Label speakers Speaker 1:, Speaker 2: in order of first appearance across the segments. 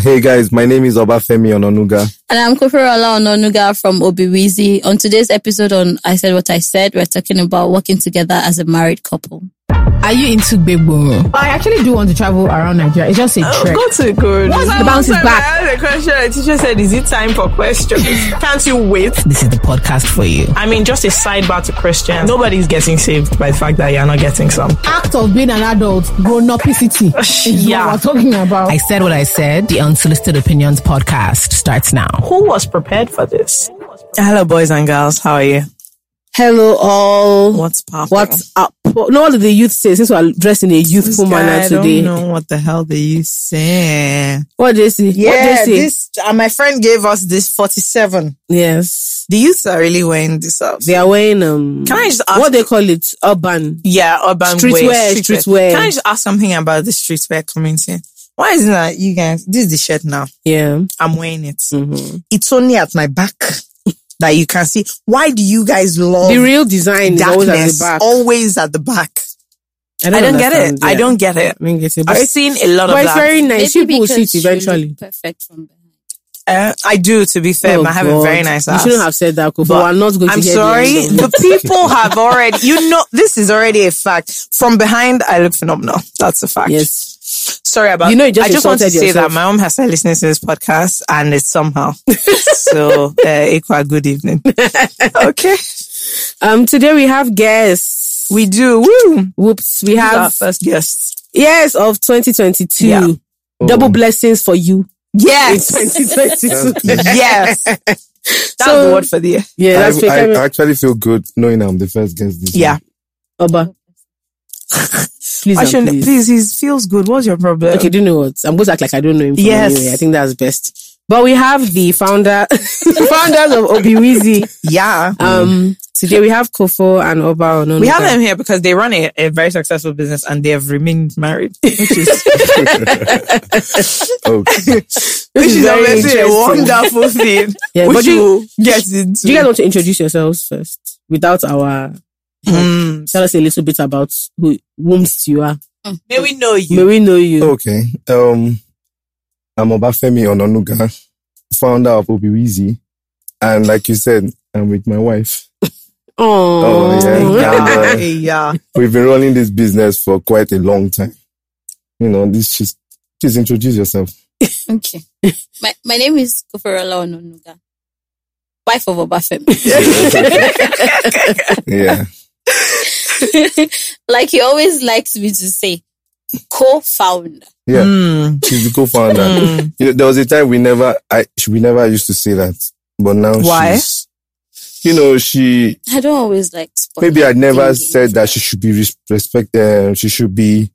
Speaker 1: Hey guys, my name is Obafemi Ononuga.
Speaker 2: And I'm Kofirola Ononuga from Obiwizi. On today's episode on I Said What I Said, we're talking about working together as a married couple.
Speaker 3: Are you into Gbegbo?
Speaker 4: I actually do want to travel around Nigeria. It's just a
Speaker 3: Oh,
Speaker 4: trek.
Speaker 5: Go to good.
Speaker 4: The bounce is back.
Speaker 5: I asked a question. The teacher said, "Is it time for questions? Can't you wait?"
Speaker 3: This is the podcast for you.
Speaker 5: I mean, just a sidebar to Christian. Nobody's getting saved by the fact that you're not getting some.
Speaker 4: Act of being an adult, grown up city.
Speaker 5: Yeah.
Speaker 4: What we're talking about.
Speaker 3: I said what I said. The Unsolicited Opinions podcast starts now.
Speaker 5: Who was prepared for this? Hello, boys and girls. How are you?
Speaker 6: Hello all.
Speaker 5: What's popping?
Speaker 6: What's up? No, what did the youth say since we're dressed in a youthful manner today?
Speaker 7: what the hell they use say.
Speaker 6: What did they say?
Speaker 7: Yeah,
Speaker 6: what did they say?
Speaker 7: this uh, my friend gave us this 47.
Speaker 6: yes.
Speaker 7: The youths are really wearing this up.
Speaker 6: They are wearing um
Speaker 7: Can I just ask-
Speaker 6: what they call it? Urban.
Speaker 7: yeah, urban
Speaker 6: Streetwear,
Speaker 7: wear,
Speaker 6: streetwear.
Speaker 7: Can I just ask something about the streetwear community? Why isn't that you guys? This is the shirt now.
Speaker 6: Yeah.
Speaker 7: I'm wearing it.
Speaker 6: Mhm.
Speaker 7: It's only at my back that you can see. Why do you guys love
Speaker 6: The real design is always at the
Speaker 7: darkness?
Speaker 6: back.
Speaker 7: Always at the back. I don't, get it.
Speaker 6: understand,
Speaker 7: I
Speaker 6: yeah.
Speaker 7: don't get it.
Speaker 6: I don't get it. But,
Speaker 7: I've seen a lot
Speaker 6: but
Speaker 7: of
Speaker 6: it's
Speaker 7: that.
Speaker 6: very nice.
Speaker 2: Maybe
Speaker 6: People will see
Speaker 2: because
Speaker 6: it
Speaker 2: you
Speaker 6: eventually.
Speaker 2: look perfect from behind.
Speaker 7: Uh, I do, to be fair.
Speaker 6: Oh,
Speaker 7: I have a
Speaker 6: God.
Speaker 7: very nice ass.
Speaker 6: You shouldn't have said that, Kofi.
Speaker 7: But
Speaker 6: We're not going
Speaker 7: I'm
Speaker 6: to hear
Speaker 7: sorry.
Speaker 6: The end of
Speaker 7: The
Speaker 6: it.
Speaker 7: people have already, you know, this is already a fact. From behind, I look phenomenal. That's a fact.
Speaker 6: yes.
Speaker 7: Sorry about
Speaker 6: You know, you just
Speaker 7: I just want to
Speaker 6: insulted
Speaker 7: say that
Speaker 6: yourself.
Speaker 7: my mom has started listening to this podcast and it's somehow. so, uh, Ikwa, good evening. okay.
Speaker 6: Um, today we have guests.
Speaker 7: We do. Woo.
Speaker 6: Whoops. We
Speaker 7: Have our
Speaker 6: have
Speaker 7: first guest.
Speaker 6: yes of 2022.
Speaker 7: Yeah.
Speaker 1: Oh.
Speaker 6: Double blessings for you.
Speaker 7: Yes.
Speaker 6: 2022.
Speaker 7: yes. That's
Speaker 6: So-
Speaker 7: the word for the year.
Speaker 1: I,
Speaker 6: yeah, that's
Speaker 1: I
Speaker 6: becoming
Speaker 1: actually feel good knowing I'm the first guest this
Speaker 7: Yeah.
Speaker 1: week.
Speaker 6: Oba. please,
Speaker 7: I
Speaker 6: and
Speaker 7: shouldn't,
Speaker 6: please.
Speaker 7: please, he feels good. What's your problem?
Speaker 6: Okay, do you know what? I'm going to act like I don't know him. From
Speaker 7: Yes.
Speaker 6: anyway. I think that's best. But we have the founder, founders of Obiwizi.
Speaker 7: Yeah.
Speaker 1: Mm.
Speaker 6: Um, today we have Kofo and Oba Ononuga.
Speaker 7: We have them here because they run a, a very successful business and they have remained married, which is
Speaker 1: Okay.
Speaker 6: Which
Speaker 7: which
Speaker 6: is
Speaker 7: is
Speaker 6: very
Speaker 7: obviously a
Speaker 6: interesting.
Speaker 7: wonderful thing.
Speaker 6: Yeah,
Speaker 7: which
Speaker 6: but do you,
Speaker 7: you get into.
Speaker 6: do you guys want to introduce yourselves first without our,
Speaker 7: Mm.
Speaker 6: tell us a little bit about who, whomst you are.
Speaker 7: May we know you?
Speaker 6: May we know you.
Speaker 1: okay. Um, I'm Obafemi Ononuga, founder of Obiwizi. And like you said, I'm with my wife.
Speaker 6: Oh,
Speaker 1: Oh,
Speaker 7: Yeah,
Speaker 1: Yeah.
Speaker 7: yeah.
Speaker 1: We've been running this business for quite a long time. You know, this just, please introduce yourself.
Speaker 2: Okay. my, my name is Kofirola Ononuga, wife of Obafemi.
Speaker 1: Yeah.
Speaker 2: like he always likes me to say, co-founder.
Speaker 1: Yeah.
Speaker 7: Mm.
Speaker 1: She's the co-founder.
Speaker 7: Mm.
Speaker 1: You know, there was a time we never, I, she- we never used to say that, but now
Speaker 7: Why?
Speaker 1: she's, you know, she,
Speaker 2: I don't always like spotlight
Speaker 1: maybe I never
Speaker 2: thinking.
Speaker 1: said that she should be res- respect, uh, she should be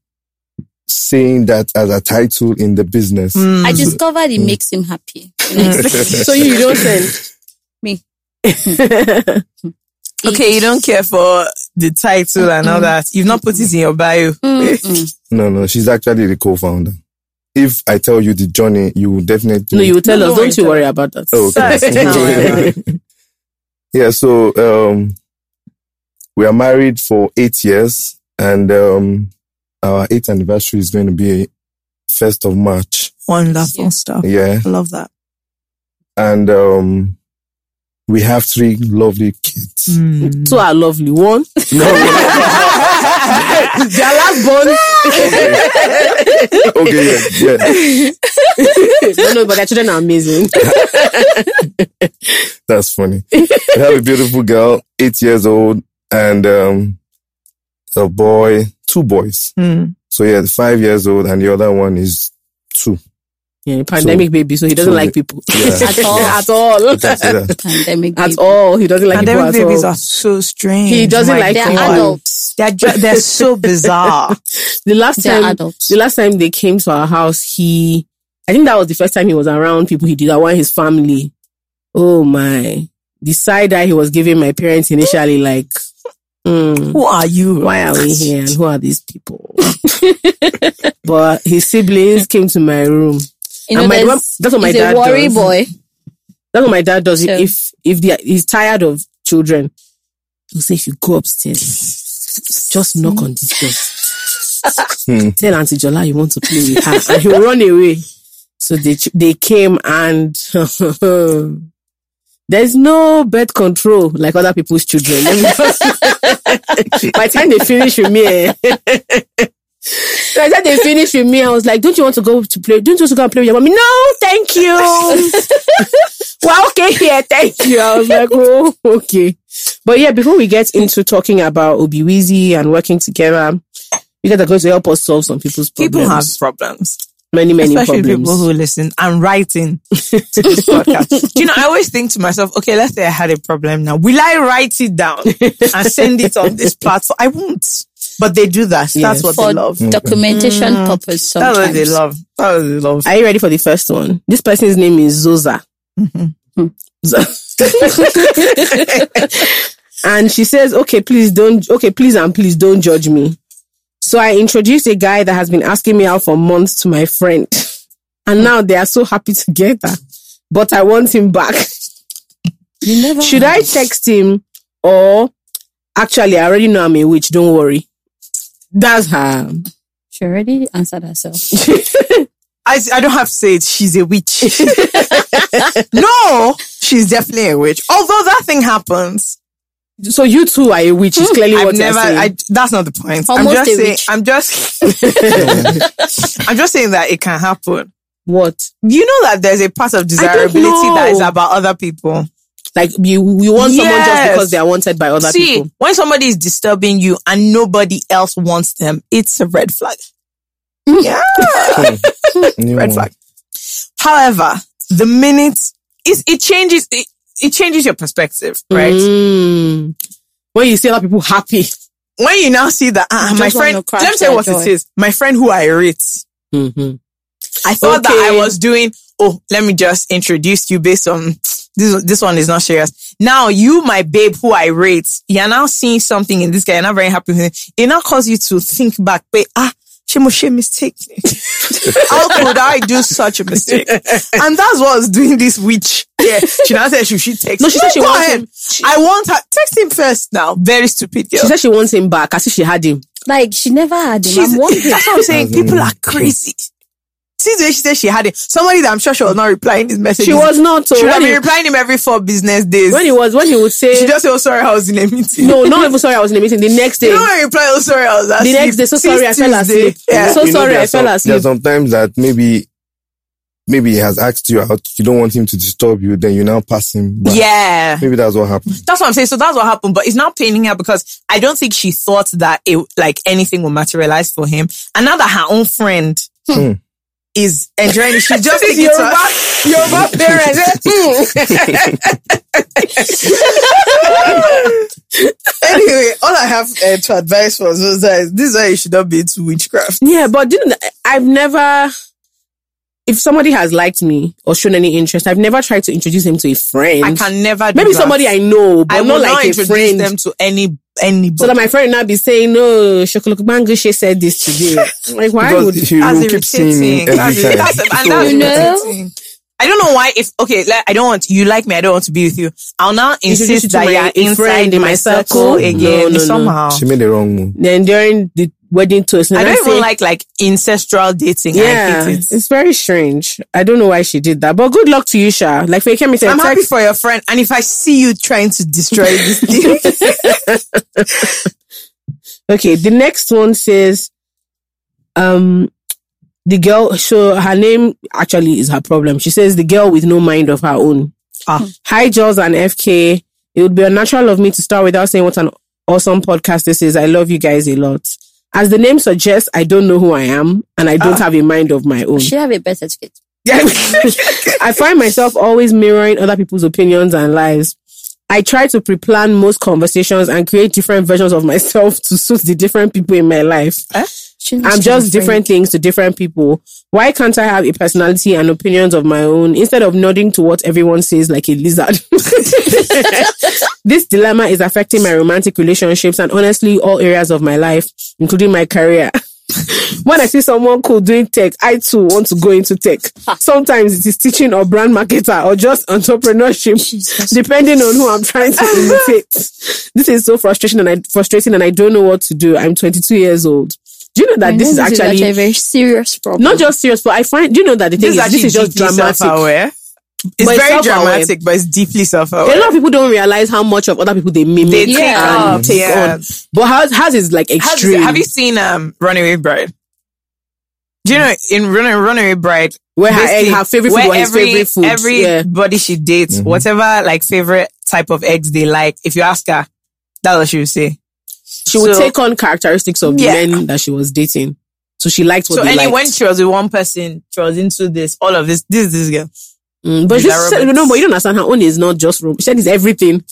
Speaker 1: saying that as a title in the business.
Speaker 7: Mm.
Speaker 2: I discovered it makes him happy. When I say
Speaker 6: Mm. So you, you don't send.
Speaker 2: Me.
Speaker 7: okay, you don't care for the title and all
Speaker 2: Mm.
Speaker 7: that. You've not put it in your bio.
Speaker 2: Mm-mm.
Speaker 1: No, no, she's actually the co-founder. If I tell you the journey, you will definitely.
Speaker 6: No, you will tell
Speaker 7: No,
Speaker 6: us.
Speaker 7: no,
Speaker 6: Don't you
Speaker 7: it's-
Speaker 6: worry about that.
Speaker 1: Oh,
Speaker 7: Sorry.
Speaker 1: okay. yeah, so, um, we are married for eight years and, um, our eighth anniversary is going to be 1st of March.
Speaker 7: Wonderful
Speaker 2: Yeah.
Speaker 7: stuff.
Speaker 1: Yeah.
Speaker 7: I love that.
Speaker 1: and um, we have three lovely kids.
Speaker 7: Mm.
Speaker 6: Two are lovely. One, their last born.
Speaker 1: okay, yeah, yeah,
Speaker 6: no, no, but their children are amazing.
Speaker 1: that's funny. We have a beautiful girl, eight years old, and um, a boy, two boys.
Speaker 7: Mm.
Speaker 1: So yeah, five years old, and the other one is two.
Speaker 6: Yeah, pandemic baby, so he doesn't
Speaker 1: so
Speaker 6: like
Speaker 1: we-
Speaker 6: people
Speaker 1: Yeah.
Speaker 2: At all.
Speaker 6: at all.
Speaker 1: You can say that.
Speaker 2: Pandemic.
Speaker 6: At
Speaker 2: baby.
Speaker 6: all, he doesn't like
Speaker 7: Pandemic
Speaker 6: people
Speaker 7: babies
Speaker 6: at all.
Speaker 7: are so strange.
Speaker 6: He doesn't
Speaker 7: My
Speaker 6: like
Speaker 2: They're
Speaker 6: them.
Speaker 7: God.
Speaker 2: adults.
Speaker 7: They're, ju- they're so bizarre.
Speaker 6: The last
Speaker 2: They're
Speaker 6: time,
Speaker 2: adults.
Speaker 6: the last time they came to our house, he, I think that was the first time he was around people. He did that one his family. Oh my! The side that he was giving my parents initially, like, mm,
Speaker 7: Who are you?
Speaker 6: why are we here and who are these people? but his siblings came to my room.
Speaker 2: You know,
Speaker 6: And my
Speaker 2: there's-
Speaker 6: mom- that's what my
Speaker 2: he's
Speaker 6: dad
Speaker 2: a worry
Speaker 6: does.
Speaker 2: boy.
Speaker 6: That's what my dad does.
Speaker 2: Yeah.
Speaker 6: If if they are, he's tired of children, he'll say, "If you go upstairs, just knock on this door.
Speaker 1: Hmm.
Speaker 6: Tell Auntie Jola you want to play with her, and he'll run away." So they ch- they came and there's no birth control like other people's children. Let me just- By the time they finish with me, eh. by the time they finish with me, I was like, "Don't you want to go to play? Don't you want to go and play with your mommy?" No, thank you. well, okay, here, thank you. I was like, "Oh, okay." But yeah, before we get into talking about Obiwizi and working together, you guys are going to help us solve some people's problems.
Speaker 7: People have problems.
Speaker 6: many, many
Speaker 7: especially
Speaker 6: problems.
Speaker 7: people who listen and writing to this podcast. Do you know, I always think to myself, okay, let's say I had a problem now. Will I write it down and send it on this platform? I won't. But they do that.
Speaker 6: Yes.
Speaker 7: That's what
Speaker 2: for
Speaker 7: they love.
Speaker 2: documentation
Speaker 6: Mm-hmm.
Speaker 2: purpose
Speaker 7: That's
Speaker 2: sometimes.
Speaker 7: what they love. That's what they love.
Speaker 6: Are you ready for the first one? This person's name is Zoza.
Speaker 7: Mm-hmm.
Speaker 6: Zo- and she says, okay, please don't, okay, please and please don't judge me. So I introduced a guy that has been asking me out for months to my friend. And now they are so happy together. But I want him back.
Speaker 2: You never
Speaker 7: Oh
Speaker 6: Should I text him or actually I already know I'm a witch, don't worry. That's her.
Speaker 2: She already answered herself.
Speaker 7: I, I don't have to say it. She's a witch. no, she's definitely a witch. Although that thing happens.
Speaker 6: So you two are a witch is clearly
Speaker 7: Hmm, I've
Speaker 6: what
Speaker 7: never,
Speaker 6: you're saying.
Speaker 7: I, that's not the point.
Speaker 2: Almost
Speaker 7: I'm
Speaker 2: a
Speaker 7: just saying,
Speaker 2: witch.
Speaker 7: I'm just, I'm just saying that it can happen.
Speaker 6: what?
Speaker 7: You know that there's a part of desirability that is
Speaker 6: know.
Speaker 7: about other people.
Speaker 6: Like you, you want someone just
Speaker 7: Yes.
Speaker 6: because they are wanted by other
Speaker 7: See,
Speaker 6: people.
Speaker 7: when somebody is disturbing you and nobody else wants them, it's a red flag. yeah,
Speaker 1: New
Speaker 7: red
Speaker 1: one.
Speaker 7: flag. However, the minute it, it changes, it, it changes your perspective, right?
Speaker 6: Mm. When you see other people happy,
Speaker 7: When you now see that, ah,
Speaker 2: You
Speaker 7: my
Speaker 2: just wanna
Speaker 7: friend,
Speaker 2: crash
Speaker 7: let me tell you
Speaker 2: their
Speaker 7: what it
Speaker 2: joy.
Speaker 7: is. My friend who I rate, Mm-hmm. I thought that
Speaker 6: Okay.
Speaker 7: I was doing, oh, let me just introduce you based on this, this one is not serious. Now you, my babe, who I rate, you're now seeing something in this guy. You're not very happy with him. It now causes you to think back, but ah, she must she mistake. me. How could I do such a mistake? And that's what I was doing this witch. Yeah. She now said she should text.
Speaker 6: No, she said she
Speaker 7: go
Speaker 6: wants
Speaker 7: ahead.
Speaker 6: him.
Speaker 7: I want her. Text him first now. Very stupid girl.
Speaker 6: she said she wants him back. I see she had him.
Speaker 2: Like she never had him.
Speaker 7: She's,
Speaker 2: I'm wondering.
Speaker 7: that's what I'm saying.
Speaker 1: As in-
Speaker 7: People are crazy. See the way she said she had it. Somebody that I'm sure she oh, was not replying his message.
Speaker 6: She was not. So
Speaker 7: She would have
Speaker 6: when,
Speaker 7: been
Speaker 6: he,
Speaker 7: replying him every four business days.
Speaker 6: when he was, when he would
Speaker 7: she
Speaker 6: say,
Speaker 7: just said, "Oh, sorry, I was in a meeting."
Speaker 6: no, not even sorry, I was in a meeting. The next day,
Speaker 7: you know when you reply, "Oh, sorry, I was
Speaker 6: the
Speaker 7: asleep."
Speaker 6: next day, so
Speaker 7: Since
Speaker 6: sorry, I fell
Speaker 7: Tuesday.
Speaker 6: asleep.
Speaker 7: Yeah.
Speaker 6: So
Speaker 1: You know,
Speaker 6: Oh, sorry,
Speaker 1: there are
Speaker 6: I fell
Speaker 1: some- There are
Speaker 6: asleep.
Speaker 1: sometimes that maybe, maybe he has asked you out. You don't want him to disturb you. Then you now pass him. by.
Speaker 7: yeah,
Speaker 1: Maybe that's what happened.
Speaker 7: that's what I'm saying. So that's what happened. But it's now paining her because I don't think she thought that it like anything would materialize for him. And now that her own friend
Speaker 1: Hmm.
Speaker 7: is enjoying it, she just
Speaker 6: This is
Speaker 7: thinks it's
Speaker 6: Yoruba-
Speaker 7: her-
Speaker 6: Yoruba parents, eh?
Speaker 7: eh? Hmm. anyway, all I have uh, to advise for Zosa is this is why you should not be into witchcraft.
Speaker 6: Yeah, but didn't I've never if somebody has liked me or shown any interest, I've never tried to introduce him to a friend.
Speaker 7: I can never. Do
Speaker 6: Maybe
Speaker 7: that.
Speaker 6: somebody I know, but
Speaker 7: I
Speaker 6: not
Speaker 7: will not
Speaker 6: like a
Speaker 7: introduce
Speaker 6: friend.
Speaker 7: them to any anybody.
Speaker 6: so that my friend will not be saying, "No, Shokolokubangu, she said this today." like, why
Speaker 1: Because
Speaker 6: would
Speaker 1: he
Speaker 7: That's
Speaker 1: will keep seeing me
Speaker 7: irritating.
Speaker 1: every
Speaker 7: That's-
Speaker 1: time.
Speaker 7: that's- and
Speaker 1: So-
Speaker 7: that's
Speaker 2: You know?
Speaker 7: irritating. I don't know why. If okay, like, I don't want you like me. I don't want to be with you. I'll now
Speaker 6: Introduce you
Speaker 7: insist
Speaker 6: to
Speaker 7: that
Speaker 6: my-
Speaker 7: you're
Speaker 6: a friend
Speaker 7: inside in my circle again
Speaker 6: No, no, no.
Speaker 7: somehow.
Speaker 1: She made the wrong move.
Speaker 6: then during the wedding toast,
Speaker 7: I
Speaker 6: and
Speaker 7: don't
Speaker 6: say,
Speaker 7: even like like ancestral dating. I
Speaker 6: Yeah,
Speaker 7: hate it.
Speaker 6: it's very strange. I don't know why she did that, but good luck to you, Sha. Like, for came
Speaker 7: I'm
Speaker 6: text,
Speaker 7: happy for your friend, and if I see you trying to destroy this thing,
Speaker 6: Okay, the next one says, um, the girl, so her name actually is her problem. She says, the girl with no mind of her own.
Speaker 7: Ah.
Speaker 6: Hi, Jaws and FK. It would be unnatural of me to start without saying what an awesome podcast this is. I love you guys a lot. As the name suggests, I don't know who I am and I don't have a mind of my own.
Speaker 2: She have a birth certificate.
Speaker 6: I find myself always mirroring other people's opinions and lives. I try to pre-plan most conversations and create different versions of myself to suit the different people in my life.
Speaker 2: She-
Speaker 6: I'm
Speaker 2: she
Speaker 6: just
Speaker 2: was
Speaker 6: different things to different people. Why can't I have a personality and opinions of my own instead of nodding to what everyone says like a lizard? this dilemma is affecting my romantic relationships and honestly all areas of my life, including my career. when I see someone cool doing tech, I too want to go into tech. Sometimes it is teaching or brand marketer or just entrepreneurship, depending on who I'm trying to imitate. this is so frustrating and I, frustrating and I don't know what to do. I'm 22 years old. Do you know that this is
Speaker 2: actually a
Speaker 6: actually
Speaker 2: very serious problem.
Speaker 6: not just serious, but I find do you know that the thing is,
Speaker 7: This, is actually
Speaker 6: this is just
Speaker 7: deeply
Speaker 6: dramatic.
Speaker 7: self-aware. It's
Speaker 6: But it's
Speaker 7: very
Speaker 6: self-aware.
Speaker 7: dramatic, but it's deeply
Speaker 6: A
Speaker 7: self-aware.
Speaker 6: lot of people don't realize how much of other people they
Speaker 7: eh? They
Speaker 6: mimic
Speaker 7: take
Speaker 2: Yeah.
Speaker 7: up,
Speaker 6: and take
Speaker 7: yeah.
Speaker 6: on. But hers, hers is like
Speaker 7: Have,
Speaker 6: extreme.
Speaker 7: have you seen um Runaway Bride? Do you know in Runaway, Runaway Bride,
Speaker 6: where her,
Speaker 7: this
Speaker 6: egg,
Speaker 7: thing,
Speaker 6: her favorite
Speaker 7: where
Speaker 6: food was
Speaker 7: every,
Speaker 6: favorite food. yeah. Mm-hmm.
Speaker 7: Everybody she dates,
Speaker 1: Mhm.
Speaker 7: whatever like favorite type of eggs they like, if you ask her, that's what she would say.
Speaker 6: She would
Speaker 7: so-
Speaker 6: take on characteristics of
Speaker 7: Yeah.
Speaker 6: the men that she was dating. So she liked what
Speaker 7: so
Speaker 6: they
Speaker 7: any
Speaker 6: liked.
Speaker 7: when she was with one person, she was into this, all of this, this, this girl.
Speaker 6: Mm, but she
Speaker 7: Julia
Speaker 6: said, no,
Speaker 7: Roberts.
Speaker 6: but you don't understand. Her own is not just room. She said it's everything.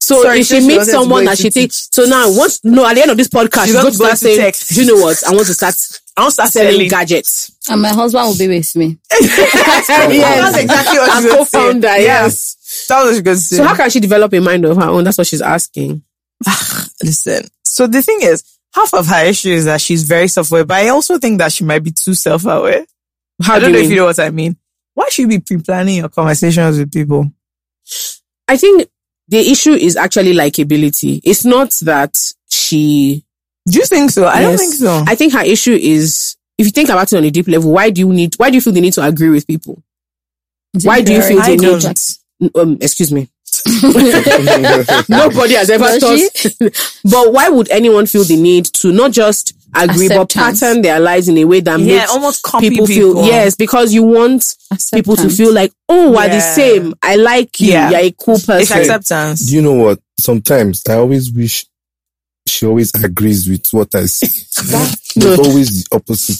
Speaker 6: So
Speaker 7: Sorry,
Speaker 6: if she
Speaker 7: she just
Speaker 6: meets
Speaker 7: wanted to
Speaker 6: someone
Speaker 7: go
Speaker 6: that she
Speaker 7: into
Speaker 6: thinks, so now once, no, at the end of this podcast,
Speaker 7: She's
Speaker 6: she's
Speaker 7: not
Speaker 6: going to
Speaker 7: going
Speaker 6: start
Speaker 7: to
Speaker 6: saying,
Speaker 7: text.
Speaker 6: do you know what? I want to start
Speaker 7: I don't start
Speaker 6: selling
Speaker 7: selling.
Speaker 6: gadgets.
Speaker 2: and my husband will be with me.
Speaker 6: yes.
Speaker 7: That's exactly what
Speaker 6: I'm
Speaker 7: she was
Speaker 6: co-founder,
Speaker 7: saying.
Speaker 6: yes.
Speaker 7: That was good.
Speaker 6: So how can she develop a mind of her own? That's what she's asking.
Speaker 7: listen? So the thing is, half of her issue is that she's very self-aware, but I also think that she might be too self-aware.
Speaker 6: How
Speaker 7: I
Speaker 6: do
Speaker 7: don't
Speaker 6: you
Speaker 7: know if
Speaker 6: mean?
Speaker 7: you know what I mean. Why should you be pre-planning your conversations with people?
Speaker 6: I think the issue is actually likability. It's not that she
Speaker 7: Do you think so? I don't
Speaker 6: Yes.
Speaker 7: think so.
Speaker 6: I think her issue is if you think about it on a deep level, why do you need? Why do you feel the need to agree with people? Why do you feel the
Speaker 7: I don't.
Speaker 6: need? Um, excuse me.
Speaker 1: no,
Speaker 6: Nobody has ever
Speaker 2: Does
Speaker 6: thought. but why would anyone feel the need to not just agree but
Speaker 2: Acceptance.
Speaker 6: pattern their lives in a way that
Speaker 7: yeah,
Speaker 6: makes
Speaker 7: almost copy
Speaker 6: people feel yes because you want people to feel like oh we're the
Speaker 7: Yeah.
Speaker 6: same. I like you.
Speaker 7: Yeah.
Speaker 6: You're a cool
Speaker 7: It's
Speaker 6: person.
Speaker 7: acceptance.
Speaker 1: Do you know what? Sometimes I always wish she always agrees with what I say. It's always the opposite.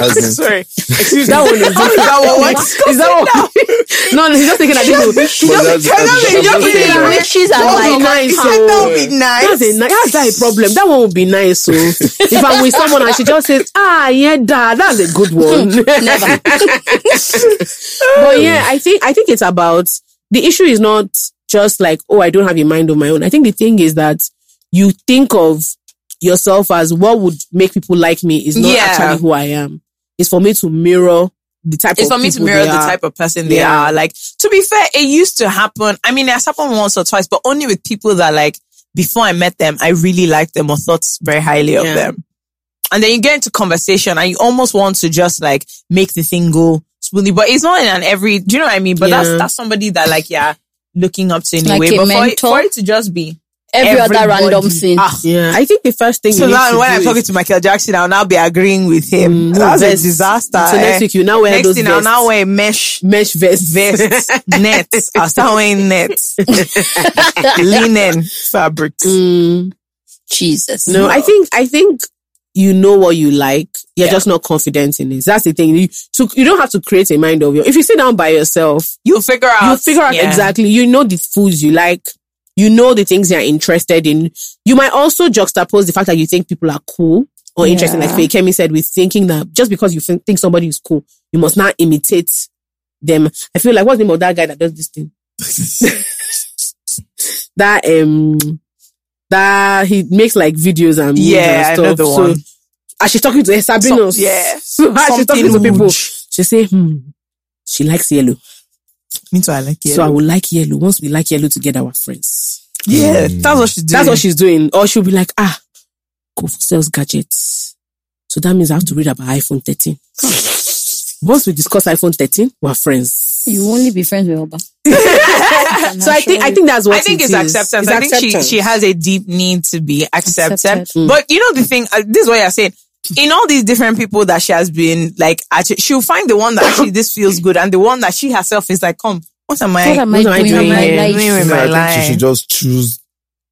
Speaker 1: As in,
Speaker 7: Sorry. Excuse
Speaker 6: That one is
Speaker 7: How is that one? What?
Speaker 6: Is that what? no, no, he's just thinking that people.
Speaker 1: but that's-
Speaker 7: Can
Speaker 1: I'm
Speaker 7: I be
Speaker 1: just
Speaker 7: just
Speaker 1: saying
Speaker 7: saying
Speaker 1: that-
Speaker 2: Wishes are
Speaker 6: Those are
Speaker 2: like
Speaker 6: nice,
Speaker 7: That
Speaker 6: so-
Speaker 7: would be nice.
Speaker 6: That's a nice. That's not a problem. That one would be nice. So if I'm with someone and she just says, "Ah, yeah, da, that's a good one."
Speaker 2: never.
Speaker 6: but yeah, I think I think it's about the issue is not just like, "Oh, I don't have a mind of my own." I think the thing is that you think of yourself as what would make people like me is not
Speaker 7: Yeah.
Speaker 6: actually who I am. It's for me to mirror the type.
Speaker 7: It's
Speaker 6: of
Speaker 7: for me to
Speaker 6: people
Speaker 7: mirror
Speaker 6: they
Speaker 7: the
Speaker 6: are.
Speaker 7: type of person they
Speaker 6: Yeah.
Speaker 7: are. Like, to be fair, it used to happen. I mean, it has happened once or twice, but only with people that like, before I met them, I really liked them or thought very highly of
Speaker 6: Yeah.
Speaker 7: them. And then you get into conversation and you almost want to just like make the thing go smoothly, but it's not in an every, do you know what I mean? But
Speaker 6: Yeah.
Speaker 7: that's, that's somebody that like, yeah, looking up to in
Speaker 2: Like
Speaker 7: a way.
Speaker 2: a
Speaker 7: But for it,
Speaker 2: mentor?
Speaker 7: for it to just be
Speaker 2: Every other
Speaker 7: everybody-
Speaker 2: random thing.
Speaker 7: Ah.
Speaker 6: Yeah, I think the first thing.
Speaker 7: So
Speaker 6: you need
Speaker 7: now
Speaker 6: to
Speaker 7: when
Speaker 6: do
Speaker 7: I'm
Speaker 6: is-
Speaker 7: talking to Michael Jackson, I'll now be agreeing with him.
Speaker 6: Mm,
Speaker 7: That's a
Speaker 6: vest.
Speaker 7: disaster.
Speaker 6: So
Speaker 7: eh.
Speaker 6: next week you now wear
Speaker 7: Next
Speaker 6: those
Speaker 7: thing, I'll
Speaker 6: vests.
Speaker 7: now wear mesh
Speaker 6: mesh vests.
Speaker 7: vests, nets. I'll start wearing nets, linen fabrics.
Speaker 6: Mm,
Speaker 2: Jesus.
Speaker 6: no, I think I think you know what you like. You're
Speaker 7: Yeah.
Speaker 6: just not confident in it. That's the thing. You so you don't have to create a mind of your. If you sit down by yourself,
Speaker 7: You'll figure out.
Speaker 6: you figure out
Speaker 7: yeah.
Speaker 6: exactly. You know the foods you like. You know the things you're interested in. You might also juxtapose the fact that you think people are cool or interesting, like
Speaker 2: Yeah.
Speaker 6: Faye Kemi said, with thinking that just because you think think somebody is cool, you must not imitate them. I feel like what's the name of that guy that does this thing? that um that he makes like videos and moves
Speaker 7: Yeah,
Speaker 6: and
Speaker 7: I know
Speaker 6: stuff.
Speaker 7: the
Speaker 6: so
Speaker 7: one.
Speaker 6: as she's talking to eh, Sabino,
Speaker 7: Some- yeah.
Speaker 6: as she's talking to
Speaker 7: Something
Speaker 6: people,
Speaker 7: would.
Speaker 6: she say, hmm, she likes yellow.
Speaker 7: Me too. I like it.
Speaker 6: So I would like yellow. Once we like yellow together, we're friends.
Speaker 7: yeah,
Speaker 6: Mm.
Speaker 7: that's what she's doing.
Speaker 6: That's what she's doing. Or she'll be like, ah, Kofu sells gadgets. So that means I have to read about iPhone 13. Once we discuss iPhone 13, we're friends.
Speaker 2: You only be friends with Oba.
Speaker 6: So I think I think that's what
Speaker 7: I think
Speaker 6: it
Speaker 7: it's
Speaker 6: is.
Speaker 7: acceptance.
Speaker 6: It's
Speaker 7: I think
Speaker 6: acceptance.
Speaker 7: she she has a deep need to be accepted.
Speaker 2: Accepted.
Speaker 6: Mm.
Speaker 7: But you know the thing. Uh, this is what you're saying. In all these different people that she has been like, actually, she'll find the one that actually this feels good, and the one that she herself is like, "Come, what am I?
Speaker 2: What am I
Speaker 6: what am I
Speaker 2: doing
Speaker 6: doing
Speaker 2: with
Speaker 6: here?
Speaker 2: my
Speaker 7: doing
Speaker 2: life?
Speaker 7: with
Speaker 1: No,
Speaker 7: my
Speaker 1: I think she should
Speaker 7: life?"
Speaker 1: just choose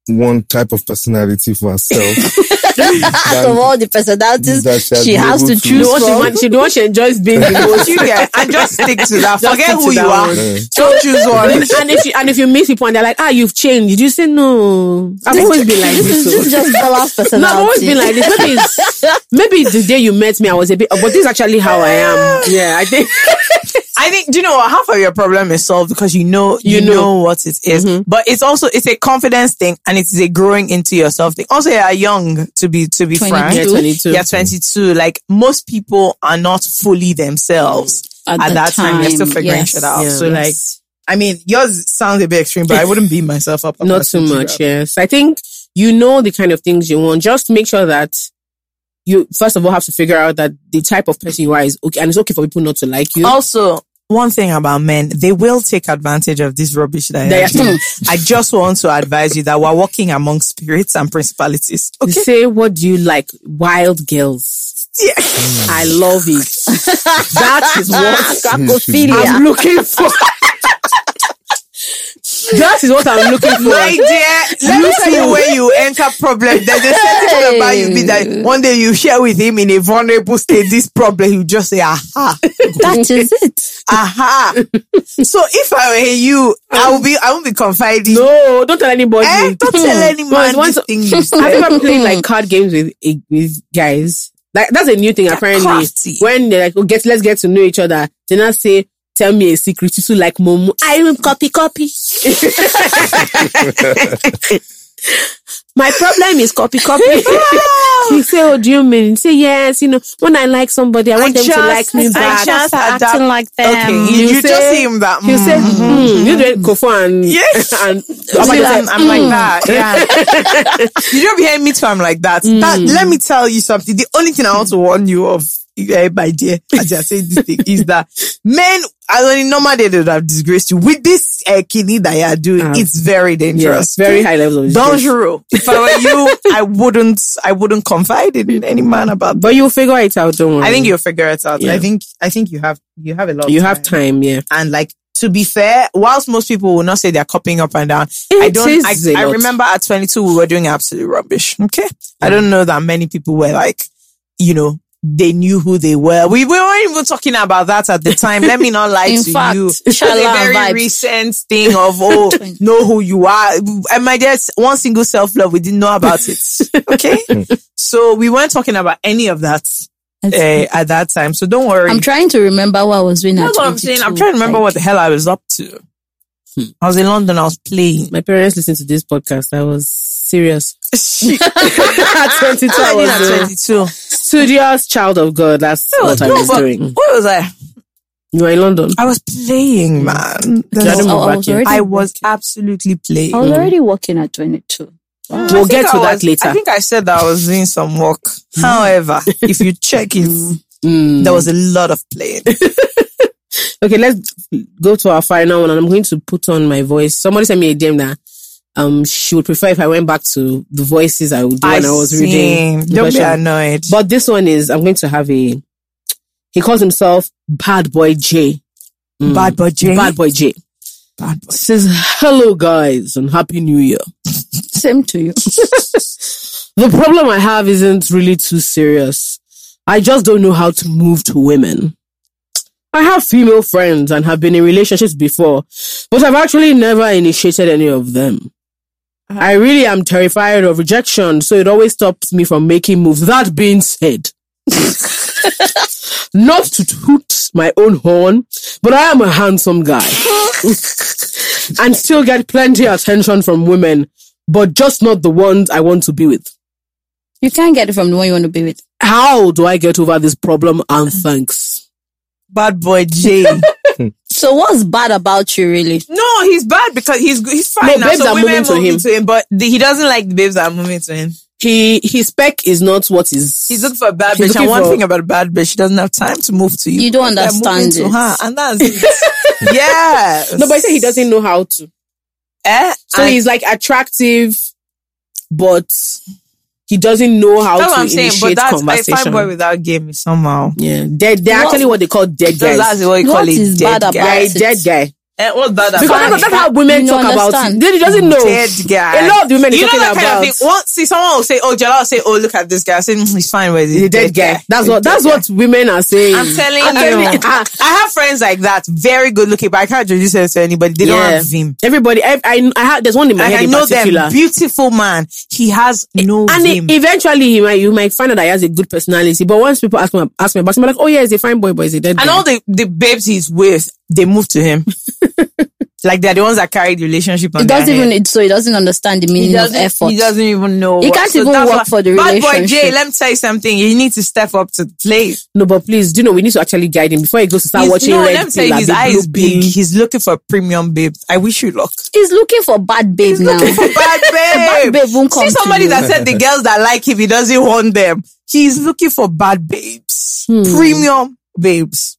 Speaker 1: one type of personality for herself.
Speaker 2: Out of all the personalities,
Speaker 1: That she has
Speaker 2: she
Speaker 1: been
Speaker 2: has
Speaker 1: able to-
Speaker 2: to
Speaker 6: the
Speaker 2: choose
Speaker 6: one she,
Speaker 2: from.
Speaker 6: wants, she the one she enjoys being the most.
Speaker 7: You get- and just stick to that.
Speaker 6: Just
Speaker 7: Forget
Speaker 6: stick to
Speaker 7: who
Speaker 6: that
Speaker 7: you are.
Speaker 6: one.
Speaker 1: Yeah.
Speaker 7: Don't choose one.
Speaker 6: and if you and if you meet people and they're like, ah, you've changed, did you say no? I've always been like
Speaker 2: this is
Speaker 6: this.
Speaker 2: this
Speaker 6: so.
Speaker 2: is just Bola's personality.
Speaker 6: No, I've always been like this. Maybe it's, maybe it's the day you met me, I was a bit. But this is actually how I am. Yeah, I think.
Speaker 7: I think do you know what half of your problem is solved because you know you,
Speaker 6: You
Speaker 7: know.
Speaker 6: know. Mm-hmm.
Speaker 7: what it is. But it's also it's a confidence thing and it's a growing into yourself thing. Also, you are young to be to be
Speaker 2: 22.
Speaker 7: frank.
Speaker 2: Yeah,
Speaker 6: 22.
Speaker 7: You're 22. Like most people are not fully themselves at,
Speaker 2: At the
Speaker 7: that time. They're still
Speaker 2: time,
Speaker 7: figuring
Speaker 2: yes.
Speaker 7: shit out.
Speaker 6: Yeah.
Speaker 7: so like. I mean, yours sounds a bit extreme, but I wouldn't beat myself up.
Speaker 6: Not too much. Yes, I think you know the kind of things you want. Just make sure that you first of all have to figure out that the type of person you are is okay, and it's okay for people not to like you.
Speaker 7: Also, one thing about men, they will take advantage of this rubbish that
Speaker 6: They
Speaker 7: I
Speaker 6: are-
Speaker 7: have. I just want to advise you that we're walking among spirits and principalities.
Speaker 6: You
Speaker 7: Okay.
Speaker 6: say, what do you like? Wild girls.
Speaker 7: Yeah.
Speaker 6: I love it. that is what
Speaker 2: Ah, Cacophilia.
Speaker 6: I'm looking for. that is what I'm looking for.
Speaker 7: My dear, let me tell you where you enter problem. There's a certain thing about you be that one day you share with him in a vulnerable state this problem, you just say, aha,
Speaker 2: That is it.
Speaker 7: aha. so if I were you, I will be I won't be confiding.
Speaker 6: no, don't tell anybody.
Speaker 7: Eh, don't tell any
Speaker 6: No,
Speaker 7: man
Speaker 6: it's once-
Speaker 7: this thing you
Speaker 6: I've
Speaker 7: said.
Speaker 6: never played like card games with with guys. Like that's a new thing apparently.
Speaker 7: crafty.
Speaker 6: When they're like, oh, get let's get to know each other. They now say, tell me a secret. You two like Momo. I will copy copy. My problem is copy copy. he say, oh, do you mean? He say, yes. You know, when I like somebody, I want them to like me
Speaker 7: I
Speaker 6: back.
Speaker 7: just
Speaker 2: Are
Speaker 7: adapt.
Speaker 2: acting like them.
Speaker 7: Okay, you,
Speaker 6: You
Speaker 7: you just
Speaker 6: say-
Speaker 7: see him that.
Speaker 6: You say,
Speaker 7: mm,
Speaker 6: hmm, you do Kofo and
Speaker 7: Yes.
Speaker 6: and Mm.
Speaker 7: I'm,
Speaker 6: Obadiah
Speaker 7: like,
Speaker 6: said,
Speaker 7: I'm like that. Yeah. you don't be hearing me too. I'm like that.
Speaker 6: Mm.
Speaker 7: that. Let me tell you something. The only thing I want to warn you of, eh, my dear, as I say this thing, is that men, I on a normal day, they would have disgraced you. With this uh, kidney that you are doing,
Speaker 6: Ah.
Speaker 7: it's very
Speaker 6: yes,
Speaker 7: dangerous.
Speaker 6: very high levels of disgrace.
Speaker 7: Dangerous. If I were you, I wouldn't. I wouldn't confide in any man about.
Speaker 6: But you'll figure it out. Don't worry.
Speaker 7: I think you'll figure it out.
Speaker 6: Yeah.
Speaker 7: I think. I think you have. You have a lot. of
Speaker 6: you have time. Yeah.
Speaker 7: and like to be fair, whilst most people will not say they're copying up and down, I
Speaker 6: It
Speaker 7: don't.
Speaker 6: is
Speaker 7: I,
Speaker 6: a
Speaker 7: I
Speaker 6: lot.
Speaker 7: remember at 22 we were doing absolute rubbish. Okay, I don't know that many people were like, you know, they knew who they were. We, we weren't even talking about that at the time. Let me not lie
Speaker 2: In
Speaker 7: to
Speaker 2: fact,
Speaker 7: you. It's a
Speaker 2: shala
Speaker 7: very
Speaker 2: vibes.
Speaker 7: recent thing of oh, know who you are. And my dear, one single self love we didn't know about it. Okay, so we weren't talking about any of that
Speaker 2: Hmm. That's-
Speaker 7: eh, at that time. So don't worry.
Speaker 2: I'm trying to remember what I was doing
Speaker 7: That's
Speaker 2: at
Speaker 7: what I'm saying. I'm
Speaker 2: 22,
Speaker 7: trying to remember
Speaker 2: like- Hmm.
Speaker 7: what the hell I was up to. I was in London. I was playing.
Speaker 6: my parents listened to this podcast. I was serious.
Speaker 7: Shit.
Speaker 6: At 22, I
Speaker 7: I did
Speaker 6: was
Speaker 7: at
Speaker 6: a
Speaker 7: 22.
Speaker 6: studious child of God. That's
Speaker 7: No,
Speaker 6: what I
Speaker 7: no,
Speaker 6: was
Speaker 7: but-
Speaker 6: doing.
Speaker 7: What was I?
Speaker 6: You were in London.
Speaker 7: I was playing, man.
Speaker 2: I
Speaker 7: That's-
Speaker 2: was,
Speaker 6: Johnny
Speaker 2: Oh, I
Speaker 6: Mubarak,
Speaker 2: was
Speaker 6: yeah.
Speaker 2: already,
Speaker 7: I Mm-hmm. was absolutely playing.
Speaker 2: I was already working at 22.
Speaker 7: Mm,
Speaker 6: We'll
Speaker 7: I think
Speaker 6: get to
Speaker 7: I
Speaker 6: that
Speaker 7: was-
Speaker 6: later. Hmm.
Speaker 7: I think I said that I was doing some work. However, if you check it,
Speaker 6: Mm.
Speaker 7: there was a lot of playing.
Speaker 6: okay, let's go to our final one, and I'm going to put on my voice. Somebody sent me a DM that um she would prefer if I went back to the voices I would do when I was
Speaker 7: sing.
Speaker 6: reading. the
Speaker 7: Don't be
Speaker 6: question.
Speaker 7: annoyed.
Speaker 6: But this one is I'm going to have a. He calls himself Bad Boy J. Mm.
Speaker 7: Hmm. bad boy, Jane.
Speaker 6: Bad Boy J.
Speaker 7: Bad boy.
Speaker 6: Says hello guys and happy New Year.
Speaker 2: Same to you.
Speaker 6: The problem I have isn't really too serious. I just don't know how to move to women. I have female friends and have been in relationships before, but I've actually never initiated any of them. I really am terrified of rejection, so it always stops me from making moves. That being said, not to toot my own horn, but I am a handsome guy and still get plenty attention from women, but just not the ones I want to be with.
Speaker 2: You can't get it from the one you want to be with.
Speaker 6: How do I get over this problem and
Speaker 7: Mm.
Speaker 6: thanks?
Speaker 7: Bad boy, Jane.
Speaker 2: So what's bad about you, really?
Speaker 7: No, he's bad because he's he's fine
Speaker 6: No,
Speaker 7: now.
Speaker 6: babes
Speaker 7: so
Speaker 6: are
Speaker 7: women
Speaker 6: moving to
Speaker 7: moving
Speaker 6: him.
Speaker 7: to him, but the, he doesn't like the babes that are moving to him.
Speaker 6: He his spec is not what is
Speaker 7: He's looking for a bad
Speaker 6: He's
Speaker 7: bitch. And
Speaker 6: looking
Speaker 7: one
Speaker 6: for-
Speaker 7: thing about a bad bitch, she doesn't have time to move to you.
Speaker 2: You don't
Speaker 7: They're
Speaker 2: understand
Speaker 7: moving
Speaker 2: it.
Speaker 7: To her, and that's it. yes.
Speaker 6: No, but I say he doesn't know how to.
Speaker 7: Eh?
Speaker 6: So
Speaker 7: And
Speaker 6: he's like attractive, but he doesn't know how
Speaker 7: that's
Speaker 6: to
Speaker 7: what I'm saying.
Speaker 6: initiate
Speaker 7: But that's a fine
Speaker 6: conversation.
Speaker 7: boy without game somehow.
Speaker 6: yeah, they're, they're
Speaker 2: What-
Speaker 6: actually what they call dead
Speaker 7: So
Speaker 6: guys.
Speaker 7: that's what you call
Speaker 2: What
Speaker 7: it.
Speaker 2: is
Speaker 7: dead
Speaker 2: bad about
Speaker 7: guy.
Speaker 6: Guy,
Speaker 2: it?
Speaker 6: dead guy.
Speaker 7: Eh, what's bad
Speaker 6: Because
Speaker 7: about
Speaker 6: that's,
Speaker 7: it?
Speaker 6: that's how women
Speaker 2: You
Speaker 6: talk
Speaker 2: don't
Speaker 6: about it.
Speaker 2: understand.
Speaker 6: They they doesn't know.
Speaker 7: Dead guy.
Speaker 6: A lot of the women
Speaker 7: You
Speaker 6: are
Speaker 7: know
Speaker 6: talking
Speaker 7: that
Speaker 6: about.
Speaker 7: kind of thing. Once see someone will say, "Oh, Jala will say, oh look at this guy." I say, mm, "He's fine, with
Speaker 6: He's a dead guy. That's what that's what women are saying.
Speaker 7: I'm telling
Speaker 6: I'm
Speaker 7: you.
Speaker 6: telling-
Speaker 7: I, I have friends like that, very good looking, but I can't introduce them to anybody. They don't
Speaker 6: Yeah.
Speaker 7: have him.
Speaker 6: Everybody, I, I, I have. There's one in my
Speaker 7: Like,
Speaker 6: head
Speaker 7: I
Speaker 6: in
Speaker 7: know
Speaker 6: particular.
Speaker 7: them. Beautiful man. He has no
Speaker 6: and
Speaker 7: vim.
Speaker 6: it, eventually, he might, you might find out that he has a good personality. But once people ask me, ask me about him, I'm like, oh yeah, he's a fine boy, but he's a dead guy.
Speaker 7: and all the, the babes he's with, they move to him. like they're the ones that carry the relationship on
Speaker 2: It
Speaker 7: their
Speaker 2: doesn't
Speaker 7: head.
Speaker 2: even, it- so it doesn't understand the
Speaker 7: he
Speaker 2: meaning of
Speaker 7: doesn't,
Speaker 2: effort.
Speaker 7: he doesn't even know.
Speaker 2: He
Speaker 7: what-
Speaker 2: can't even
Speaker 7: that's
Speaker 2: work
Speaker 7: why-
Speaker 2: for the
Speaker 7: Bad boy Jay,
Speaker 2: relationship.
Speaker 7: let me tell you something. You need to step up to the plate.
Speaker 6: no, but please, do you know we need to actually guide him before he goes to start
Speaker 7: He's-
Speaker 6: watching
Speaker 7: no,
Speaker 6: Red
Speaker 7: let me tell you,
Speaker 6: Pill and
Speaker 7: his
Speaker 6: Big
Speaker 7: eye is
Speaker 6: Blue
Speaker 7: big.
Speaker 6: Pill.
Speaker 7: He's looking for premium babe. I wish you luck.
Speaker 2: He's looking for bad babe now.
Speaker 7: Bad babe.
Speaker 2: Bad babe won't come
Speaker 7: See
Speaker 2: to
Speaker 7: somebody
Speaker 2: you.
Speaker 7: that said the girls that like him, he doesn't want them. He's looking for bad babes,
Speaker 2: Hmm.
Speaker 7: premium babes.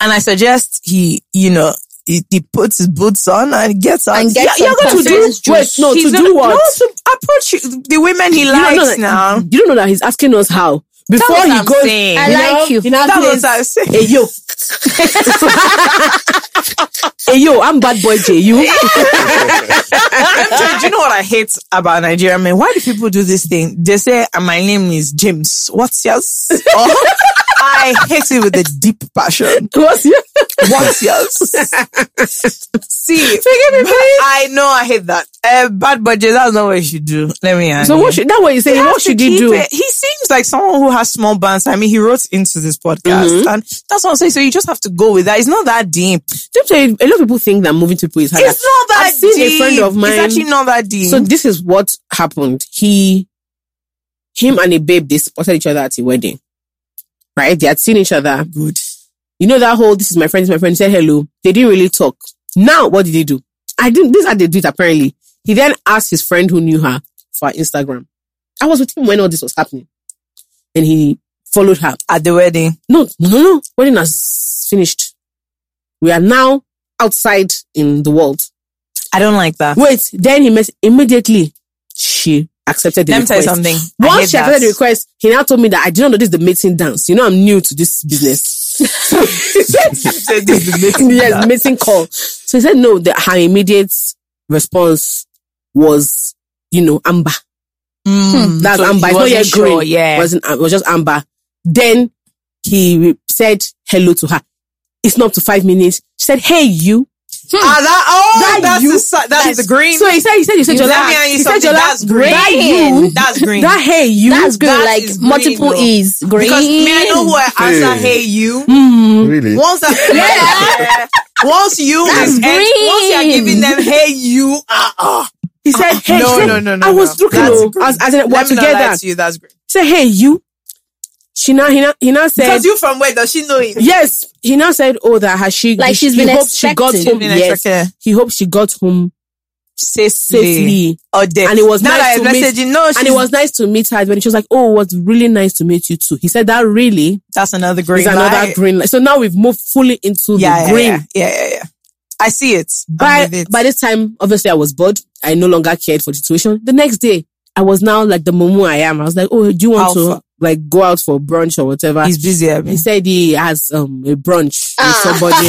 Speaker 7: And I suggest he, you know, he, he puts his boots on and gets out.
Speaker 2: And gets some
Speaker 7: Yeah, you're going to do,
Speaker 2: perfumes,
Speaker 6: Wait, no,
Speaker 7: he's
Speaker 6: to
Speaker 7: gonna-
Speaker 6: do what?
Speaker 7: No, to approach the women he
Speaker 6: You don't
Speaker 7: likes
Speaker 6: know that-
Speaker 7: now.
Speaker 6: You don't know that he's asking us how. Before
Speaker 7: what
Speaker 6: he
Speaker 7: I'm
Speaker 6: goes,
Speaker 7: saying.
Speaker 2: I
Speaker 7: You
Speaker 2: like you.
Speaker 6: in our
Speaker 7: That
Speaker 6: place,
Speaker 7: was what I was saying.
Speaker 6: Hey yo. hey yo, I'm bad boy J. You
Speaker 7: Let me tell you, do you know what I hate about Nigeria men? Why do people do this thing? They say, "Ah, my name is James. What's yours? Or, I hate it with a deep passion.
Speaker 6: what's your
Speaker 7: What's yours? See, forgive me, please. I know I hate that. Uh, bad budget, that's not what you should do. Let me ask
Speaker 6: So
Speaker 7: Mm. you.
Speaker 6: what should that what you saying?
Speaker 7: He has
Speaker 6: What
Speaker 7: to
Speaker 6: should you
Speaker 7: keep
Speaker 6: do?
Speaker 7: it. He seems like someone who has small bands. I mean, he wrote into this podcast,
Speaker 6: Mm-hmm.
Speaker 7: and that's what I'm saying. So you just have to go with that. It's not that deep.
Speaker 6: Let me tell you, a lot of people think that moving to people is harder.
Speaker 7: It's not that
Speaker 6: I've seen
Speaker 7: deep.
Speaker 6: a friend of mine.
Speaker 7: It's actually not that deep.
Speaker 6: So this is what happened. He, him and a babe, they spotted each other at a wedding. Right? They had seen each other. Good. You know that whole, this is my friend, this is my friend, said hello. They didn't really talk. Now, what did they do? I didn't, this is how they do it apparently. He then asked his friend who knew her for her Instagram. I was with him when all this was happening. And he followed her.
Speaker 7: at the wedding,
Speaker 6: No, no, no, no. Wedding has finished. We are now outside in the world.
Speaker 7: I don't like that.
Speaker 6: Wait, then he mess immediately. She accepted the
Speaker 7: Let me
Speaker 6: request.
Speaker 7: tell you something. I hate
Speaker 6: Once she accepted
Speaker 7: that.
Speaker 6: the request, he now told me that I did not know this is the mating dance. You know, I'm new to this business.
Speaker 7: said this is the next
Speaker 6: yes,
Speaker 7: dance.
Speaker 6: mating call. So he said no. That her immediate response was, you know, amber.
Speaker 7: Mm.
Speaker 6: That's
Speaker 7: So
Speaker 6: amber.
Speaker 7: he
Speaker 6: It's not
Speaker 7: wasn't
Speaker 6: yet
Speaker 7: sure,
Speaker 6: green.
Speaker 7: yeah.
Speaker 6: It wasn't. It was just amber. Then he re- said hello to her. It's not up to five minutes. She said, "Hey, you."
Speaker 7: Ah, that, oh,
Speaker 6: That
Speaker 7: that's
Speaker 6: you-
Speaker 7: the si- that's the green.
Speaker 6: So he said, "He said, you said,
Speaker 7: Let
Speaker 6: Jola,
Speaker 7: me tell you
Speaker 6: he said,
Speaker 7: something,
Speaker 6: Jola,
Speaker 7: that's green.
Speaker 6: That you,
Speaker 7: That's green.
Speaker 6: That hey, you,
Speaker 2: That's green,
Speaker 7: That
Speaker 2: like
Speaker 7: is green,
Speaker 2: multiple
Speaker 7: though.
Speaker 2: E's. Green.
Speaker 7: because may I know who I answer?
Speaker 1: Hey.
Speaker 7: Hey, you.
Speaker 6: Hmm.
Speaker 1: Really?
Speaker 7: Once that, once you
Speaker 2: That's
Speaker 7: is en- once you are
Speaker 2: green.
Speaker 7: giving them, hey, you. Ah, ah.
Speaker 6: He said, hey,
Speaker 7: no,
Speaker 6: she said,
Speaker 7: no, no, no,
Speaker 6: I was
Speaker 7: no.
Speaker 6: looking,
Speaker 7: That's
Speaker 6: oh,
Speaker 7: green.
Speaker 6: I was, I said, we're
Speaker 7: Let me not lie
Speaker 6: together.
Speaker 7: to you. That's green.
Speaker 6: He said, hey, you. She now, he now, he now said,
Speaker 7: Because you from where does she know it?
Speaker 6: yes. He now said, oh, that has she,
Speaker 2: Like she's
Speaker 6: he
Speaker 2: been
Speaker 6: hopes she got
Speaker 2: expecting.
Speaker 6: home,
Speaker 7: Been
Speaker 6: yes.
Speaker 7: expecting.
Speaker 6: He hopes she got home
Speaker 7: Safely
Speaker 6: safely.
Speaker 7: or death.
Speaker 6: And it was
Speaker 7: now
Speaker 6: nice
Speaker 7: that I'm
Speaker 6: to meet-
Speaker 7: messaging. No,
Speaker 6: And it
Speaker 7: she's-
Speaker 6: was nice to meet her. When she was like, oh, it was really nice to meet you too. He said, that really
Speaker 7: that's another green.
Speaker 6: is another
Speaker 7: light.
Speaker 6: green light. So now we've moved fully into
Speaker 7: Yeah,
Speaker 6: the
Speaker 7: yeah,
Speaker 6: green.
Speaker 7: yeah, yeah, yeah, yeah. I see it. I'm
Speaker 6: by
Speaker 7: with it.
Speaker 6: by this time, obviously, I was bored. I no longer cared for the situation. The next day, I was now like the mumu I am. I was like, "Oh, do you want
Speaker 7: Alpha.
Speaker 6: to like go out for brunch or whatever?"
Speaker 7: he's busy. I mean.
Speaker 6: he said he has um a brunch with somebody.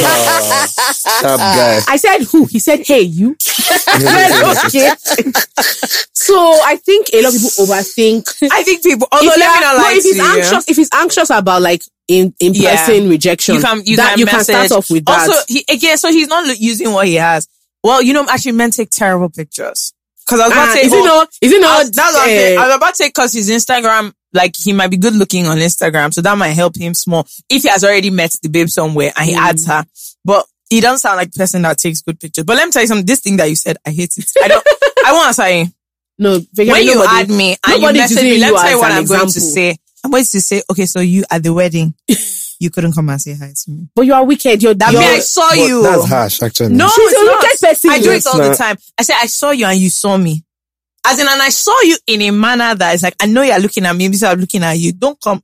Speaker 6: else.
Speaker 1: Ah, sharp guy.
Speaker 6: I said, "Who?" He said, "Hey, you." I said, okay. so I think a lot of people overthink.
Speaker 7: I think people.
Speaker 6: If,
Speaker 7: Although let
Speaker 6: you
Speaker 7: me
Speaker 6: are-
Speaker 7: not
Speaker 6: no,
Speaker 7: lie
Speaker 6: if
Speaker 7: to
Speaker 6: he's
Speaker 7: you.
Speaker 6: anxious, if he's anxious about like in in
Speaker 7: Yeah.
Speaker 6: person rejection,
Speaker 7: you can you
Speaker 6: that
Speaker 7: can
Speaker 6: you
Speaker 7: message.
Speaker 6: can start off with that.
Speaker 7: Also, he, again, so he's not lo- using what he has. Well, you know, actually, men take terrible pictures. Because I was about
Speaker 6: Ah,
Speaker 7: to say,
Speaker 6: is it
Speaker 7: oh,
Speaker 6: not? Is it
Speaker 7: I
Speaker 6: not?
Speaker 7: was- that's what I'm saying.
Speaker 6: eh,
Speaker 7: I was about to say because his Instagram, like he might be good looking on Instagram, so that might help him small if he has already met the babe somewhere and he
Speaker 6: Mm.
Speaker 7: adds her. But he doesn't sound like a person that takes good pictures. But let me tell you something. This thing that you said, I hate it. I don't. I want to say
Speaker 6: No, Vega,
Speaker 7: when you
Speaker 6: nobody-
Speaker 7: add me and you
Speaker 6: nobody is
Speaker 7: message me,
Speaker 6: using
Speaker 7: let
Speaker 6: you
Speaker 7: me tell
Speaker 6: as
Speaker 7: you what
Speaker 6: an
Speaker 7: I'm going to
Speaker 6: example.
Speaker 7: say. I'm going to say, okay, so you at the wedding, you couldn't come and say hi to me.
Speaker 6: But you are wicked. You're
Speaker 7: That
Speaker 6: you're,
Speaker 7: mean I saw
Speaker 1: But
Speaker 7: you.
Speaker 1: That's harsh, actually.
Speaker 7: No,
Speaker 6: She's
Speaker 7: it's
Speaker 6: a
Speaker 7: not.
Speaker 6: wicked person.
Speaker 7: I do it
Speaker 1: It's
Speaker 7: all the
Speaker 1: not.
Speaker 7: time. I say I saw you and you saw me. As in, and I saw you in a manner that is like, I know you're looking at me, because I'm looking at you. Don't come.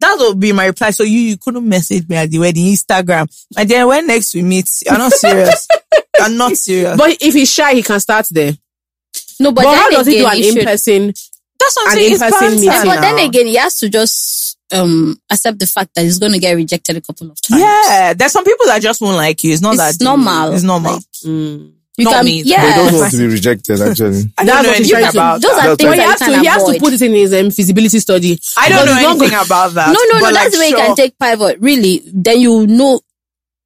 Speaker 7: That would be my reply. So you, you couldn't message me at the wedding, Instagram. And then when next we meet, you're not serious. you're not serious.
Speaker 6: But if he's shy, he can start there.
Speaker 2: no, but,
Speaker 6: But,
Speaker 2: then
Speaker 6: how does
Speaker 2: again,
Speaker 6: he do an
Speaker 2: you should-
Speaker 6: in-person?
Speaker 7: that's what I'm
Speaker 6: an
Speaker 7: saying. It's
Speaker 6: in-person
Speaker 7: banter
Speaker 6: meeting.
Speaker 2: Yeah, but then
Speaker 7: now.
Speaker 2: again, he has to just um accept the fact that he's going to get rejected a couple of times.
Speaker 7: Yeah, there's some people that just won't like you. It's not
Speaker 2: It's
Speaker 7: that deep.
Speaker 2: normal.
Speaker 7: It's normal.
Speaker 2: Like,
Speaker 6: Mm.
Speaker 2: you
Speaker 7: Not
Speaker 2: can,
Speaker 7: me.
Speaker 2: yeah.
Speaker 1: They don't want to be rejected, actually.
Speaker 7: I
Speaker 6: That's
Speaker 7: don't know
Speaker 6: what he's trying
Speaker 7: anything
Speaker 6: to-
Speaker 7: about
Speaker 2: Those
Speaker 7: that.
Speaker 2: are
Speaker 1: That's
Speaker 2: things
Speaker 1: why
Speaker 6: But he
Speaker 2: that
Speaker 6: has
Speaker 2: you
Speaker 6: to.
Speaker 2: can
Speaker 6: He has to
Speaker 2: avoid.
Speaker 6: put it in his um, feasibility study. Because
Speaker 7: I don't know
Speaker 6: it's not
Speaker 7: anything
Speaker 6: good-
Speaker 7: about that.
Speaker 2: no, no, no.
Speaker 7: but,
Speaker 2: That's
Speaker 7: like,
Speaker 2: the way you
Speaker 7: sure.
Speaker 2: can take pivot. Really, then you know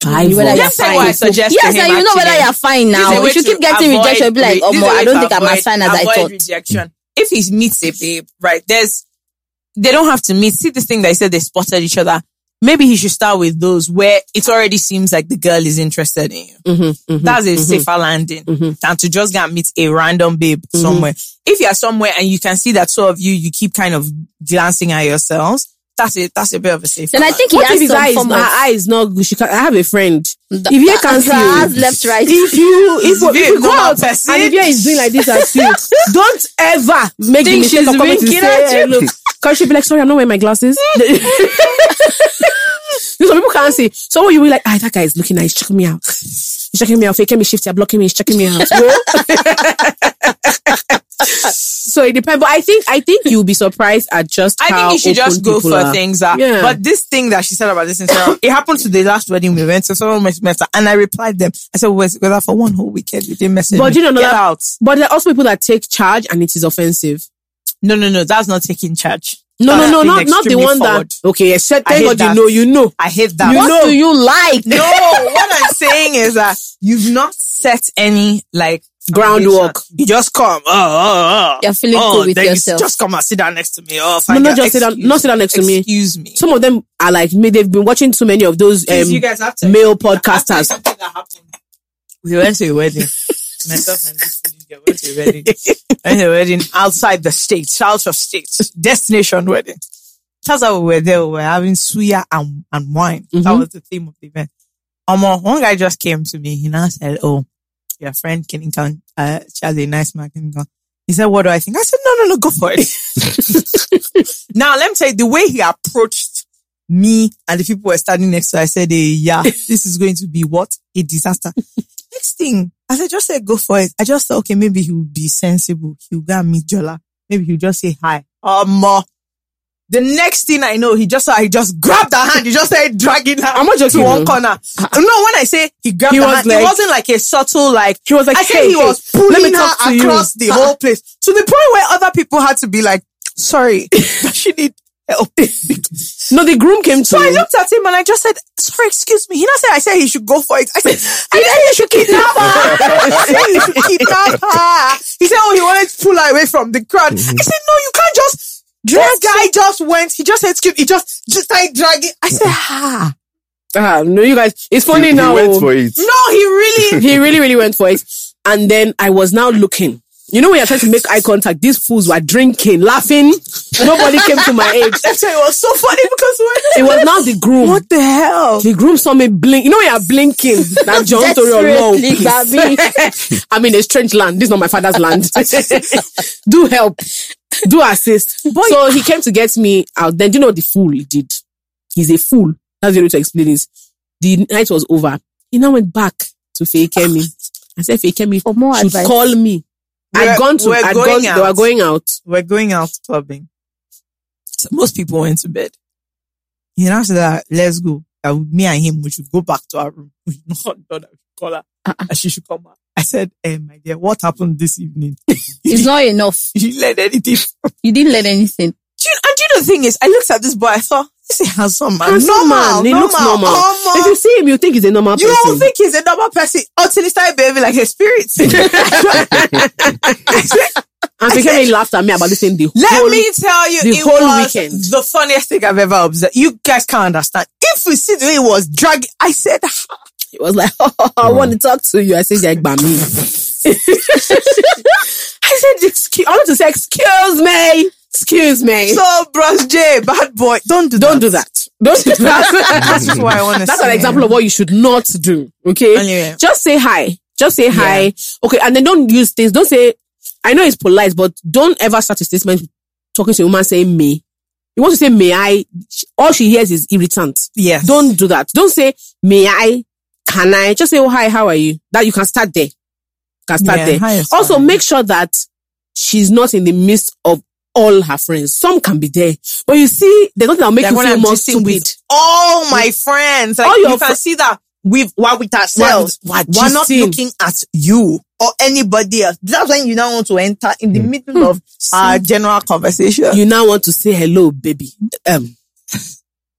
Speaker 6: Pivot.
Speaker 2: whether you're
Speaker 7: Just say what I
Speaker 2: fine.
Speaker 7: suggest.
Speaker 2: Yes,
Speaker 7: to him,
Speaker 2: and you know
Speaker 7: actually.
Speaker 2: whether you're fine
Speaker 7: This is a
Speaker 2: now.
Speaker 7: way
Speaker 2: If you
Speaker 7: to
Speaker 2: keep getting
Speaker 7: avoid
Speaker 2: rejected, you'll be like,
Speaker 7: re-
Speaker 2: oh,
Speaker 7: this is a
Speaker 2: I
Speaker 7: way
Speaker 2: don't
Speaker 7: to
Speaker 2: think I'm as
Speaker 7: avoid-
Speaker 2: fine as I
Speaker 7: avoid
Speaker 2: thought.
Speaker 7: rejection. If he meets a babe, right? There's they don't have to meet. See this thing that I said they spotted each other. Maybe he should start with those where it already seems like the girl is interested in you.
Speaker 2: Mm-hmm,
Speaker 7: That's a safer landing than to just go and meet a random babe
Speaker 2: Mm-hmm.
Speaker 7: somewhere. If you're somewhere and you can see that two of you, you keep kind of glancing at yourselves. That's it. That's a bit of a safe.
Speaker 2: Then I think he
Speaker 6: What if
Speaker 2: has
Speaker 6: his eye
Speaker 2: some
Speaker 6: is,
Speaker 2: form
Speaker 6: her
Speaker 2: of
Speaker 6: eye is not good? She can, I have a friend.
Speaker 2: Th-
Speaker 6: if you
Speaker 2: that-
Speaker 6: can see,
Speaker 2: her eyes
Speaker 6: you,
Speaker 2: left, right.
Speaker 6: if you, if, if
Speaker 7: Babe,
Speaker 6: you go
Speaker 7: normal
Speaker 6: out
Speaker 7: person.
Speaker 6: and if you is doing like this at you, don't ever make the
Speaker 7: Think
Speaker 6: mistake
Speaker 7: she's
Speaker 6: of coming to
Speaker 7: winking
Speaker 6: say
Speaker 7: at you.
Speaker 6: hello. Because she'd be like, sorry, I'm not wearing my glasses. You know, Some people can't see. So you will be like, ah, that guy is looking nice. Check me out. He's checking me out. Faking me shift. You're blocking me. He's checking me out. Well- so it depends. But I think, I think you'll be surprised at just
Speaker 7: I
Speaker 6: how
Speaker 7: think you should
Speaker 6: open
Speaker 7: just go
Speaker 6: people
Speaker 7: for
Speaker 6: are.
Speaker 7: things that.
Speaker 6: Yeah.
Speaker 7: But this thing that she said about this Instagram, it happened to the last wedding we went to. Someone mess- messed up, and I replied them. I said, "We were together for one whole weekend. You didn't message
Speaker 6: But
Speaker 7: me.
Speaker 6: you know, no,
Speaker 7: Get
Speaker 6: that-
Speaker 7: out.
Speaker 6: But there are also people that take charge and it is offensive.
Speaker 7: No, no, no. That's not taking charge.
Speaker 6: No,
Speaker 7: That's
Speaker 6: no, no,
Speaker 7: being
Speaker 6: not, not the
Speaker 7: extremely
Speaker 6: one
Speaker 7: forward.
Speaker 6: that. Okay, except
Speaker 7: I
Speaker 6: thank
Speaker 7: hate
Speaker 6: God
Speaker 7: that.
Speaker 6: you know, you know.
Speaker 7: I hate that.
Speaker 2: what do you like?
Speaker 7: No, what I'm saying is that you've not set any like
Speaker 6: Groundwork.
Speaker 7: foundation. You just come. Oh, oh, oh.
Speaker 2: You're feeling
Speaker 7: oh,
Speaker 2: good with
Speaker 7: then you
Speaker 2: yourself.
Speaker 7: just come and sit down next to me. Oh,
Speaker 6: No,
Speaker 7: find
Speaker 6: not
Speaker 7: out.
Speaker 6: just sit down,
Speaker 7: Excuse-
Speaker 6: not sit down next to me.
Speaker 7: Excuse me.
Speaker 6: Some of them are like me. They've been watching too many of those
Speaker 7: Please,
Speaker 6: um,
Speaker 7: you guys have to
Speaker 6: male
Speaker 7: After
Speaker 6: podcasters.
Speaker 7: something that happened. We went to a wedding. Myself and this girl went to a wedding. went to a wedding outside the state, out of state, destination wedding. That's how we were there. We were having suya and, and wine. That
Speaker 6: Mhm.
Speaker 7: was the theme of the event. Um, uh, one guy just came to me. He now said, "Oh, your friend Kennington, uh, she has a nice man, Kennington." He said, "What do I think?" I said, "No, no, no, go for it." now let me tell you the way he approached me and the people were standing next to. her, I said, "Eh, "Yeah, this is going to be what a disaster." Next thing, I said, "Just say go for it." I just thought, okay, maybe he will be sensible. He will go and meet Jola. Maybe he'll just say hi. Um, uh, the next thing I know, he just he just grabbed her hand. He just started dragging her.
Speaker 6: I'm not joking.
Speaker 7: to one corner. no, when I say he
Speaker 6: Uh,
Speaker 7: grabbed
Speaker 6: He
Speaker 7: her
Speaker 6: was
Speaker 7: hand,
Speaker 6: like-
Speaker 7: it wasn't like a subtle like.
Speaker 6: He was like,
Speaker 7: I said
Speaker 6: "Hey,
Speaker 7: he
Speaker 6: hey,
Speaker 7: was
Speaker 6: let me
Speaker 7: pulling her
Speaker 6: talk to you." Uh-uh.
Speaker 7: across the whole place to the point where other people had to be like, "Sorry, she need help."
Speaker 6: No, the groom came to
Speaker 7: So I
Speaker 6: me.
Speaker 7: looked at him and I just said, "Sorry, excuse me." He not said I said he should go for it. I said, "I said you should kidnap her." I said you should kidnap her. He said, "Oh, he wanted to pull her away from the crowd."
Speaker 6: Mm-hmm.
Speaker 7: I said, "No, you can't just." This guy just went. He just said, "Excuse." He just just started dragging. I said,
Speaker 6: Mm-hmm.
Speaker 7: "Ah,
Speaker 6: Ah, no, you guys, it's funny
Speaker 1: he,
Speaker 6: now. oh.
Speaker 1: He went for it.
Speaker 7: no, he really."
Speaker 6: he really, really went for it. And then I was now looking. You know, when you're trying to make eye contact, these fools were drinking, laughing. Nobody came to my aid.
Speaker 7: That's why it was so funny because
Speaker 6: It
Speaker 7: we were-
Speaker 6: was now the groom.
Speaker 7: What the hell?
Speaker 6: The groom saw me blink. You know when you're blinking. That John story or no.
Speaker 2: Desperately,
Speaker 6: please. I'm in a strange land. This is not my father's land. do help. Do assist. So he came to get me out. Then do you know what the fool he did? He's a fool. That's the way to explain it. The night was over. He now went back to Feikemi. I said, Feikemi,
Speaker 2: For more
Speaker 6: should
Speaker 2: advice.
Speaker 6: call me.
Speaker 7: We're-
Speaker 6: I'd gone to,
Speaker 7: we're
Speaker 6: I'd
Speaker 7: going
Speaker 6: gone, they
Speaker 7: out.
Speaker 6: were going out.
Speaker 7: We're going out clubbing. So most people went to bed. He now said that let's go. That me and him, we should go back to our room. We not done that. We should call her. And she should come out. I said, eh, my dear, what happened this evening?
Speaker 2: It's not enough.
Speaker 7: you let anything.
Speaker 2: You didn't learn anything.
Speaker 7: Do you, and do you know the thing is, I looked at this boy, I thought, this is a handsome man.
Speaker 6: Handsome
Speaker 7: normal,
Speaker 6: man. He looks normal.
Speaker 7: normal.
Speaker 6: If you see him, you think he's a normal
Speaker 7: You
Speaker 6: person.
Speaker 7: all think he's a normal person until he started behaving like a spirit. I said,
Speaker 6: and Feikemi laughed at me about this thing the
Speaker 7: Let
Speaker 6: whole
Speaker 7: me tell you,
Speaker 6: the
Speaker 7: it
Speaker 6: whole
Speaker 7: was
Speaker 6: weekend.
Speaker 7: the funniest thing I've ever observed. You guys can't understand. If we see the way it was dragging, I said,
Speaker 6: He was like, I want to talk to you. I said, like, by me. I said, excuse, I want to say, excuse me. Excuse me.
Speaker 7: so Bros J, bad boy, don't do
Speaker 6: don't
Speaker 7: that.
Speaker 6: do that. Don't do that.
Speaker 7: That's just what I want to
Speaker 6: That's
Speaker 7: say.
Speaker 6: an example of what you should not do. Okay.
Speaker 7: Anyway.
Speaker 6: Just say hi. Just say hi. Okay. And then don't use things. Don't say, I know it's polite, but don't ever start a statement with talking to a woman saying me. You want to say may I? All she hears is irritant.
Speaker 7: Yes.
Speaker 6: Don't do that. Don't say, may I? Can I? Just say, oh, hi, how are you? That you can start there. You can start
Speaker 7: Yeah,
Speaker 6: there.
Speaker 7: hi, it's
Speaker 6: also,
Speaker 7: fine.
Speaker 6: make sure that she's not in the midst of all her friends. Some can be there. But you see, there's nothing that'll make
Speaker 7: Like
Speaker 6: you
Speaker 7: when
Speaker 6: feel
Speaker 7: I'm
Speaker 6: more
Speaker 7: dissing
Speaker 6: stupid.
Speaker 7: with all my friends, like
Speaker 6: All your
Speaker 7: you can
Speaker 6: fri-
Speaker 7: see that we've, we're with ourselves.
Speaker 6: We're- we're
Speaker 7: We're not
Speaker 6: gisting.
Speaker 7: looking at you or anybody else. That's when you now want to enter in the middle of our general conversation.
Speaker 6: Hmm. You now want to say hello, baby. Um,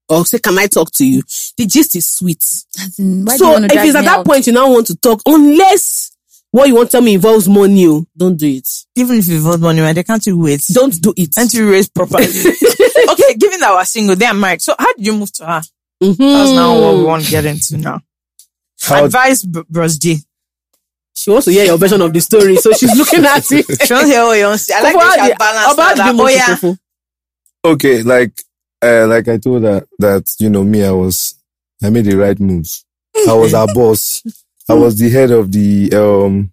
Speaker 6: or say, can I talk to you? The gist is sweet.
Speaker 2: As in, why do you
Speaker 6: so
Speaker 2: want
Speaker 6: if
Speaker 2: to
Speaker 6: it's at that point you now want to talk, unless what you want to tell me involves money, oh, don't do it.
Speaker 7: Even if you vote money, right, they can't you wait.
Speaker 6: Don't do it.
Speaker 7: and to raise properly. okay, given that we're single, they are married. So how did you move to her? That's now
Speaker 6: Mm-hmm.
Speaker 7: what we want to get into now.
Speaker 1: How,
Speaker 7: Advice, br- Bros G.
Speaker 6: She wants to hear your version of the story, so she's looking at it.
Speaker 7: She wants to hear what you want to say. I like
Speaker 6: Kofo, how
Speaker 7: that
Speaker 6: do
Speaker 7: you
Speaker 6: you-
Speaker 7: have balanced
Speaker 6: how
Speaker 7: that.
Speaker 6: do you
Speaker 7: that, Oh
Speaker 6: motivate
Speaker 7: yeah.
Speaker 6: Kofo?
Speaker 1: okay, like uh, like I told her that you know me, I was I made the right move. I was her boss. I was the head of the um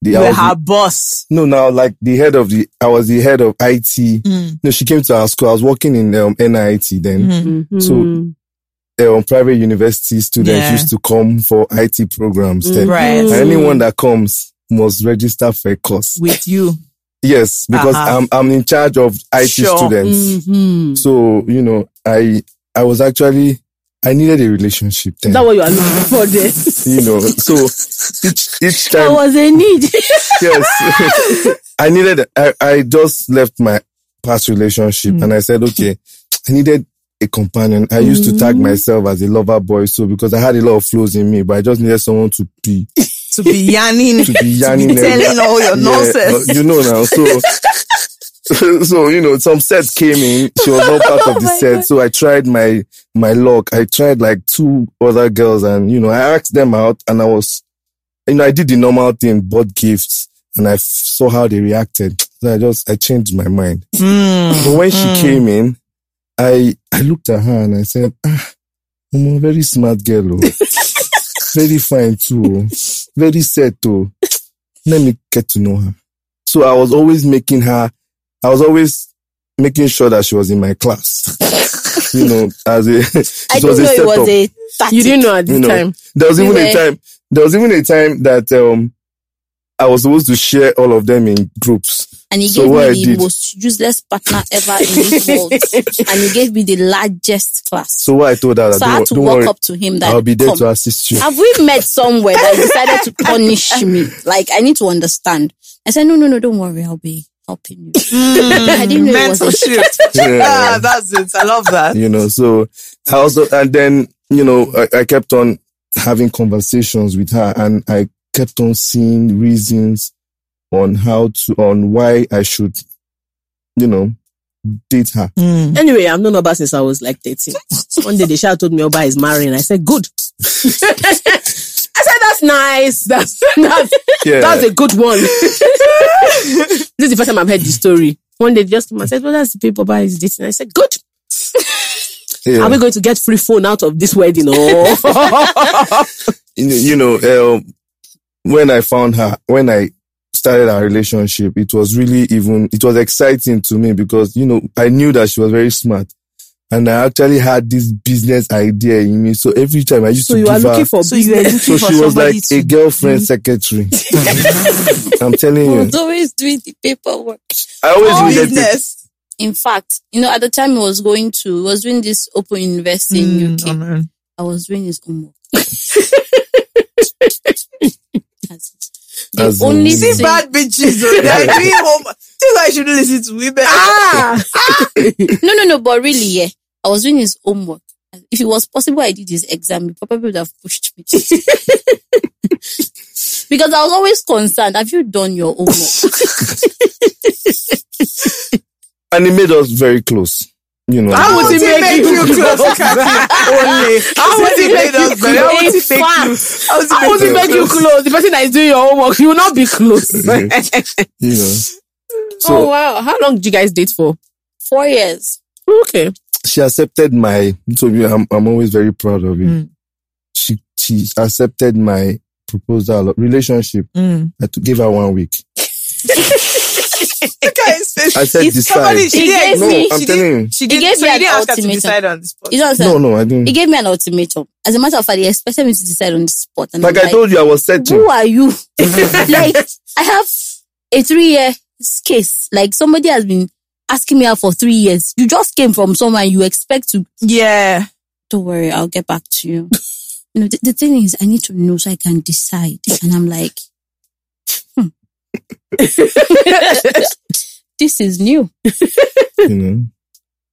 Speaker 1: the,
Speaker 7: You
Speaker 1: I
Speaker 7: were
Speaker 1: was the-
Speaker 7: her boss.
Speaker 1: no, now like the head of the, I was the head of IT.
Speaker 7: Mm-hmm.
Speaker 1: No, she came to our school. I was working in um, NIT then.
Speaker 7: Mm.
Speaker 1: So- Um, private university students
Speaker 7: Yeah.
Speaker 1: used to come for IT programs. then.
Speaker 7: Right.
Speaker 1: And anyone that comes must register for a course.
Speaker 7: With you.
Speaker 1: Yes, because
Speaker 7: Uh-huh.
Speaker 1: I'm I'm in charge of IT
Speaker 7: Sure. Mm.
Speaker 1: students.
Speaker 6: Mm-hmm.
Speaker 7: Hmm.
Speaker 4: Mhm.
Speaker 1: So you know, I I was actually I needed a relationship then.
Speaker 6: Is that what you are looking for this?
Speaker 1: you know, so each each
Speaker 2: There
Speaker 1: time,
Speaker 2: was a need.
Speaker 1: yes, I needed. I I just left my past relationship and I said, okay, I needed a companion. I used to tag myself as a lover boy, so because I had a lot of flaws in me, but I just needed someone to be
Speaker 7: To be yarning.
Speaker 1: to be yarning
Speaker 7: telling all your nonsense.
Speaker 1: uh, you know now. So, so you know, some sets came in. She was not part
Speaker 7: Oh
Speaker 1: of the set, so I tried my my luck. I tried like two other girls, and you know, I asked them out, and I was, you know, I did the normal thing, bought gifts, and I f- saw how they reacted. So I just I changed my mind.
Speaker 7: Mm.
Speaker 1: But when she came in, I I looked at her and I said, ah, I'm a very smart girl. oh. very fine too. oh. Very set too. Let me get to know her. So I was always making her, I was always making sure that she was in my class. you know, as a,
Speaker 2: I
Speaker 1: it was
Speaker 2: didn't
Speaker 1: a
Speaker 2: know it was
Speaker 1: setup.
Speaker 2: a tactic.
Speaker 6: You didn't know at the
Speaker 1: You know.
Speaker 6: time.
Speaker 1: There was
Speaker 2: We
Speaker 1: even a
Speaker 2: were-
Speaker 1: time. There was even a time that um, I was supposed to share all of them in groups.
Speaker 2: and he
Speaker 1: So
Speaker 2: gave
Speaker 1: what I
Speaker 2: me the
Speaker 1: did-
Speaker 2: most useless partner ever in this world. and he gave me the largest class. So,
Speaker 1: So what I told her, that,
Speaker 2: I had
Speaker 1: don't,
Speaker 2: to
Speaker 1: don't
Speaker 2: walk
Speaker 1: worry,
Speaker 2: up to him that
Speaker 1: I'll be there
Speaker 2: "Come,
Speaker 1: to assist you.
Speaker 2: have we met somewhere that you decided to punish me? Like I need to understand. I said, No, no, no, don't worry, I'll be helping you. I didn't know it was a
Speaker 7: Hmm, Mm. Mentorship.
Speaker 1: Yeah.
Speaker 7: Ah, that's it. I love that.
Speaker 1: you know so i also and then you know I, I kept on having conversations with her and i kept on seeing reasons on how to on why i should you know date her
Speaker 7: Mm.
Speaker 6: Anyway, I've known Oba since I was like 13. One day the child told me Oba is marrying. I said, good. I said, that's nice. That's, that's,
Speaker 1: yeah
Speaker 6: that's a good one. this is the first time I've heard the story. One day they just came and said, well, that's the people Oba is dating. I said, good.
Speaker 1: yeah.
Speaker 6: Are we going to get free phone out of this wedding? Oh.
Speaker 1: you know, you know um, when i found her when i started our relationship it was really even it was exciting to me because you know i knew that she was very smart and i actually had this business idea in me so every time i used
Speaker 6: so
Speaker 1: to
Speaker 6: you
Speaker 1: give
Speaker 6: are
Speaker 1: her
Speaker 6: looking for
Speaker 7: So you were looking
Speaker 1: So
Speaker 7: for
Speaker 1: she was
Speaker 7: somebody
Speaker 1: like
Speaker 7: to
Speaker 1: a girlfriend secretary. I'm telling you.
Speaker 2: was always doing the paperwork.
Speaker 1: I always
Speaker 7: Oh,
Speaker 1: needed people.
Speaker 7: business.
Speaker 2: In fact, you know, at the time I was going to, I was doing this open university in UK.
Speaker 7: Mm,
Speaker 1: um,
Speaker 7: oh, man.
Speaker 2: I was doing his homework. That's it. The
Speaker 1: That's
Speaker 2: only
Speaker 1: it.
Speaker 2: thing,
Speaker 7: See bad bitches. oh, They are doing home. This why I shouldn't listen to women. Ah,
Speaker 2: no, no, no, but really, yeah, I was doing his homework. If it was possible, I did his exam. He probably would have pushed me because I was always concerned. Have you done your homework?
Speaker 1: And it made us very close. You know.
Speaker 6: How
Speaker 7: How would
Speaker 6: would
Speaker 7: it
Speaker 6: he
Speaker 7: make,
Speaker 6: make
Speaker 7: you
Speaker 6: you
Speaker 7: close?
Speaker 6: close?
Speaker 7: Only. How would it make us better? How would it make you? How would it
Speaker 6: I wouldn't make you close. The person that is doing your homework, you will not be close.
Speaker 1: you know. So
Speaker 6: oh wow! How long did you guys date for?
Speaker 2: Four years.
Speaker 6: Okay.
Speaker 1: she accepted my so you- I'm I'm always very proud of it.
Speaker 7: Mm.
Speaker 1: She she accepted my proposal relationship.
Speaker 7: Mm.
Speaker 1: I took- gave her one week.
Speaker 7: Look at his face.
Speaker 1: I said
Speaker 7: He's-
Speaker 1: decide.
Speaker 7: Somebody, she
Speaker 2: He
Speaker 7: didn't.
Speaker 2: gave
Speaker 1: No,
Speaker 2: me-
Speaker 1: I'm
Speaker 7: she
Speaker 1: telling
Speaker 7: didn't.
Speaker 1: you.
Speaker 7: She
Speaker 2: He
Speaker 7: didn't.
Speaker 2: gave
Speaker 7: So
Speaker 2: me
Speaker 7: you
Speaker 2: an
Speaker 7: didn't ask her to
Speaker 2: ultimatum.
Speaker 7: decide on this spot.
Speaker 2: You know what I'm saying?
Speaker 1: No, no, I
Speaker 2: He
Speaker 1: didn't.
Speaker 2: gave me an ultimatum. As a matter of fact, he expected me to decide on the spot. And
Speaker 1: Like
Speaker 2: I'm
Speaker 1: I told you, I was searching.
Speaker 2: who are you? like, I have a three year case. Like, somebody has been asking me out for three years. You just came from somewhere you expect to,
Speaker 7: Yeah.
Speaker 2: don't worry, I'll get back to you. you know, the, the thing is, I need to know so I can decide. And I'm like, hmm. this is new.
Speaker 1: You know.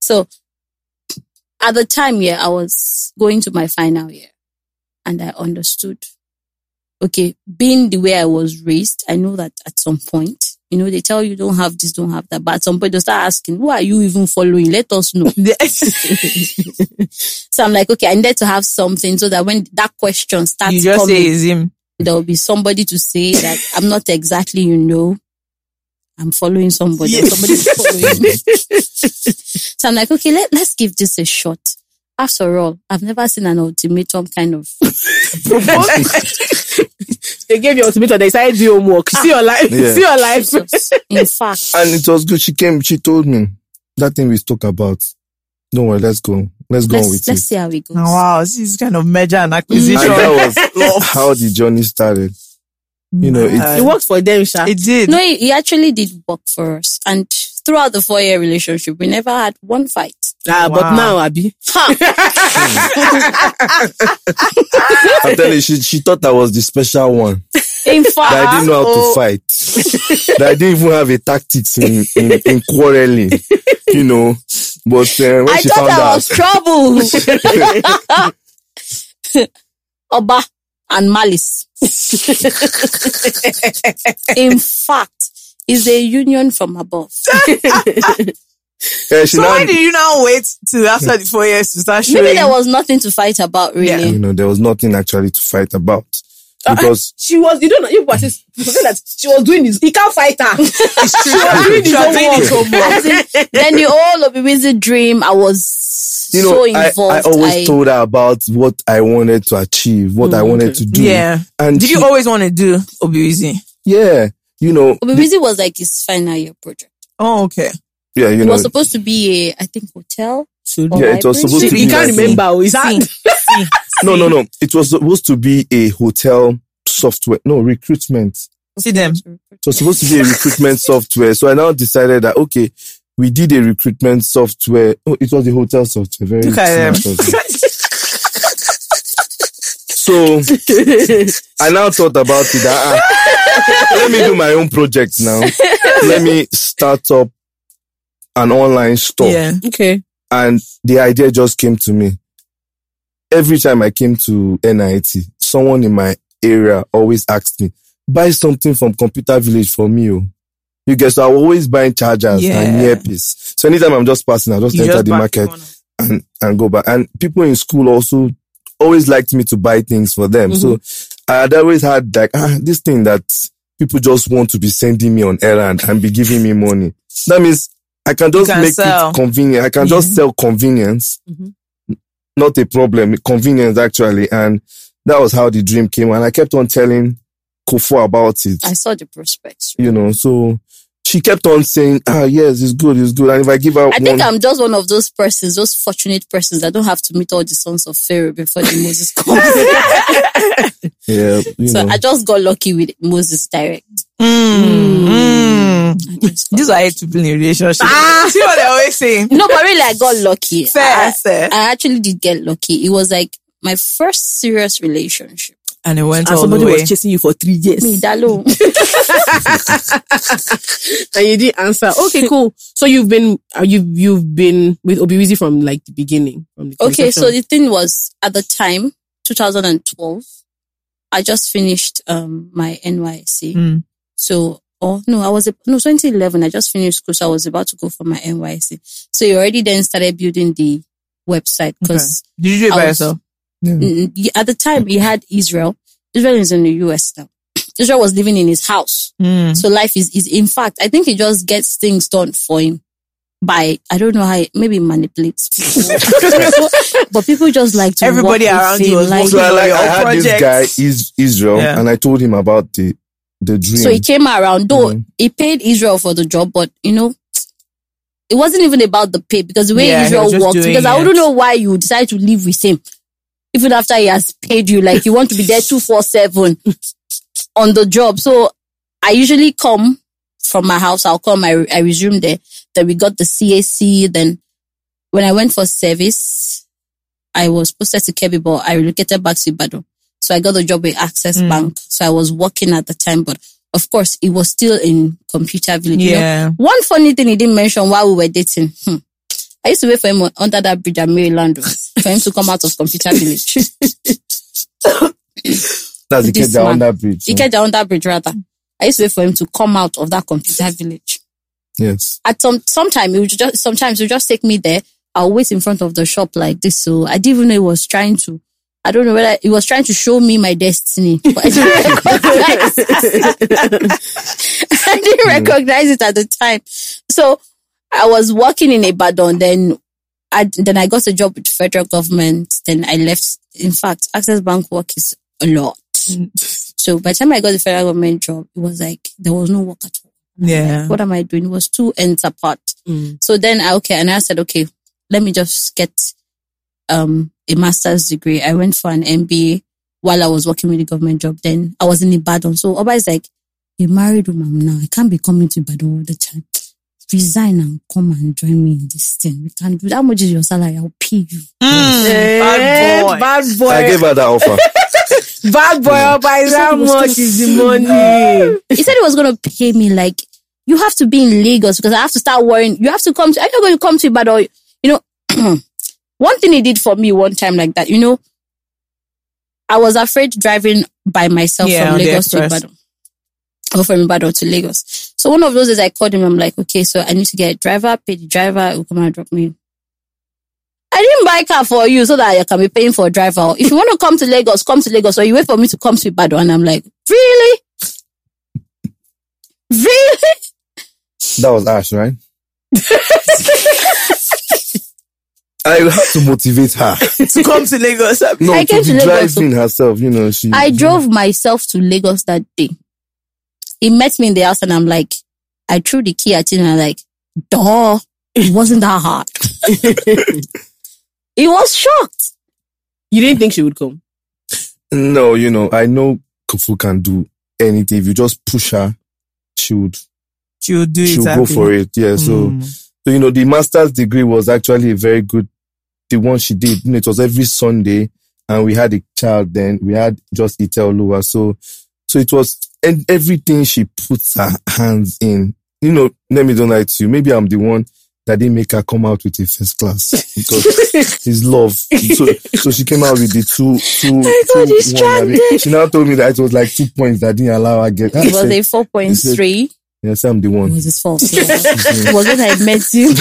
Speaker 2: So at the time, yeah, I was going to my final year and I understood. Okay, being the way I was raised, I know that at some point, you know, they tell you don't have this, don't have that. But at some point, they start asking, who are you even following? Let us know. so I'm like, okay, I needed to have something so that when that question starts
Speaker 7: you just
Speaker 2: coming,
Speaker 7: say it's him.
Speaker 2: there will be somebody to say that I'm not exactly, you know, I'm following somebody. or
Speaker 7: Yeah.
Speaker 2: Somebody's following me. so I'm like, okay, let, let's give this a shot. After all, I've never seen an ultimatum kind of.
Speaker 6: They gave you ultimatum. They started doing homework. See your life.
Speaker 1: Yeah.
Speaker 6: See your life.
Speaker 2: Jesus. In fact,
Speaker 1: And it was good. She came, she told me that thing we talked about. Don't worry, let's go. Let's go on
Speaker 2: let's,
Speaker 1: with
Speaker 2: let's
Speaker 1: it.
Speaker 2: see how it goes.
Speaker 7: wow, this is kind of merger
Speaker 1: And
Speaker 7: and acquisition.
Speaker 1: that was how the journey started. You know, it's
Speaker 6: It worked for them, Sha.
Speaker 7: it did.
Speaker 2: No, he, he actually did work for us. And throughout the four year relationship, we never had one fight.
Speaker 6: Ah,
Speaker 7: Wow.
Speaker 6: but now, Abby.
Speaker 1: I'm telling you, she, she thought I was the special one.
Speaker 2: In
Speaker 1: That I
Speaker 2: fact,
Speaker 1: didn't know how to fight. that I didn't even have a tactics in, in, in quarreling. You know, but uh, when
Speaker 2: I
Speaker 1: she
Speaker 2: thought
Speaker 1: found
Speaker 2: I
Speaker 1: out,
Speaker 2: was trouble. Oba and malice. In fact, is a union from above.
Speaker 1: eh, she
Speaker 7: So
Speaker 1: now-
Speaker 7: why did you now wait till after the four years to start showing?
Speaker 2: Maybe there was nothing to fight about, really.
Speaker 1: you know, there was nothing actually to fight about
Speaker 2: Uh,
Speaker 1: because
Speaker 6: She was, you don't know, you were saying that she was doing this. He can't fight her.
Speaker 7: she was doing
Speaker 6: She was doing
Speaker 7: his homework.
Speaker 2: As in, then the whole of the dream, I was
Speaker 1: you know,
Speaker 2: so
Speaker 1: I, I
Speaker 2: involved.
Speaker 1: always
Speaker 2: I- Mm-hmm.
Speaker 1: told her about what I wanted to achieve, what I wanted to do.
Speaker 7: Yeah.
Speaker 1: and
Speaker 7: Did
Speaker 1: she-
Speaker 7: you always want to do Obiwizi?
Speaker 1: yeah, you know,
Speaker 2: Obibizi was like his final year project.
Speaker 7: Oh, okay.
Speaker 1: yeah, you
Speaker 2: It
Speaker 1: know,
Speaker 2: was supposed to be a, I think, hotel.
Speaker 1: yeah, it was
Speaker 2: library.
Speaker 1: supposed to
Speaker 6: She,
Speaker 1: be.
Speaker 6: he can't
Speaker 1: like-
Speaker 6: remember. oh, Is that?
Speaker 1: No, no, no. It was supposed to be a hotel software. No recruitment.
Speaker 7: See them.
Speaker 1: It was supposed to be a recruitment software. So I now decided that okay, we did a recruitment software. Oh, it was the hotel software. Very
Speaker 7: Look at
Speaker 1: smart of you. So I now thought about it. That, ah, let me do my own project now. Let me start up an online store.
Speaker 7: Yeah.
Speaker 6: Okay.
Speaker 1: And the idea just came to me. Every time I came to NIT, someone in my area always asked me, buy something from Computer Village for me. oh." You guys are always buying chargers and
Speaker 7: Yeah.
Speaker 1: earpiece. So anytime I'm just passing, I just
Speaker 7: You
Speaker 1: enter
Speaker 7: just
Speaker 1: the
Speaker 7: back
Speaker 1: market
Speaker 7: corner.
Speaker 1: and, and go back. And people in school also always liked me to buy things for them.
Speaker 2: Mm-hmm.
Speaker 1: So I had always had like, ah, this thing that people just want to be sending me on errand and be giving me money. That means I can just
Speaker 7: can
Speaker 1: make
Speaker 7: sell.
Speaker 1: it convenient. I can
Speaker 2: Mm-hmm.
Speaker 1: just sell convenience. Not a problem. Convenience actually. And that was how the dream came. And I kept on telling Kofo about it
Speaker 2: I saw the prospects.
Speaker 1: you know. So she kept on saying, "Ah, yes, it's good, it's good." And if I give her
Speaker 2: I
Speaker 1: one,
Speaker 2: think I'm just one of those persons, those fortunate persons that don't have to meet all the sons of Pharaoh before the Moses comes.
Speaker 1: yeah, you
Speaker 2: so
Speaker 1: know,
Speaker 2: I just got lucky with Moses direct.
Speaker 7: Mm. Mm.
Speaker 2: I just got
Speaker 7: These are how to be in a relationship.
Speaker 2: Ah.
Speaker 7: See what I always say.
Speaker 2: lucky. no, but really, I got lucky. I,
Speaker 7: First, eh,
Speaker 2: I actually did get lucky. It was like my first serious relationship.
Speaker 7: and it went
Speaker 2: Ah,
Speaker 6: And
Speaker 7: all the
Speaker 6: somebody
Speaker 7: way.
Speaker 6: was chasing you for three years.
Speaker 2: Me, Dalo.
Speaker 6: and you didn't answer. Okay, cool. So you've been uh, you've you've been with Obiwizi from like the beginning. From the
Speaker 2: Okay, so
Speaker 6: conception.
Speaker 2: the thing was at the time, 2012, I just finished um my NYC.
Speaker 7: Mm.
Speaker 2: So, oh no, I was a, no 2011. I just finished school, so I was about to go for my NYC. So you already then started building the website because
Speaker 7: Did you do it by
Speaker 2: I was-
Speaker 7: yourself?
Speaker 1: Mm.
Speaker 2: at the time he had Israel. Israel is in the US now. Israel was living in his house,
Speaker 7: Mm.
Speaker 2: so life is is in fact. I think he just gets things done for him. By I don't know how he- maybe he manipulates people, but people just like to
Speaker 7: Everybody
Speaker 2: work with
Speaker 7: around Oh, you
Speaker 2: him,
Speaker 7: was
Speaker 2: like
Speaker 1: so I, like, I
Speaker 7: Your
Speaker 1: had
Speaker 7: project.
Speaker 1: this guy is Israel,
Speaker 7: Yeah.
Speaker 1: and I told him about the the dream.
Speaker 2: So he came around, though
Speaker 1: Mhm.
Speaker 2: he paid Israel for the job, but you know, it wasn't even about the pay because the way
Speaker 7: Yeah, he was
Speaker 2: Israel
Speaker 7: just
Speaker 2: worked,
Speaker 7: doing
Speaker 2: because I
Speaker 7: it.
Speaker 2: wouldn't know why you decide to live with him. Even after he has paid you, like you want to be there 247 on the job. So I usually come from my house, I'll come, I, I resume there. Then we got the CAC. Then when I went for service, I was posted to Kebbi, but I relocated back to Ibadan. So I got the job with Access
Speaker 7: Mm.
Speaker 2: Bank. So I was working at the time, but of course it was still in computer village. you know.
Speaker 7: Yeah.
Speaker 2: One funny thing he didn't mention while we were dating. Hmm. I used to wait for him on- under that bridge at Maryland oh, for him to come out of computer village.
Speaker 1: That's the
Speaker 2: this
Speaker 1: kid that on
Speaker 2: man.
Speaker 1: that bridge.
Speaker 2: He kept down that bridge rather. I used to wait for him to come out of that computer village.
Speaker 1: Yes,
Speaker 2: at some sometime it would just sometimes it would just take me there. I'll wait in front of the shop like this. So I didn't even know it was trying to. I don't know whether it was trying to show me my destiny. But I didn't recognize. I didn't recognize it at the time. So I was working in Ibadan. Then I then I got a job with federal government. Then I left. In fact, Access Bank work is a lot. So So by the time I got the federal government job, it was like there was no work at all.
Speaker 7: Yeah.
Speaker 2: What am I doing? It was two ends apart.
Speaker 6: Mm.
Speaker 2: So then I okay, and I said, okay, let me just get um a master's degree. I went for an MBA while I was working with the government job. Then I was in Ibadan. So Oba is like, a married woman now. I can't be coming to Ibadan all the time. Resign and come and join me in this thing. We can do that. How much is your salary? I'll pay you.
Speaker 7: Mm,
Speaker 6: Eh,
Speaker 7: bad boy.
Speaker 6: Bad
Speaker 1: I
Speaker 6: boy.
Speaker 1: gave her that offer.
Speaker 6: Bad boy. up by how
Speaker 2: was
Speaker 6: much
Speaker 2: too
Speaker 6: is the money?
Speaker 2: he said he was going to pay me like you have to be in Lagos because I have to start worrying. You have to come. To, I'm not going to come to Ibadan. You know, one thing he did for me one time like that. You know, I was afraid driving by myself
Speaker 7: Yeah,
Speaker 2: from
Speaker 7: on the
Speaker 2: Lagos to
Speaker 7: express.
Speaker 2: Ibadan or from Ibadan to Lagos. So one of those days I called him. I'm like, okay, so I need to get a driver. Pay the driver. He'll come and drop me. I didn't buy car for you so that I can be paying for a driver. If you want to come to Lagos, come to Lagos, or you wait for me to come to Ibadan. And I'm like, really? Really?
Speaker 1: That was Ash, right? I had to motivate her.
Speaker 7: to come to Lagos.
Speaker 1: No,
Speaker 2: I came
Speaker 1: to be
Speaker 2: to Lagos
Speaker 1: driving herself, you know. She,
Speaker 2: I drove myself to Lagos that day. He met me in the house and I'm like, I threw the key at him and I'm like, duh, it wasn't that hard. he was shocked.
Speaker 6: You didn't think she would come.
Speaker 1: No, you know, I know Kufu can do anything. If you just push her, she would,
Speaker 7: She'll do
Speaker 1: she would
Speaker 7: exactly.
Speaker 1: go for it. Yeah. So,
Speaker 7: Mm.
Speaker 1: so, you know, the master's degree was actually a very good, the one she did. You know, it was every Sunday and we had a child then. We had just Itel Lua. So, so it was, and everything she puts her hands in, you know, let me don't lie to you. Maybe I'm the one that didn't make her come out with a first class because it's love. So, so she came out with the two, two,
Speaker 2: God,
Speaker 1: two
Speaker 2: he's
Speaker 1: one that they- She now told me that it was like two points that didn't allow her get. I
Speaker 2: It was
Speaker 1: said,
Speaker 2: a 4.3. It
Speaker 1: yes, I'm the one.
Speaker 2: was his fault. yeah. it was when I met you.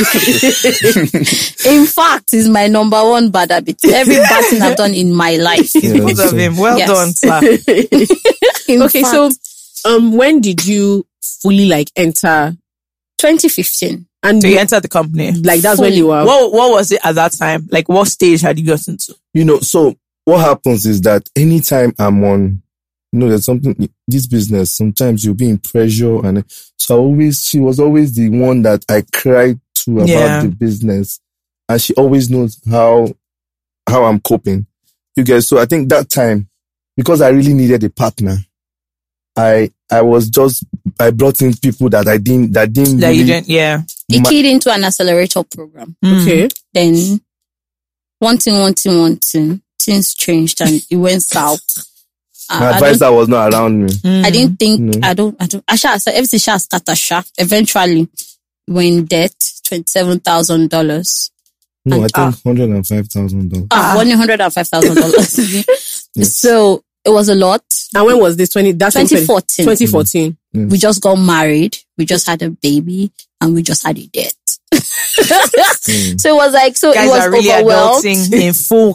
Speaker 2: in fact, he's my number one bad habit. Every bad thing I've done in my life.
Speaker 1: Yeah,
Speaker 7: Both of
Speaker 1: so-
Speaker 7: him. Well
Speaker 2: Yes.
Speaker 7: done, sir.
Speaker 2: In
Speaker 6: Okay,
Speaker 2: fact,
Speaker 6: so um, when did you fully like enter
Speaker 2: 2015.
Speaker 6: and
Speaker 7: So you entered the company.
Speaker 6: like that's when
Speaker 2: fully-
Speaker 6: you were
Speaker 7: What What was it at that time? Like, what stage had you gotten to?
Speaker 1: you know, so what happens is that anytime I'm on, you know, there's something, this business, sometimes you'll be in pressure. And so I always, she was always the one that I cried to about
Speaker 7: Yeah.
Speaker 1: the business. And she always knows how, how I'm coping. You guys, so I think that time, because I really needed a partner, I, I was just, I brought in people that I didn't, that didn't,
Speaker 7: That you
Speaker 1: really
Speaker 7: didn't, yeah.
Speaker 2: He
Speaker 1: ma-
Speaker 2: keyed into an accelerator program.
Speaker 7: Mm.
Speaker 6: okay.
Speaker 2: then one thing, one thing, one thing, things changed and it went south. Uh,
Speaker 1: my
Speaker 2: I, don't,
Speaker 1: advisor was not around me.
Speaker 7: Mm.
Speaker 2: I didn't think,
Speaker 1: No.
Speaker 2: I don't, I don't, I shall, so everything shall scatter sha. Eventually, we're in debt, $27,000.
Speaker 1: No, I
Speaker 2: And-
Speaker 7: Ah.
Speaker 1: think $105,000.
Speaker 2: Ah, $105,000. So it was a lot.
Speaker 6: And when was this? Twenty. That's when
Speaker 2: 2014.
Speaker 6: 2014.
Speaker 2: We just got married. We just had a baby and we just had a debt.
Speaker 1: Mm.
Speaker 2: So it was like, so
Speaker 7: Guys
Speaker 2: it was
Speaker 7: are really
Speaker 2: overwhelmed.
Speaker 7: adulting in full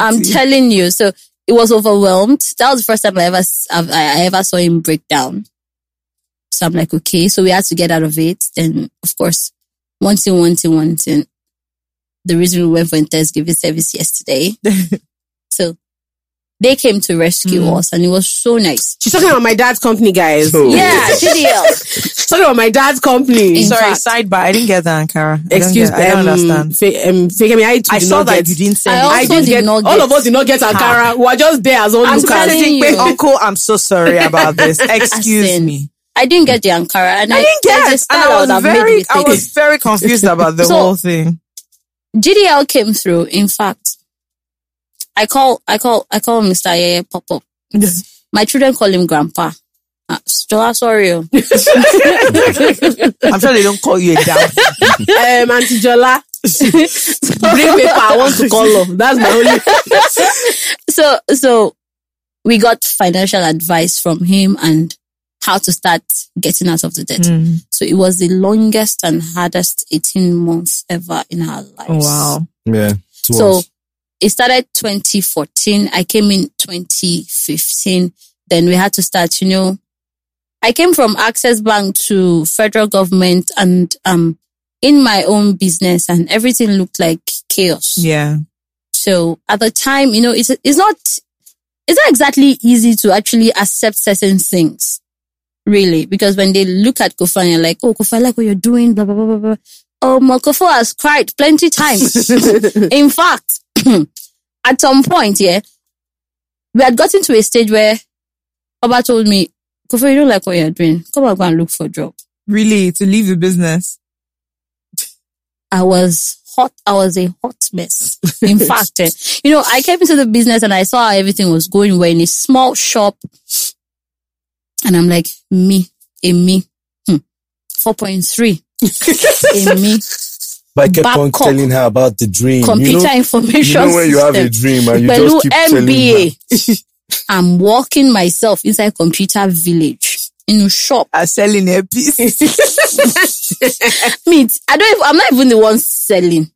Speaker 2: I'm telling you. So it was overwhelmed. That was the first time I ever s- I've- I, I ever saw him break down. So I'm like, okay. So we had to get out of it. Then of course, one thing, one thing, one thing. The reason we went for Thanksgiving service yesterday. so they came to rescue
Speaker 7: Hmm.
Speaker 2: us, and it was so nice.
Speaker 6: She's talking about my dad's company, guys.
Speaker 1: So-
Speaker 2: Yeah, GDL.
Speaker 6: She's talking about my dad's company.
Speaker 2: In
Speaker 7: Sorry,
Speaker 2: fact-
Speaker 7: sidebar. I didn't get that, Ankara. I don't
Speaker 6: Excuse
Speaker 7: get-
Speaker 6: me.
Speaker 7: I don't
Speaker 6: um,
Speaker 7: understand.
Speaker 6: Fa- um, Fake me. I, too
Speaker 7: I
Speaker 6: did
Speaker 7: saw
Speaker 6: not
Speaker 7: that
Speaker 6: get-
Speaker 7: you didn't say
Speaker 2: I
Speaker 7: anything.
Speaker 2: also
Speaker 6: I didn't
Speaker 2: did
Speaker 6: get.
Speaker 2: not
Speaker 6: All
Speaker 2: get-
Speaker 6: of us did not get Ankara. We are just there as
Speaker 7: I'm
Speaker 6: onlookers.
Speaker 2: telling
Speaker 7: telling
Speaker 2: you.
Speaker 7: you. Uncle, I'm so sorry about this. Excuse
Speaker 2: Asin.
Speaker 7: me.
Speaker 2: I didn't get the Ankara, and I,
Speaker 7: I didn't
Speaker 2: there's
Speaker 7: get
Speaker 2: a
Speaker 7: it.
Speaker 2: style
Speaker 7: And I
Speaker 2: would
Speaker 7: was
Speaker 2: have made
Speaker 7: very,
Speaker 2: me
Speaker 7: I
Speaker 2: think.
Speaker 7: was very confused about the
Speaker 2: So-
Speaker 7: whole thing.
Speaker 2: GDL came through. In fact, I call, I call, I call Mr. Yeye pop up. My children call him grandpa. Uh, Stola, sorry. oh.
Speaker 7: I'm sure they don't call you a dad.
Speaker 6: um, Auntie Jola. Bring paper. I want to call her. That's my only.
Speaker 2: so, so we got financial advice from him and how to start getting out of the debt. So it was the longest and hardest 18 months ever in our lives.
Speaker 7: Oh, Wow.
Speaker 1: Yeah. it
Speaker 2: So
Speaker 1: was.
Speaker 2: it started 2014. I came in 2015. Then we had to start, you know, I came from Access Bank to federal government and, um, in my own business and everything looked like chaos.
Speaker 7: Yeah.
Speaker 2: So at the time, you know, it's, it's not, it's not exactly easy to actually accept certain things, really, because when they look at Kofa and you're like, oh, Kofa, I like what you're doing, blah, blah, blah, blah, blah. Oh, my Kofa has cried plenty times. In fact, at some point, yeah, we had gotten to a stage where Oba told me, Kofa, you don't like what you're doing. Come on, go and look for a job.
Speaker 7: Really, to leave the business.
Speaker 2: I was hot. I was a hot mess. In fact, eh, you know, I came into the business and I saw how everything was going. We're in a small shop. And I'm like, me, a me, hmm, 4.3, a me,
Speaker 1: But I kept on
Speaker 2: Babcock.
Speaker 1: telling her about the dream.
Speaker 2: computer
Speaker 1: you know, you
Speaker 2: information
Speaker 1: know when you have a
Speaker 2: system.
Speaker 1: dream and you
Speaker 2: Pẹ̀lú
Speaker 1: just keep telling her.
Speaker 2: MBA. I'm walking myself inside computer village in a shop.
Speaker 7: Are uh, selling a piece.
Speaker 2: Meet. I don't. Even, I'm not even the one selling.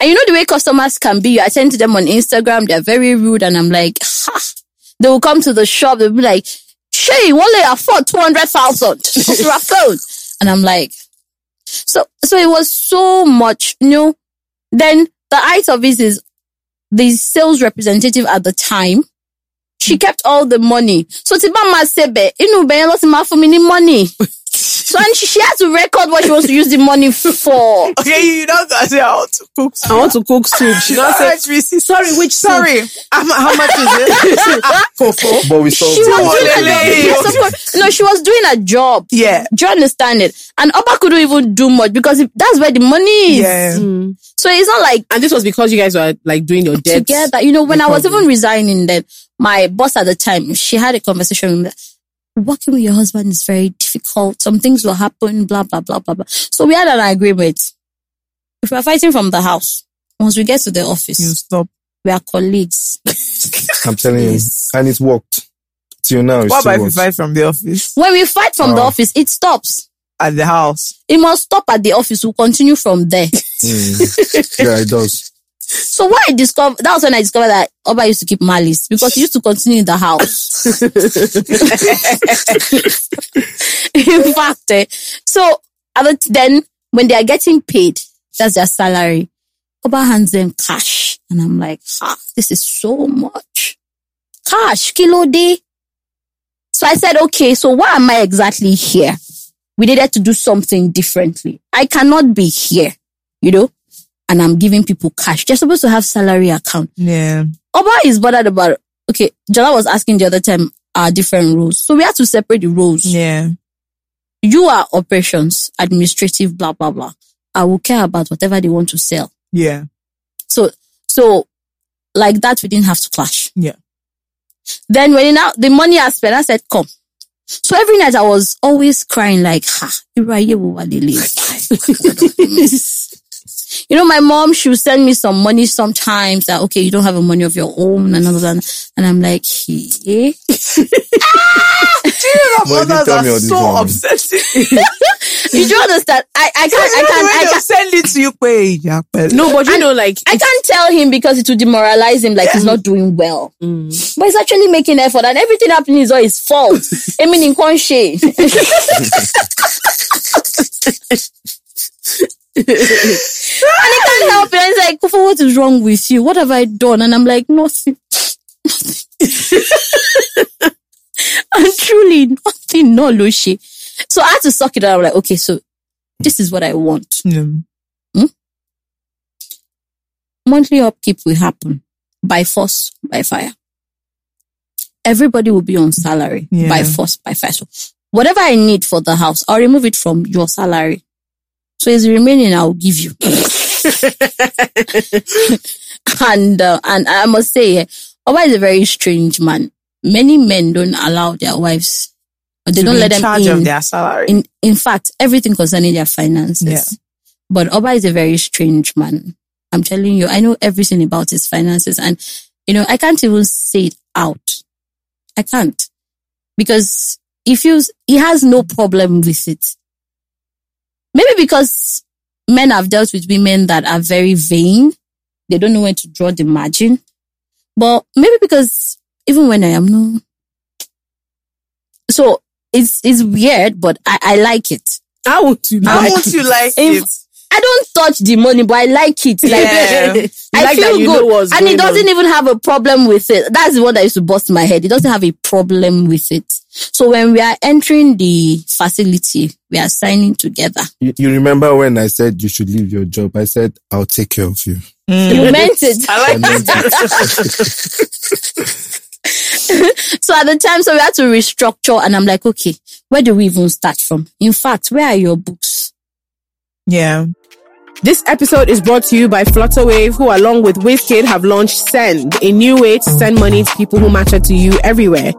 Speaker 2: And you know the way customers can be. You attend to them on Instagram. They're very rude, and I'm like, ha. They will come to the shop. They'll be like, "Shay, what they afford two hundred thousand for a phone?" And I'm like, so so it was so much. You know, then the height of this is the sales representative at the time. She kept all the money. So Tibama said, "Inu be lost my for me money." So and she, she has to record what she wants to use the money for.
Speaker 7: okay, you don't gotta say I want to cook.
Speaker 6: I want to cook soup. She don't say,
Speaker 7: sorry, which sorry? I'm, how much is it? Ah, Kofo.
Speaker 1: But we
Speaker 2: She
Speaker 1: solved it.
Speaker 2: was doing a,
Speaker 7: Olele.
Speaker 2: yes, of course. No, she was doing a job.
Speaker 7: Yeah,
Speaker 2: Do you understand it? And Oba couldn't even do much because if, that's where the money is.
Speaker 7: yeah.
Speaker 2: So it's not like
Speaker 6: and this was because you guys were like doing your debts.
Speaker 2: together. You know, when I was even resigning, then my boss at the time, she had a conversation with me. that Working with your husband is very difficult. Some things will happen, blah, blah, blah, blah, blah. So we had an agreement. If we're fighting from the house, once we get to the office,
Speaker 7: You stop.
Speaker 2: we are colleagues.
Speaker 1: I'm telling you.
Speaker 2: Yes.
Speaker 1: And it worked. Till now, it
Speaker 7: What
Speaker 1: still
Speaker 7: about if you
Speaker 1: works.
Speaker 7: fight from the office
Speaker 2: When we fight from the
Speaker 1: Oh.
Speaker 2: office, it stops.
Speaker 7: at the house?
Speaker 2: It must stop at the office. We'll continue from there.
Speaker 1: Mm. yeah, it does.
Speaker 2: so what I discovered, that was when I discovered that Oba used to keep malice because he used to continue in the house. in fact, eh, so at the- then when they are getting paid, that's their salary. Oba hands them cash. And I'm like, ah, this is so much. Cash, kilo day. So I said, okay, so why am I exactly here? We needed to do something differently. I cannot be here, you know, and I'm giving people cash. They're supposed to have salary account.
Speaker 7: Yeah.
Speaker 2: Oba is bothered about, okay, Jala was asking the other time our different roles. So we had to separate the roles.
Speaker 7: Yeah.
Speaker 2: You are operations, administrative, blah, blah, blah. I will care about whatever they want to sell.
Speaker 7: Yeah.
Speaker 2: So, so like that, we didn't have to clash.
Speaker 7: Yeah.
Speaker 2: Then when it now the money I spent, I said, come. So every night I was always crying like, ha, irú ayé wo wá leléyìí?" You know, my mom, she would send me some money sometimes that, okay, you don't have a money of your own and all that. And I'm like, yeah.
Speaker 7: Do you know
Speaker 1: Well, you
Speaker 7: mothers
Speaker 1: tell
Speaker 7: are
Speaker 1: me all this
Speaker 7: so
Speaker 1: one.
Speaker 7: upsetting?
Speaker 2: You do understand? I, I can't, I can't, I
Speaker 7: When they
Speaker 2: can't.
Speaker 7: send it to you, pay.
Speaker 6: No, but you know, like,
Speaker 2: I can't tell him because it will demoralize him, like he's not doing well. But he's actually making effort, and everything happening is all his fault. I mean, in Konshe. and he can't help it. And he's like, Kufu, what is wrong with you? What have I done? And I'm like, nothing. and truly, nothing, no, Lushi. So I had to suck it out. I'm like, okay, so this is what I want
Speaker 7: Mm.
Speaker 2: monthly upkeep will happen by force, by fire. Everybody will be on salary
Speaker 7: Yeah.
Speaker 2: by force, by fire. So whatever I need for the house, I'll remove it from your salary. So it's remaining, I'll give you. and, uh, and I must say, eh, Oba is a very strange man. Many men don't allow their wives, or they
Speaker 7: To
Speaker 2: don't
Speaker 7: be
Speaker 2: let them
Speaker 7: in charge
Speaker 2: in
Speaker 7: of their salary.
Speaker 2: in in fact everything concerning their finances
Speaker 7: Yeah.
Speaker 2: but oba is a very strange man i'm telling you i know everything about his finances and you know i can't even say it out i can't because he feels he has no problem with it maybe because men have dealt with women that are very vain they don't know when to draw the margin but maybe because even when i am no so it's it's weird, but I, I like it.
Speaker 6: I want to
Speaker 7: How
Speaker 6: like,
Speaker 7: would you like
Speaker 2: If-
Speaker 7: it?
Speaker 2: I don't touch the money, but I like it. Like,
Speaker 7: Yeah. You
Speaker 2: I
Speaker 6: like
Speaker 2: feel
Speaker 6: that you know
Speaker 2: good.
Speaker 6: what's
Speaker 2: And he
Speaker 6: going on.
Speaker 2: doesn't even have a problem with it. That's the one that used to bust my head. He doesn't have a problem with it. So when we are entering the facility, we are signing together.
Speaker 1: You, you remember when I said you should leave your job? I said, I'll take care of you.
Speaker 2: You meant it.
Speaker 1: I meant it.
Speaker 2: So at the time, so we had to restructure and I'm like, okay, where do we even start from? In fact, where are your books?
Speaker 7: Yeah.
Speaker 6: This episode is brought to you by Flutterwave, who along with WizKid have launched Send, a new way to send money to people who matter to you everywhere.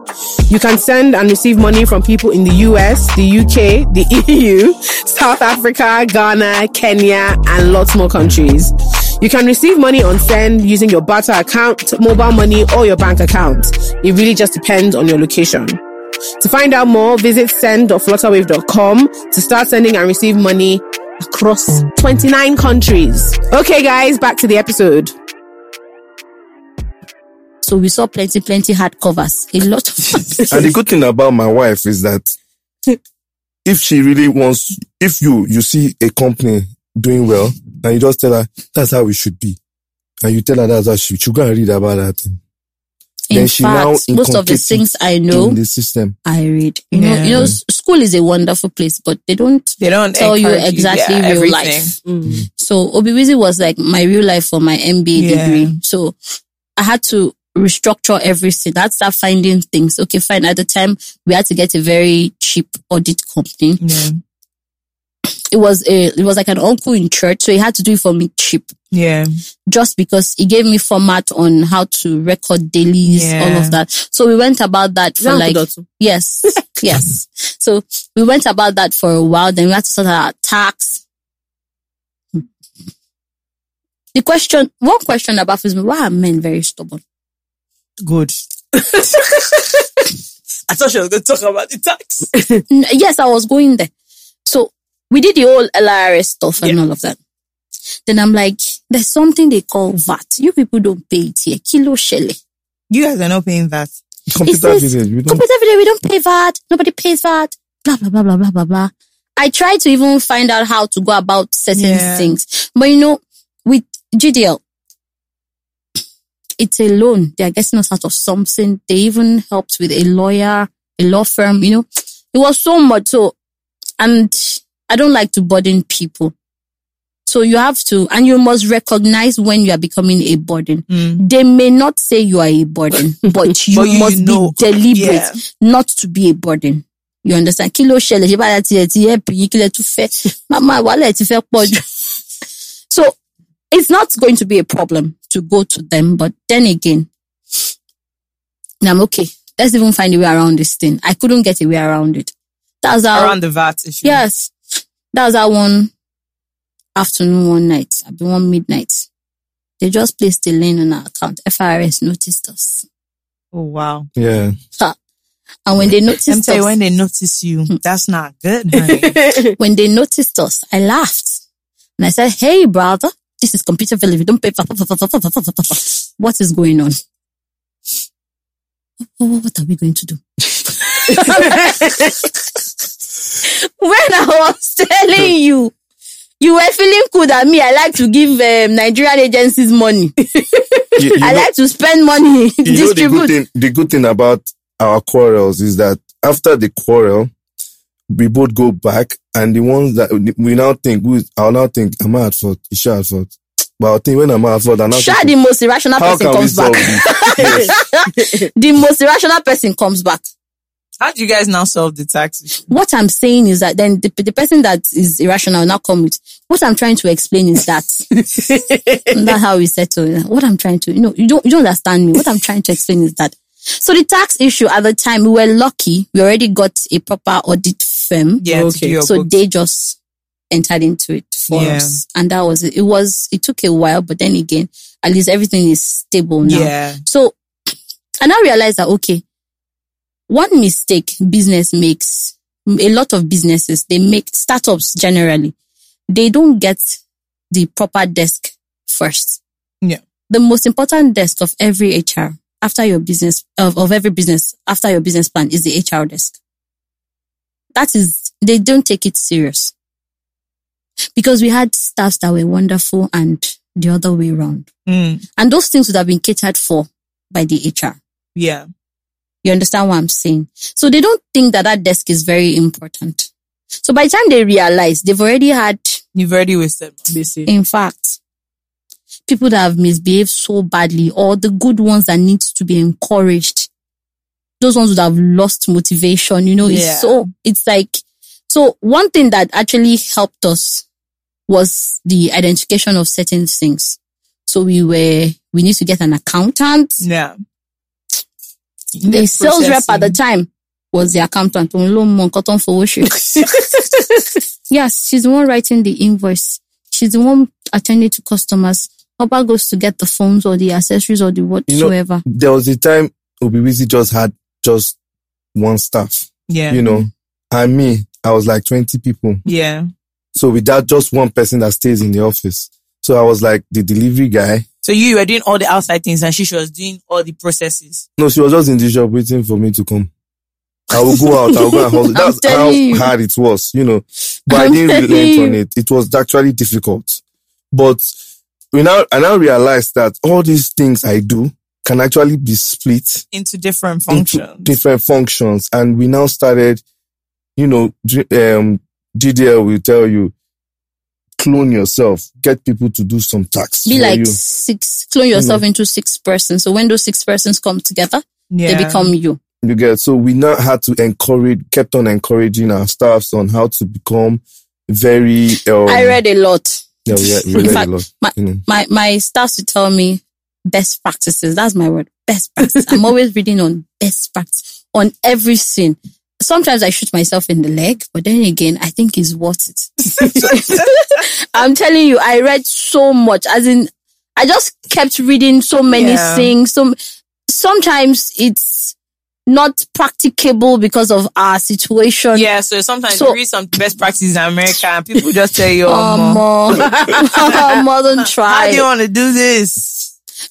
Speaker 6: You can send and receive money from people in the US, the UK, the EU, South Africa, Ghana, Kenya, and lots more countries. You can receive money on Send using your barter account, mobile money, or your bank account. It really just depends on your location. To find out more, visit send.flutterwave.com to start sending and receive money across 29 countries. Okay, guys, back to the episode.
Speaker 2: So we saw plenty, plenty hardcovers. A lot of
Speaker 1: And the good thing about my wife is that if she really wants, if you, you see a company doing well and you just tell her, that's how it should be. And you tell her that's how she should go and read about that thing
Speaker 2: In
Speaker 1: Then she now
Speaker 2: fact, most of the
Speaker 1: inculcates
Speaker 2: things I
Speaker 1: in
Speaker 2: know,
Speaker 1: the system.
Speaker 2: I read. You know, you know, s- school is a wonderful place, but they don't
Speaker 7: They don't
Speaker 2: tell you
Speaker 7: encourage
Speaker 2: exactly
Speaker 7: yeah,
Speaker 2: real
Speaker 7: everything. Mm.
Speaker 2: life. So Obiwizi was like my real life for my MBA
Speaker 7: Yeah.
Speaker 2: degree. So I had to restructure everything. I had to start finding things. Okay, fine. At the time, we had to get a very cheap audit company.
Speaker 7: Yeah.
Speaker 2: It was a, it was like an uncle in church, so he had to do it for me cheap.
Speaker 7: Yeah.
Speaker 2: Just because he gave me format on how to record dailies,
Speaker 7: Yeah.
Speaker 2: all of that. So we went about that for like Yes. yes. So we went about that for a while. Then we had to sort out our tax. The question, one question about is why are men very stubborn?
Speaker 7: Good. I thought she was going to talk about the tax.
Speaker 2: N- yes, I was going there. So we did the whole LRS stuff and all of that. Then I'm like, there's something they call VAT. You people don't pay it here. Kilo shele.
Speaker 7: You guys are not paying that.
Speaker 1: Computer
Speaker 2: says-
Speaker 1: business, you don't,
Speaker 2: Computer video, we don't pay VAT. Nobody pays VAT. Blah, blah, blah, blah, blah, blah, blah. I tried to even find out how to go about certain
Speaker 7: Yeah.
Speaker 2: things. But you know, with GDL, it's a loan. They are getting us out of something. They even helped with a lawyer, a law firm, you know. It was so much. So, and I don't like to burden people. So you have to, and you must recognize when you are becoming a burden. They may not say you are a burden, but you,
Speaker 7: Mm. But you
Speaker 2: must
Speaker 7: know.
Speaker 2: be deliberate
Speaker 7: Yeah.
Speaker 2: not to be a burden. You understand? Kí ló ṣẹlẹ̀ ṣe báyà tiẹ̀ ti help yín kí lẹ tún fẹ́? Màmá wàhálà ẹ̀ ti fẹ́ pọ̀ jù. So it's not going to be a problem to go to them, but then again, and I'm okay. Let's even find a way around this thing. I couldn't get a way around it. That's how
Speaker 7: Around the VAT issue.
Speaker 2: Yes. That was our one afternoon, one night, I been one midnight. They just placed a lien on our account. FRS noticed us.
Speaker 7: Oh, wow.
Speaker 1: yeah.
Speaker 2: And when they noticed
Speaker 7: I'm telling
Speaker 2: us,
Speaker 7: you, when they notice you,
Speaker 2: Hmm.
Speaker 7: that's not good, honey.
Speaker 2: when they noticed us, I laughed. And I said, Hey, brother, this is computer village. We don't pay. for- for- for- for- for- for- for- for- for- What is going on? Oh, What are we going to do? when I was telling you, you were feeling good at me. I like to give um, Nigerian agencies money.
Speaker 1: You- you
Speaker 2: I
Speaker 1: know-
Speaker 2: like to spend money,
Speaker 1: you know the good
Speaker 2: distribute.
Speaker 1: thing the good thing about our quarrels is that after the quarrel we both go back and the ones that we now think we I'll now think am I at fault is she at fault but I'll think when am I at fault I'm not
Speaker 2: Sure, the most irrational
Speaker 1: how
Speaker 2: person
Speaker 1: can we
Speaker 2: comes
Speaker 1: solve
Speaker 2: back.
Speaker 1: this yes.
Speaker 2: the most irrational person comes back.
Speaker 7: How do you guys now solve the tax issue?
Speaker 2: what I'm saying is that then the, the person that is irrational will now come with what I'm trying to explain is that that's how we settle. What I'm trying to, you know, you don't, you don't understand me. What I'm trying to explain is that. So the tax issue at the time, we were lucky. We already got a proper audit firm.
Speaker 7: Yeah, to do your
Speaker 2: So
Speaker 7: books.
Speaker 2: they just entered into it for
Speaker 7: Yeah.
Speaker 2: us. And that was it. It was, it took a while, but then again, at least everything is stable now.
Speaker 7: Yeah.
Speaker 2: So and I realized that okay, one mistake business makes a lot of businesses they make startups generally they don't get the proper desk first.
Speaker 7: Yeah.
Speaker 2: The most important desk of every HR after your business of, of every business after your business plan is the HR desk. That is they don't take it serious. Because we had staffs that were wonderful and the other way around.
Speaker 7: Mm,
Speaker 2: And those things would have been catered for by the HR.
Speaker 7: yeah.
Speaker 2: You understand what I'm saying? So they don't think that that desk is very important. So by the time they realize they've already had,
Speaker 7: You've already wasted.
Speaker 6: Basic.
Speaker 2: in fact, people that have misbehaved so badly or the good ones that need to be encouraged, those ones would have lost motivation. You know,
Speaker 7: Yeah.
Speaker 2: it's so, it's like, so one thing that actually helped us was the identification of certain things. So we were, we need to get an accountant
Speaker 7: Yeah.
Speaker 2: the sales rep at the time was the accountant. Òun ló mọ nǹkan tó ń fowó ṣe. yes, she's the one writing the invoice. She's the one attending to customers. Papa goes to get the phones or the accessories or the whatsoever.
Speaker 1: There was a time Obiwizi just had just one staff,
Speaker 7: Yeah.
Speaker 1: you know, and me, I was like 20 people.
Speaker 7: yeah.
Speaker 1: So without just one person that stays in the office. So I was like the delivery guy.
Speaker 7: So you were doing all the outside things and she was doing all the processes.
Speaker 1: No, she was just in the shop waiting for me to come. I will go out. I will go and hustle. That's how
Speaker 2: telling you.
Speaker 1: hard it was, you know. But I
Speaker 2: I'm
Speaker 1: didn't
Speaker 2: telling
Speaker 1: relent
Speaker 2: you.
Speaker 1: on it. It was actually difficult. But we now I now realize that all these things I do can actually be split
Speaker 7: Into different
Speaker 1: into
Speaker 7: functions.
Speaker 1: different functions. And we now started, you know, G- um, GDL will tell you, clone yourself, get people to do some tasks
Speaker 2: Be
Speaker 1: for
Speaker 2: like
Speaker 1: you.
Speaker 2: six, clone yourself into six persons. So when those six persons come together,
Speaker 7: yeah.
Speaker 2: they become you.
Speaker 1: You get so we now had to encourage, kept on encouraging our staffs on how to become very. Um,
Speaker 2: I read a lot.
Speaker 1: Yeah, we read, we
Speaker 2: in
Speaker 1: read
Speaker 2: fact,
Speaker 1: a lot.
Speaker 2: my-
Speaker 1: you know.
Speaker 2: My my staff to tell me best practices. That's my word. Best practice. I'm always reading on best practice on every scene. Sometimes I shoot myself in the leg, but then again, I think it's worth it. So, I'm telling you, I read so much. As in, I just kept reading so many
Speaker 7: Yeah.
Speaker 2: things. So sometimes it's not practicable because of our situation.
Speaker 7: yeah, so sometimes
Speaker 2: So-
Speaker 7: you read some best practices in America and people just tell you,
Speaker 2: Oh,
Speaker 7: oh,
Speaker 2: mom. oh, mom, don't
Speaker 7: how
Speaker 2: try.
Speaker 7: do you want to do this?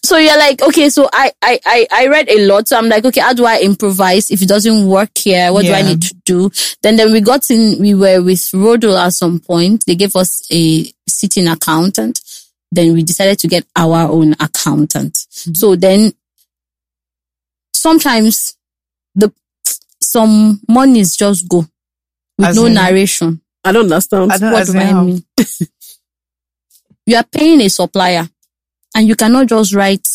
Speaker 2: so you're like, okay, so I, I, I, I read a lot. So I'm like, okay, how do I improvise? If it doesn't work here, what do I
Speaker 7: Yeah.
Speaker 2: need to do? Then, then we got in, we were with Rodol at some point. They gave us a sitting accountant. Then we decided to get our own accountant.
Speaker 7: Mm-hmm.
Speaker 2: So then sometimes the, some monies just go with
Speaker 7: As
Speaker 2: no
Speaker 7: in-
Speaker 2: narration.
Speaker 6: I don't understand.
Speaker 7: I don't
Speaker 2: What
Speaker 7: as
Speaker 2: do
Speaker 7: in
Speaker 2: I
Speaker 7: how.
Speaker 2: mean? you are paying a supplier and you cannot just write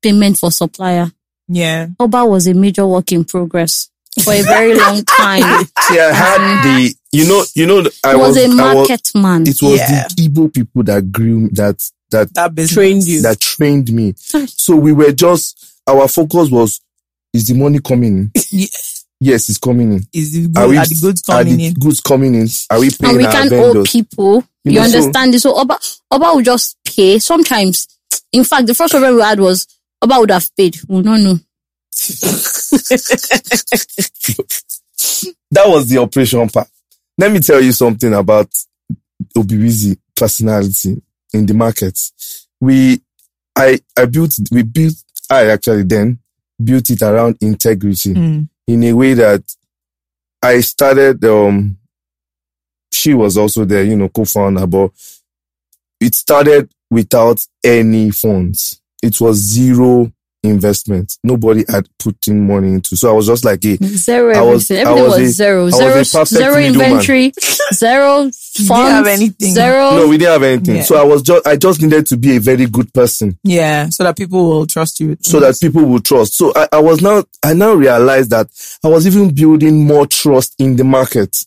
Speaker 2: payment for supplier.
Speaker 7: Yeah.
Speaker 2: Oba was a major work in progress for a very long time.
Speaker 1: See, I had the, you know, you know, I
Speaker 2: He was,
Speaker 1: was,
Speaker 2: a
Speaker 1: I was-
Speaker 2: market man.
Speaker 1: it was
Speaker 7: Yeah.
Speaker 1: the Igbo people that grew that that
Speaker 7: That business.
Speaker 6: Trained you.
Speaker 1: that trained me. So we were just our focus was is the money coming in?
Speaker 7: Yeah.
Speaker 1: yes, it's coming in.
Speaker 7: Is the
Speaker 1: Are
Speaker 7: good,
Speaker 1: we
Speaker 7: are the goods
Speaker 1: are
Speaker 7: coming
Speaker 1: the
Speaker 7: in?
Speaker 1: goods coming in? Are we paying
Speaker 2: and we
Speaker 1: our
Speaker 2: can't owe
Speaker 1: vendors?
Speaker 2: people.
Speaker 1: You
Speaker 2: You,
Speaker 1: know, so-
Speaker 2: understand this? So Oba, Oba would just pay. Sometimes, in fact, the first problem we had was Oba would have paid. We would not know.
Speaker 1: That was the operation part. Let me tell you something about Obiwizi personality in the market. We, I, I built, we built, I actually then built it around integrity.
Speaker 7: Mm.
Speaker 1: in a way that I started, um, she was also there, you know, co-founder, but it started without any funds. It was zero investment. Nobody had put in money into. So I was just like, hey,
Speaker 2: Zero
Speaker 1: I was-
Speaker 2: everything.
Speaker 1: I
Speaker 2: everything
Speaker 1: was
Speaker 2: was,
Speaker 1: a-
Speaker 2: zero.
Speaker 1: was
Speaker 2: zero,
Speaker 1: a perfect
Speaker 2: zero
Speaker 1: middleman.
Speaker 2: inventory, zero
Speaker 7: didn't
Speaker 2: funds,
Speaker 7: have anything.
Speaker 2: zero.
Speaker 1: no, we didn't have anything.
Speaker 7: Yeah.
Speaker 1: So I was just, I just needed to be a very good person.
Speaker 7: Yeah. So that people will trust you. with
Speaker 1: so
Speaker 7: things.
Speaker 1: that people will trust. So I, I was now, I now realized that I was even building more trust in the market.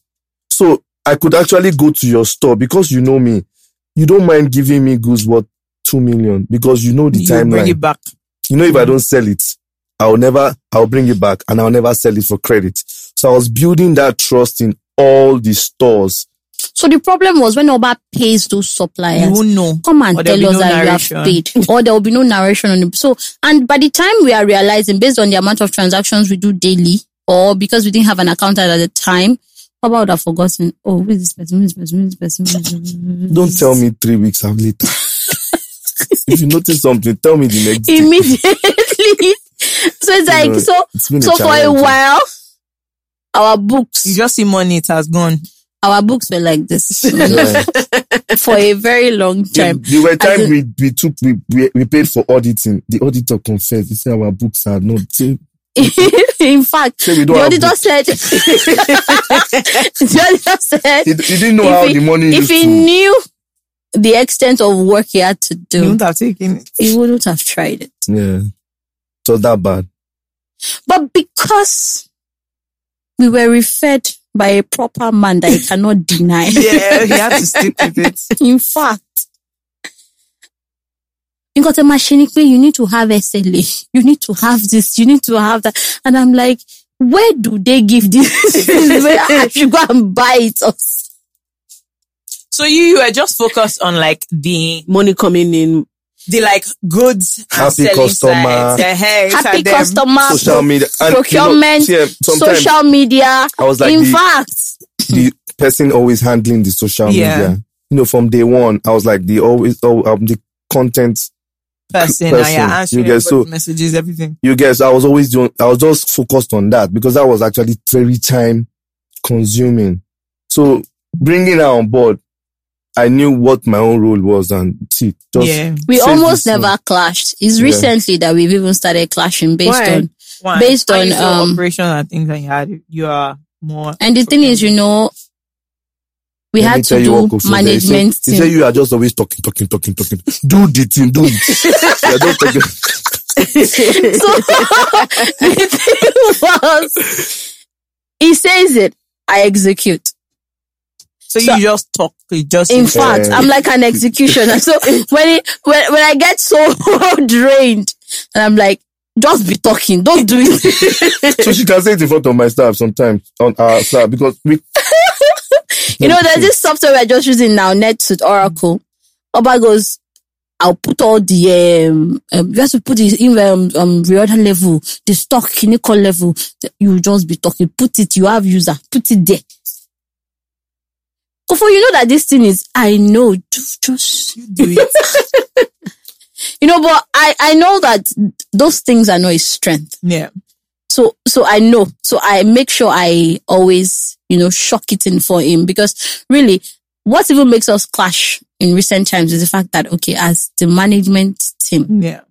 Speaker 1: So I could actually go to your store because you know me. You don't mind giving me goods worth two million because you know the
Speaker 7: you bring it
Speaker 1: timeline.
Speaker 7: back.
Speaker 1: You know, if I don't sell it, I'll never, I'll bring it back and I'll never sell it for credit. So I was building that trust in all the stores.
Speaker 2: So the problem was when Oba pays those suppliers.
Speaker 7: You won't know.
Speaker 2: Come and
Speaker 7: Or
Speaker 2: tell
Speaker 7: there'll be
Speaker 2: us
Speaker 7: no
Speaker 2: that you have
Speaker 7: narration.
Speaker 2: paid, or there will be no narration on it. So, and by the time we are realizing, based on the amount of transactions we do daily, or because we didn't have an accountant at the time, Papa would have forgotten. Oh, who is this person? Who is this person? Who is this person? Who is this person?
Speaker 1: Don't tell me three weeks later. if you notice something, tell me the next day.
Speaker 2: immediately. so it's like
Speaker 1: know,
Speaker 2: so.
Speaker 1: It's been
Speaker 2: So for a
Speaker 1: challenge.
Speaker 2: while, our books
Speaker 7: You just see money, it has gone.
Speaker 2: Our books were like this
Speaker 1: Yeah.
Speaker 2: for a very long
Speaker 1: There
Speaker 2: time.
Speaker 1: there were
Speaker 2: As
Speaker 1: times
Speaker 2: in-
Speaker 1: we, we took we, we we paid for auditing. The auditor confessed. He said our books are not. Say,
Speaker 2: In fact,
Speaker 1: say we
Speaker 2: the
Speaker 1: don't have
Speaker 2: auditor
Speaker 1: books.
Speaker 2: said, the auditor said,
Speaker 1: He, he didn't know
Speaker 2: if
Speaker 1: how
Speaker 2: he-
Speaker 1: the money
Speaker 2: if
Speaker 1: used
Speaker 2: he
Speaker 1: to.
Speaker 2: knew the extent of work he had to
Speaker 7: You
Speaker 2: do,
Speaker 7: wouldn't have taken it.
Speaker 2: he wouldn't have tried it.
Speaker 1: Yeah, it was that bad.
Speaker 2: But because we were referred by a proper man that he cannot deny.
Speaker 7: Yeah, you have to stick with it.
Speaker 2: In fact, you got a machine, you need to have SLA. You need to have this. You need to have that. And I'm like, where do they give this? Where I should go and buy it. or s-
Speaker 7: So you, you were just focused on like the
Speaker 6: Money coming in.
Speaker 7: the like goods and
Speaker 1: Happy
Speaker 7: selling
Speaker 1: customer.
Speaker 7: sides. Eh, eh, it's
Speaker 2: Happy
Speaker 7: at them.
Speaker 2: customer,
Speaker 1: Social media, and,
Speaker 2: Ah, procurement,
Speaker 1: You know, see, eh, sometimes
Speaker 2: social media.
Speaker 1: I was like
Speaker 2: In
Speaker 1: the,
Speaker 2: fact,
Speaker 1: the person always handling the social
Speaker 7: Yeah.
Speaker 1: media. You know, from day one, I was like the always oh, um, the content.
Speaker 7: person,
Speaker 1: Person.
Speaker 7: and yeah, answering
Speaker 1: You get so-
Speaker 7: everybody's messages, everything.
Speaker 1: You guys, I was always doing. I was just focused on that because that was actually very time consuming. So bringing her on board, I knew what my own role was, and see, just
Speaker 7: yeah,
Speaker 2: we
Speaker 1: Says
Speaker 2: almost
Speaker 1: this one.
Speaker 2: never clashed. It's
Speaker 1: Yeah.
Speaker 2: recently that we've even started clashing based
Speaker 6: Why?
Speaker 2: on
Speaker 7: One.
Speaker 2: Based
Speaker 7: How
Speaker 2: on,
Speaker 7: you saw
Speaker 2: um,
Speaker 7: operations and things that you had, you are more.
Speaker 2: And the thing is, you know, we
Speaker 1: Let me
Speaker 2: had
Speaker 1: tell
Speaker 2: to
Speaker 1: you
Speaker 2: do
Speaker 1: what Kofu said. He said-
Speaker 2: management
Speaker 1: He said
Speaker 2: team.
Speaker 1: you are just always talking, talking, talking, talking. Do the thing, do it. you are just talking.
Speaker 2: So the thing was, he says it, I execute.
Speaker 7: So,
Speaker 2: So-
Speaker 7: you just talk, you just
Speaker 2: In fact, I'm like an executioner. So when it, when when I get so drained, and I'm like, just be talking, don't do it.
Speaker 1: So she can say it in front of my staff sometimes on our staff because we.
Speaker 2: You know, there's this software we're just using now, NetSuite Oracle. Oba goes, I'll put all the um, um you have to put it in um, um reorder level, the stock clinical level. The- You just be talking, put it, you have user, put it there. Kofo, you know that this thing is I know, ju- just
Speaker 7: do it.
Speaker 2: you know, but I I know that those things are not his strength.
Speaker 7: Yeah,
Speaker 2: so so I know. So I make sure I always, you know, shock it in for him because really what even makes us clash in recent times is the fact that okay, as the management team,
Speaker 7: yeah.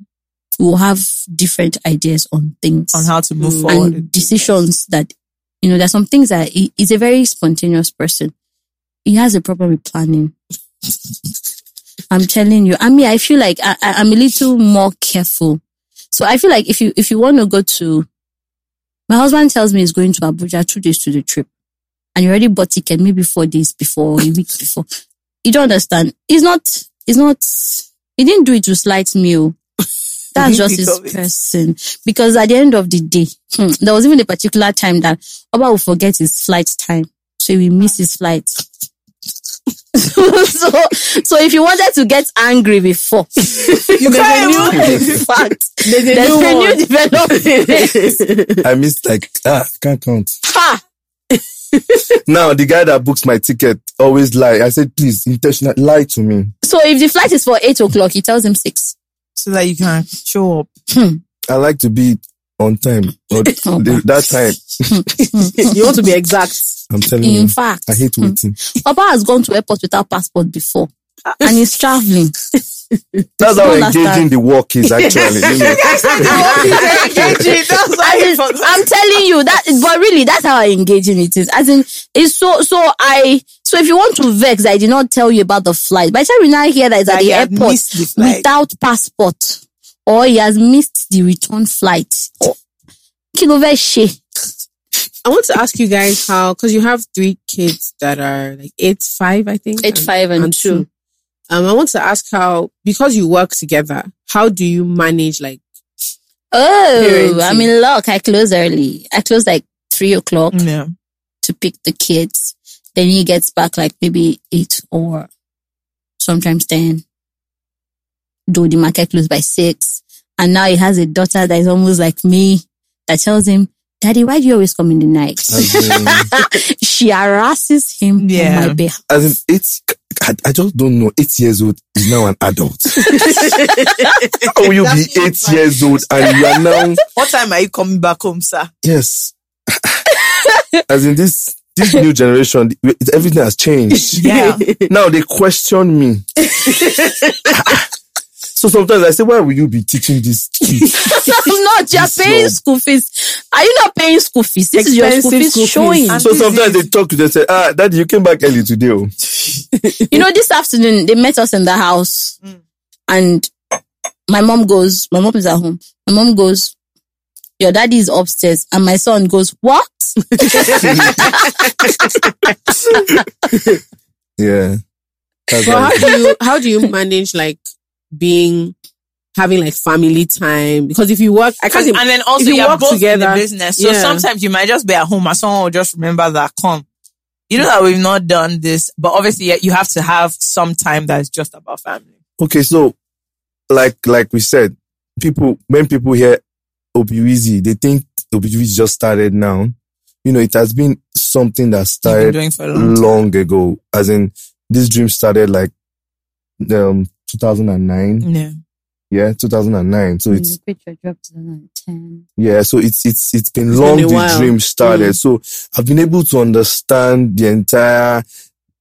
Speaker 2: we'll have different ideas on things
Speaker 7: On how to move forward.
Speaker 2: Mm. and decisions that you know, there's some things that he, he's a very spontaneous person. He has a problem with planning. I'm telling you. I mean, I feel like I, I, I'm a little more careful. So I feel like if you if you want to go to, my husband tells me he's going to Abuja two days to the trip, and you already bought ticket maybe four days before or a week before. You don't understand. He's not. He's not. He didn't do it to slight me. oh. That's
Speaker 7: He
Speaker 2: just
Speaker 7: did
Speaker 2: his
Speaker 7: of it.
Speaker 2: person. Because at the end of the day, hmm, there was even a particular time that Oba will forget his flight time, so we miss his flight. so, so if you wanted to get angry before,
Speaker 7: You can't even-
Speaker 2: fact,
Speaker 6: There's a
Speaker 2: there's
Speaker 6: new
Speaker 2: a new
Speaker 6: one.
Speaker 2: development.
Speaker 1: I missed like ah can't count.
Speaker 2: Ha!
Speaker 1: Now the guy that books my ticket always lie. I said please intentional lie to me.
Speaker 2: So if the flight is for eight o'clock, he tells him six.
Speaker 7: so that you can show up.
Speaker 1: I like to be on time. But
Speaker 2: Oh,
Speaker 1: the- that time
Speaker 6: you want to be exact.
Speaker 1: I'm telling you,
Speaker 2: In fact,
Speaker 1: Mm.
Speaker 2: hmm.
Speaker 1: I hate waiting.
Speaker 2: Papa has gone to airport without passport before, and he's traveling.
Speaker 1: That's how
Speaker 2: Don't
Speaker 1: engaging
Speaker 2: understand.
Speaker 1: the work is actually. you know.
Speaker 2: As in, I'm telling you that, but really, that's how engaging it is. As in, it's so. So I. So if you want to vex, I did not tell you about the flight. By the time you now hear that it's at
Speaker 7: That
Speaker 2: the
Speaker 7: he had
Speaker 2: airport
Speaker 7: missed the flight.
Speaker 2: without passport, or he has missed the return flight,
Speaker 7: Oh.
Speaker 2: or kiloveshe.
Speaker 6: I want to ask you guys how, because you have three kids that are like eight, five, I think.
Speaker 2: Eight, five, and two.
Speaker 6: Um, I want to ask how, because you work together, how do you manage like,
Speaker 2: Oh,
Speaker 6: Parenting.
Speaker 2: I'm in luck. I close early. I close like three o'clock
Speaker 7: Yeah.
Speaker 2: to pick the kids. Then he gets back like maybe eight or sometimes ten. Though the market closed by six. And now he has a daughter that is almost like me that tells him, Daddy, why do you always come in the night?
Speaker 1: As in-
Speaker 2: she harasses him
Speaker 7: Yeah.
Speaker 2: on my behalf.
Speaker 1: as in it's I, I just don't know. Eight years old is now an adult. How will you be
Speaker 7: That's
Speaker 1: eight years old and you are now
Speaker 7: What time are you coming back home, sir?
Speaker 1: yes? As in this this new generation, it- everything has changed.
Speaker 7: Yeah.
Speaker 1: Now they question me. so sometimes I say, why will you be teaching this kid?
Speaker 2: I'm not. You're
Speaker 1: This
Speaker 2: paying
Speaker 1: one.
Speaker 2: school fees. Are you not paying school fees? This is your school
Speaker 6: Expensive
Speaker 2: fees
Speaker 6: school fees.
Speaker 2: showing.
Speaker 7: And-
Speaker 1: So sometimes they talk to them say, ah, daddy, you came back early today. oh."
Speaker 2: you know, this afternoon they met us in the house,
Speaker 1: Mm.
Speaker 2: and my mom goes. My mom is at home. My mom goes. Your daddy is upstairs, and my son goes. What?
Speaker 1: Yeah. That's
Speaker 6: But how
Speaker 1: like,
Speaker 6: do you how do you manage like being having like family time? Because if you work, I can't.
Speaker 7: And
Speaker 6: Im-
Speaker 7: then also
Speaker 6: you
Speaker 7: you are
Speaker 6: work
Speaker 7: both in the
Speaker 6: together-
Speaker 7: business. So
Speaker 6: Yeah.
Speaker 7: sometimes you might just be at home and someone will just remember that come. You know that we've not done this, but obviously yeah, you have to have some time that's just about family.
Speaker 1: okay, so like like we said, people when people hear Obiwizi, they think Obiwizi just started now. You know, it has been something that
Speaker 7: You've been
Speaker 1: started
Speaker 7: doing for a long time.
Speaker 1: long ago. As in, this dream started like um 2009.
Speaker 7: Yeah.
Speaker 1: Yeah, 2009. So it's
Speaker 2: picture dropped to the night, ten.
Speaker 1: yeah, so it's it's it's been
Speaker 6: It's been
Speaker 1: long
Speaker 6: a
Speaker 1: the
Speaker 6: while.
Speaker 1: dream started. So I've been able to understand the entire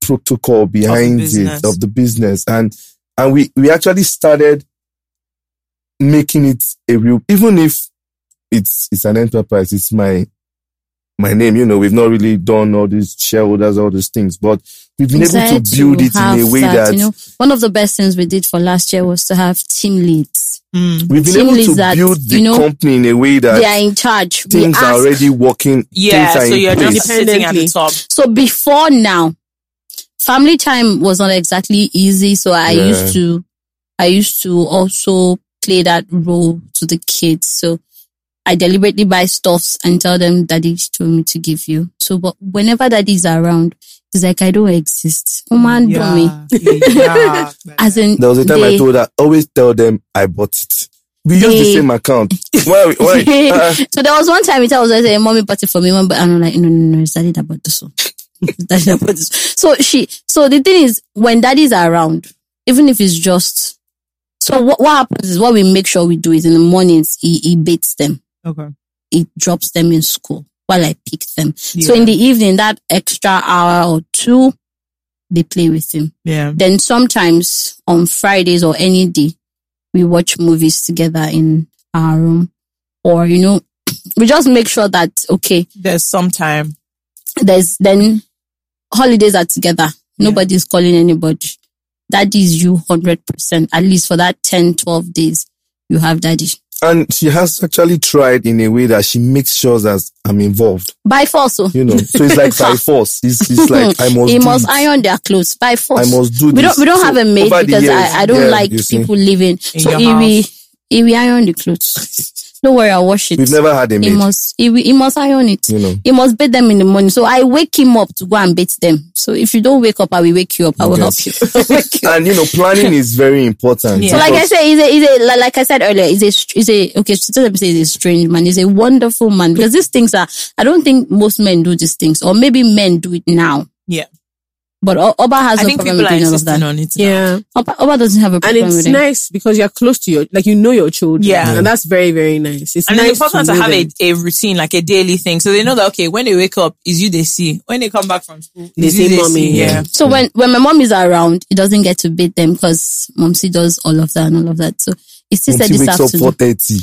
Speaker 1: protocol behind
Speaker 7: business.
Speaker 1: it of the business, and and we we actually started making it a real. Even if it's it's an enterprise, it's my my name. You know, we've not really done all these shareholders, all these things, but we've been able to build it in a way that,
Speaker 2: you know, one of the best things we did for last year was to have team leads.
Speaker 7: Mm.
Speaker 1: we've been
Speaker 2: team
Speaker 1: able to
Speaker 2: leads that,
Speaker 1: build the
Speaker 2: you know,
Speaker 1: company in a way that
Speaker 2: they are in charge. We
Speaker 1: things are
Speaker 2: ask
Speaker 1: already working.
Speaker 7: Yeah.
Speaker 1: things are
Speaker 7: So
Speaker 1: in
Speaker 7: you're
Speaker 1: place.
Speaker 7: just sitting at the
Speaker 6: Independently.
Speaker 7: top.
Speaker 2: So before now, family time was not exactly easy. So I
Speaker 1: Yeah.
Speaker 2: used to, I used to also play that role to the kids. So I deliberately buy stuffs and tell them daddy told me to give you. So, but whenever daddy's around, it's like, I don't exist. Woman, do me.
Speaker 7: Yeah.
Speaker 2: As in,
Speaker 1: There was a time I
Speaker 2: they-
Speaker 1: told her, always tell them I bought it. We use the
Speaker 2: They-
Speaker 1: same account. Why? Why? Uh,
Speaker 2: so there was one time it I was like, "Hey, mommy bought it for me, mom, but I'm like, no, no, no, it's daddy that bought this one. It's daddy that bought this. one." So she, so the thing is, when daddies are around, even if it's just, so what, what happens is what we make sure we do is in the mornings, he, he baits them.
Speaker 7: Okay.
Speaker 2: He drops them in school while I pick them. So in the evening, that extra hour or two, they play with him.
Speaker 7: Yeah.
Speaker 2: Then sometimes on Fridays or any day, we watch movies together in our room. Or, you know, we just make sure that, okay,
Speaker 7: There's some time.
Speaker 2: there's then holidays are together. Nobody's calling anybody. Daddy is you 100%. At least for that 10, 12 days, you have daddy.
Speaker 1: and she has actually tried in a way that she makes sure that I'm involved.
Speaker 2: By force. oh.
Speaker 1: You know, so it's like by force. It's, it's like I must.
Speaker 2: Hmm. he
Speaker 1: do
Speaker 2: Mm-hmm. must
Speaker 1: it.
Speaker 2: iron their clothes by force.
Speaker 1: I must do
Speaker 2: we
Speaker 1: this.
Speaker 2: don't we don't
Speaker 1: So
Speaker 2: have a maid
Speaker 1: over the
Speaker 2: because
Speaker 1: years,
Speaker 2: I, I don't
Speaker 1: yeah,
Speaker 2: like
Speaker 1: you see,
Speaker 2: people living. So
Speaker 7: your
Speaker 2: if we if we iron the clothes, don't worry, I'll wash it.
Speaker 1: We've never had a
Speaker 2: He
Speaker 1: maid.
Speaker 2: must he, will- he must iron it.
Speaker 1: You know.
Speaker 2: He must bait them in the morning. So I wake him up to go and bait them. So if you don't wake up, I will wake you up. I will
Speaker 1: Okay.
Speaker 2: help you. I'll wake you up.
Speaker 1: And you know, planning is very important.
Speaker 7: Yeah.
Speaker 2: So like I
Speaker 1: because
Speaker 2: said, he's a, he's a like, like I said earlier, he's a str- he's a okay. So let me say he's a strange man. He's a wonderful man because these things are. I don't think most men do these things, or maybe men do it now.
Speaker 7: Yeah.
Speaker 2: But O- Oba has
Speaker 7: I
Speaker 2: no
Speaker 7: think
Speaker 2: problem
Speaker 7: people
Speaker 2: with
Speaker 7: are
Speaker 2: doing all of
Speaker 7: insisting
Speaker 2: that.
Speaker 7: on it. now.
Speaker 6: yeah,
Speaker 2: Oba, Oba doesn't have a
Speaker 6: and
Speaker 2: problem
Speaker 6: it's
Speaker 2: with it.
Speaker 6: nice because you're close to your like you know your children.
Speaker 7: Yeah.
Speaker 6: and that's very very nice. It's
Speaker 7: And
Speaker 6: nice
Speaker 7: it's important to,
Speaker 6: know
Speaker 7: have a,
Speaker 6: them.
Speaker 7: a routine, like a daily thing. So they know that, okay, when they wake up, is you they see. When they come back from school,
Speaker 6: They
Speaker 7: it's
Speaker 6: say
Speaker 7: you they
Speaker 6: mommy.
Speaker 7: see. Yeah.
Speaker 6: Yeah.
Speaker 2: So when, when my mom is around, he doesn't get to beat them because Momsi does all of that and all of that. So he still
Speaker 1: when
Speaker 2: said
Speaker 1: she wakes
Speaker 2: this
Speaker 1: up four
Speaker 2: afternoon.
Speaker 1: thirty.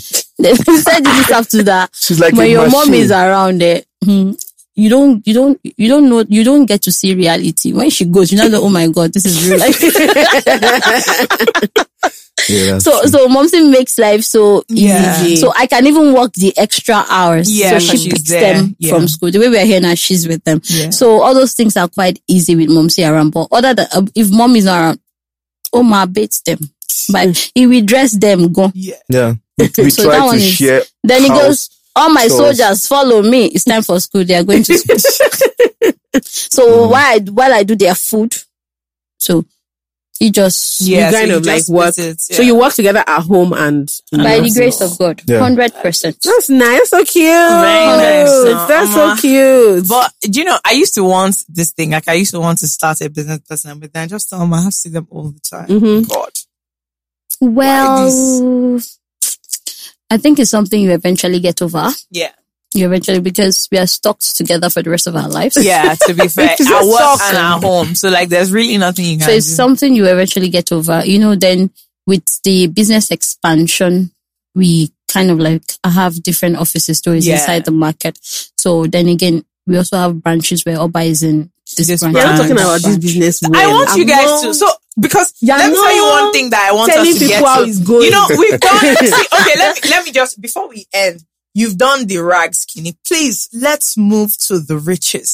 Speaker 2: he said this after that.
Speaker 1: She's like
Speaker 2: when
Speaker 1: a
Speaker 2: your mom
Speaker 1: machine.
Speaker 2: is around there, hmm, you don't you don't you don't know you don't get to see reality. When she goes, you know, oh my god, this is real life.
Speaker 1: Yeah, that's
Speaker 2: so
Speaker 1: true.
Speaker 2: so Momsi makes life so easy.
Speaker 7: Yeah.
Speaker 2: So I can even work the extra hours.
Speaker 7: Yeah,
Speaker 2: so
Speaker 7: because
Speaker 2: she
Speaker 7: she's
Speaker 2: picks
Speaker 7: there.
Speaker 2: them
Speaker 7: Yeah.
Speaker 2: from school. The way we are here now, she's with them.
Speaker 7: Yeah.
Speaker 2: So all those things are quite easy with Momsi around. But other than uh, if mom is not around, Omar baits them.
Speaker 7: Hmm.
Speaker 2: But he will dress them, go.
Speaker 1: yeah, we, we
Speaker 2: So that
Speaker 1: try
Speaker 2: one
Speaker 1: to
Speaker 2: is-
Speaker 1: share.
Speaker 2: Then he
Speaker 1: house.
Speaker 2: goes, all my
Speaker 1: chores.
Speaker 2: soldiers follow me. It's time for school. They are going to school. so while I, while I do their food, so he just,
Speaker 7: Yeah,
Speaker 6: you kind
Speaker 7: so
Speaker 6: of
Speaker 7: you
Speaker 6: like
Speaker 7: just
Speaker 6: work.
Speaker 7: visit,
Speaker 6: So
Speaker 7: yeah.
Speaker 6: you work together at home and
Speaker 2: by the grace of God,
Speaker 1: Yeah.
Speaker 2: 100%.
Speaker 6: That's nice. So cute.
Speaker 7: nice. No,
Speaker 6: That's so
Speaker 7: Amma.
Speaker 6: cute.
Speaker 7: But do you know, I used to want this thing. Like I used to want to start a business person, but then I just tell them I have to see them all the time.
Speaker 6: Mhm.
Speaker 7: God.
Speaker 2: Well, I think it's something you eventually get over.
Speaker 7: Yeah.
Speaker 2: You eventually, because we are stalked together for the rest of our lives.
Speaker 7: Yeah, to be fair,
Speaker 6: It's
Speaker 7: our work
Speaker 6: awesome.
Speaker 7: and our home. So like, there's really nothing you can
Speaker 2: So it's
Speaker 7: do.
Speaker 2: something you eventually get over. You know, then with the business expansion, we kind of like have different offices stores
Speaker 7: Yeah.
Speaker 2: inside the market. So then again, we also have branches where Oba is in this,
Speaker 7: This
Speaker 2: branch.
Speaker 6: You're not
Speaker 7: branch.
Speaker 6: talking about this business.
Speaker 7: I
Speaker 6: well.
Speaker 7: want you
Speaker 6: I'm
Speaker 7: guys
Speaker 6: not
Speaker 7: to. So because
Speaker 6: You're
Speaker 7: let me tell you
Speaker 6: not
Speaker 7: one thing that I want
Speaker 6: telling
Speaker 7: us to
Speaker 6: people
Speaker 7: get
Speaker 6: how
Speaker 7: to.
Speaker 6: it's going.
Speaker 7: You know, we've done. see, okay, let me let me just before we end. You've done the rag skinny. Please let's move to the riches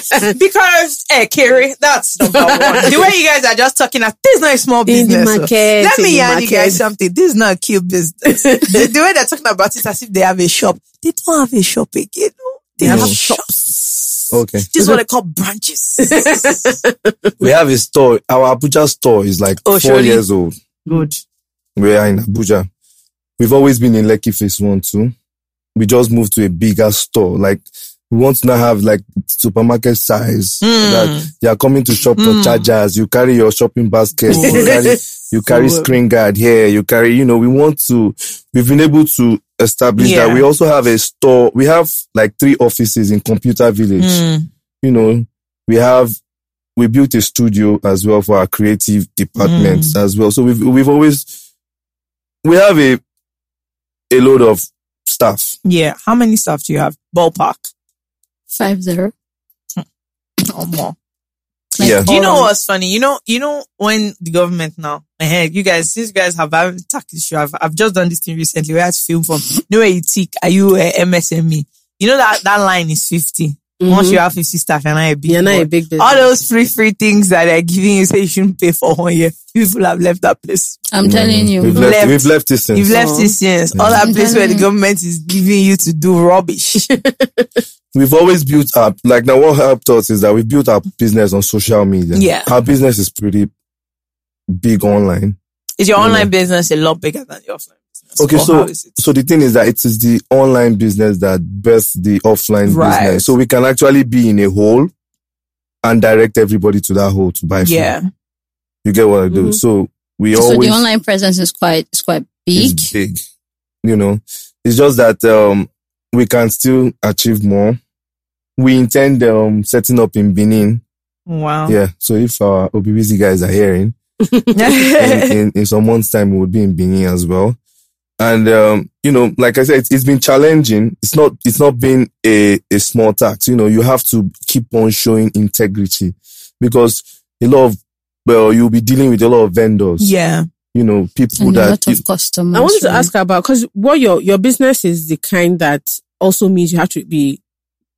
Speaker 7: side. because eh, Kerry, that's number one. The way you guys are just talking, at this is not a small
Speaker 6: the
Speaker 7: business. oh.
Speaker 6: market,
Speaker 7: let
Speaker 6: in
Speaker 7: me
Speaker 6: the
Speaker 7: yarn you guys
Speaker 6: market.
Speaker 7: something. This is not a cute business. the, the way they're talking about it, as if they have a shop. They don't have a shop again. oh. They
Speaker 1: No.
Speaker 7: have shops.
Speaker 1: Okay.
Speaker 7: This is what they call branches.
Speaker 1: We have a store. Our Abuja store is like
Speaker 7: Oh,
Speaker 1: four
Speaker 7: surely.
Speaker 1: years old.
Speaker 7: Good.
Speaker 6: Mm-hmm.
Speaker 1: We are in Abuja. We've always been in Lekki Phase 1 too. We just moved to a bigger store. Like, we want to now have like supermarket size.
Speaker 7: Hmm. Mm.
Speaker 1: That you are coming to shop for chargers. You carry your shopping basket. You carry, you carry screen guard here. You carry, you know, we want to, we've been able to establish
Speaker 7: Yeah.
Speaker 1: that. We also have a store. We have like three offices in Computer Village.
Speaker 7: Hmm. Mm.
Speaker 1: You know, we have we built a studio as well for our creative department as well. So we've we've always we have a a load of staff.
Speaker 7: Yeah. How many staff do you have? Ballpark
Speaker 2: Five zero.
Speaker 6: Oh,
Speaker 7: or more.
Speaker 2: Like, um,
Speaker 1: Yeah.
Speaker 7: Do you
Speaker 2: all
Speaker 7: know
Speaker 2: around.
Speaker 7: what's funny? You know, you know when the government now, eh, you guys, since you guys have having tax issue, I've, I've just done this thing recently. Where I had to film from. You know where you tick? Are you eh, a MSME? E? You know that that line is fifty. Once you have fifty staff, and I a big
Speaker 6: Mm-hmm. You're not
Speaker 7: boy.
Speaker 6: a big business.
Speaker 7: All those free free things that they're giving you say you shouldn't pay for one year. People have left that place.
Speaker 2: I'm telling you.
Speaker 1: Mm-hmm. We've left,
Speaker 7: Left.
Speaker 1: we've left this since.
Speaker 7: You've left this since. All that place where the government is giving you to do rubbish.
Speaker 1: We've always built up. Like now, what helped us is that we built our business on social media.
Speaker 7: Yeah.
Speaker 1: our business is pretty big online.
Speaker 7: Is your online business a lot bigger than your offline business?
Speaker 1: Okay,
Speaker 7: Or how
Speaker 1: so
Speaker 7: is it?
Speaker 1: so the thing is that it is the online business that births the offline
Speaker 7: Right.
Speaker 1: business. So we can actually be in a hole and direct everybody to that hole to buy. from.
Speaker 7: yeah,
Speaker 1: You get what I do? So we
Speaker 2: Mm-hmm. So
Speaker 1: always
Speaker 2: the online presence is quite is quite big.
Speaker 1: is big. You know, it's just that um we can still achieve more. We intend um setting up in Benin.
Speaker 2: Oh.
Speaker 7: wow.
Speaker 1: Yeah. So if our OBBC guys are hearing in, in, in some months time, we will be in Benin as well. And um, you know, like I said, it's, it's been challenging. It's not it's not been a, a small tax. You know, you have to keep on showing integrity because a lot of well, you'll be dealing with a lot of vendors.
Speaker 7: yeah,
Speaker 1: you know, people
Speaker 2: And a
Speaker 1: that
Speaker 2: lot of customers.
Speaker 6: I wanted to
Speaker 2: right?
Speaker 6: ask about because what your your business is the kind that also means you have to be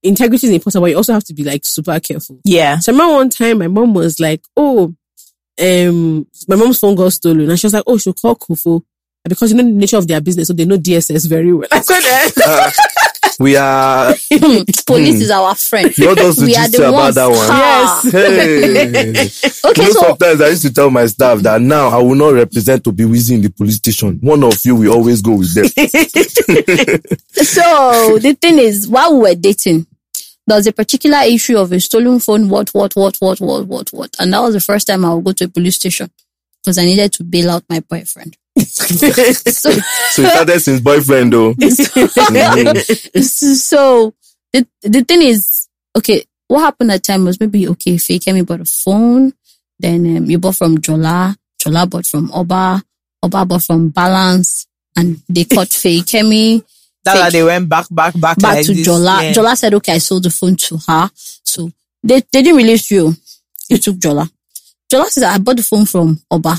Speaker 6: integrity is important, but you also have to be like super careful.
Speaker 7: yeah.
Speaker 6: So I remember one time my mom was like, "Oh, um, my mom's phone got stolen," and she was like, "Oh, she'll call Kofo because you know the nature of their business, so they know DSS very well." I said, "Eh."
Speaker 1: Uh, we are
Speaker 2: Police is our friend.
Speaker 1: you want us Hmm. to
Speaker 2: we are
Speaker 1: gist
Speaker 2: the
Speaker 1: about
Speaker 2: ones.
Speaker 1: that one.
Speaker 2: Ah.
Speaker 1: Hey.
Speaker 2: Okay,
Speaker 1: you know,
Speaker 2: so
Speaker 1: sometimes I used to tell my staff that now I will not represent to be in the police station. One of you will always go with them.
Speaker 2: so the thing is, while we were dating, there was a particular issue of a stolen phone, what, what, what, what, what, what, what. And that was the first time I would go to a police station because I needed to bail out my boyfriend. so,
Speaker 1: So it started since boyfriend though. Mhm.
Speaker 2: so the, the thing is, okay, what happened at time was maybe, okay, Fakemi bought a phone, then um, you bought from Jola, Jola bought from Oba, Oba bought from Balance, and they caught Fakemi.
Speaker 7: That's why
Speaker 2: Fake.
Speaker 7: they went back, back, back,
Speaker 2: back
Speaker 7: like
Speaker 2: to
Speaker 7: this.
Speaker 2: Jola.
Speaker 7: Yeah.
Speaker 2: Jola said, okay, I sold the phone to her. So they, they didn't release you. You took Jola. Jola says, I bought the phone from Oba.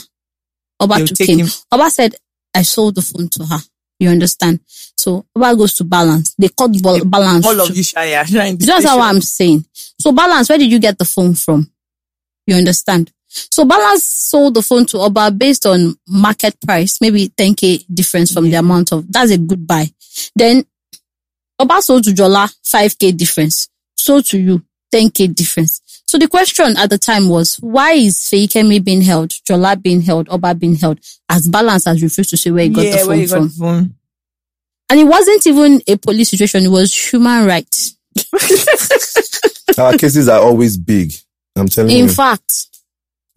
Speaker 2: Oba
Speaker 7: You
Speaker 2: took
Speaker 7: take
Speaker 2: him.
Speaker 7: him.
Speaker 2: Oba said, I sold the phone to her. You understand? So Oba goes to balance. They caught bal- balance.
Speaker 7: All of
Speaker 2: to-
Speaker 7: you, Shaya, are in the
Speaker 2: That's how
Speaker 7: station.
Speaker 2: I'm saying. So balance, where did you get the phone from? You understand? So balance sold the phone to Oba based on market price, maybe 10k difference from the amount of that's a good buy. Then Oba sold to Jola 5k difference. Sold to you 10k difference. So the question at the time was, why is Feikemi being held, Jola being held, Oba being held, as balance has refused to say where he got
Speaker 7: yeah,
Speaker 2: the
Speaker 7: where
Speaker 2: phone
Speaker 7: you got
Speaker 2: from?
Speaker 7: the phone?
Speaker 2: And it wasn't even a police situation, it was human rights.
Speaker 1: Our cases are always big. I'm telling
Speaker 7: Mm.
Speaker 2: In
Speaker 1: you.
Speaker 2: fact,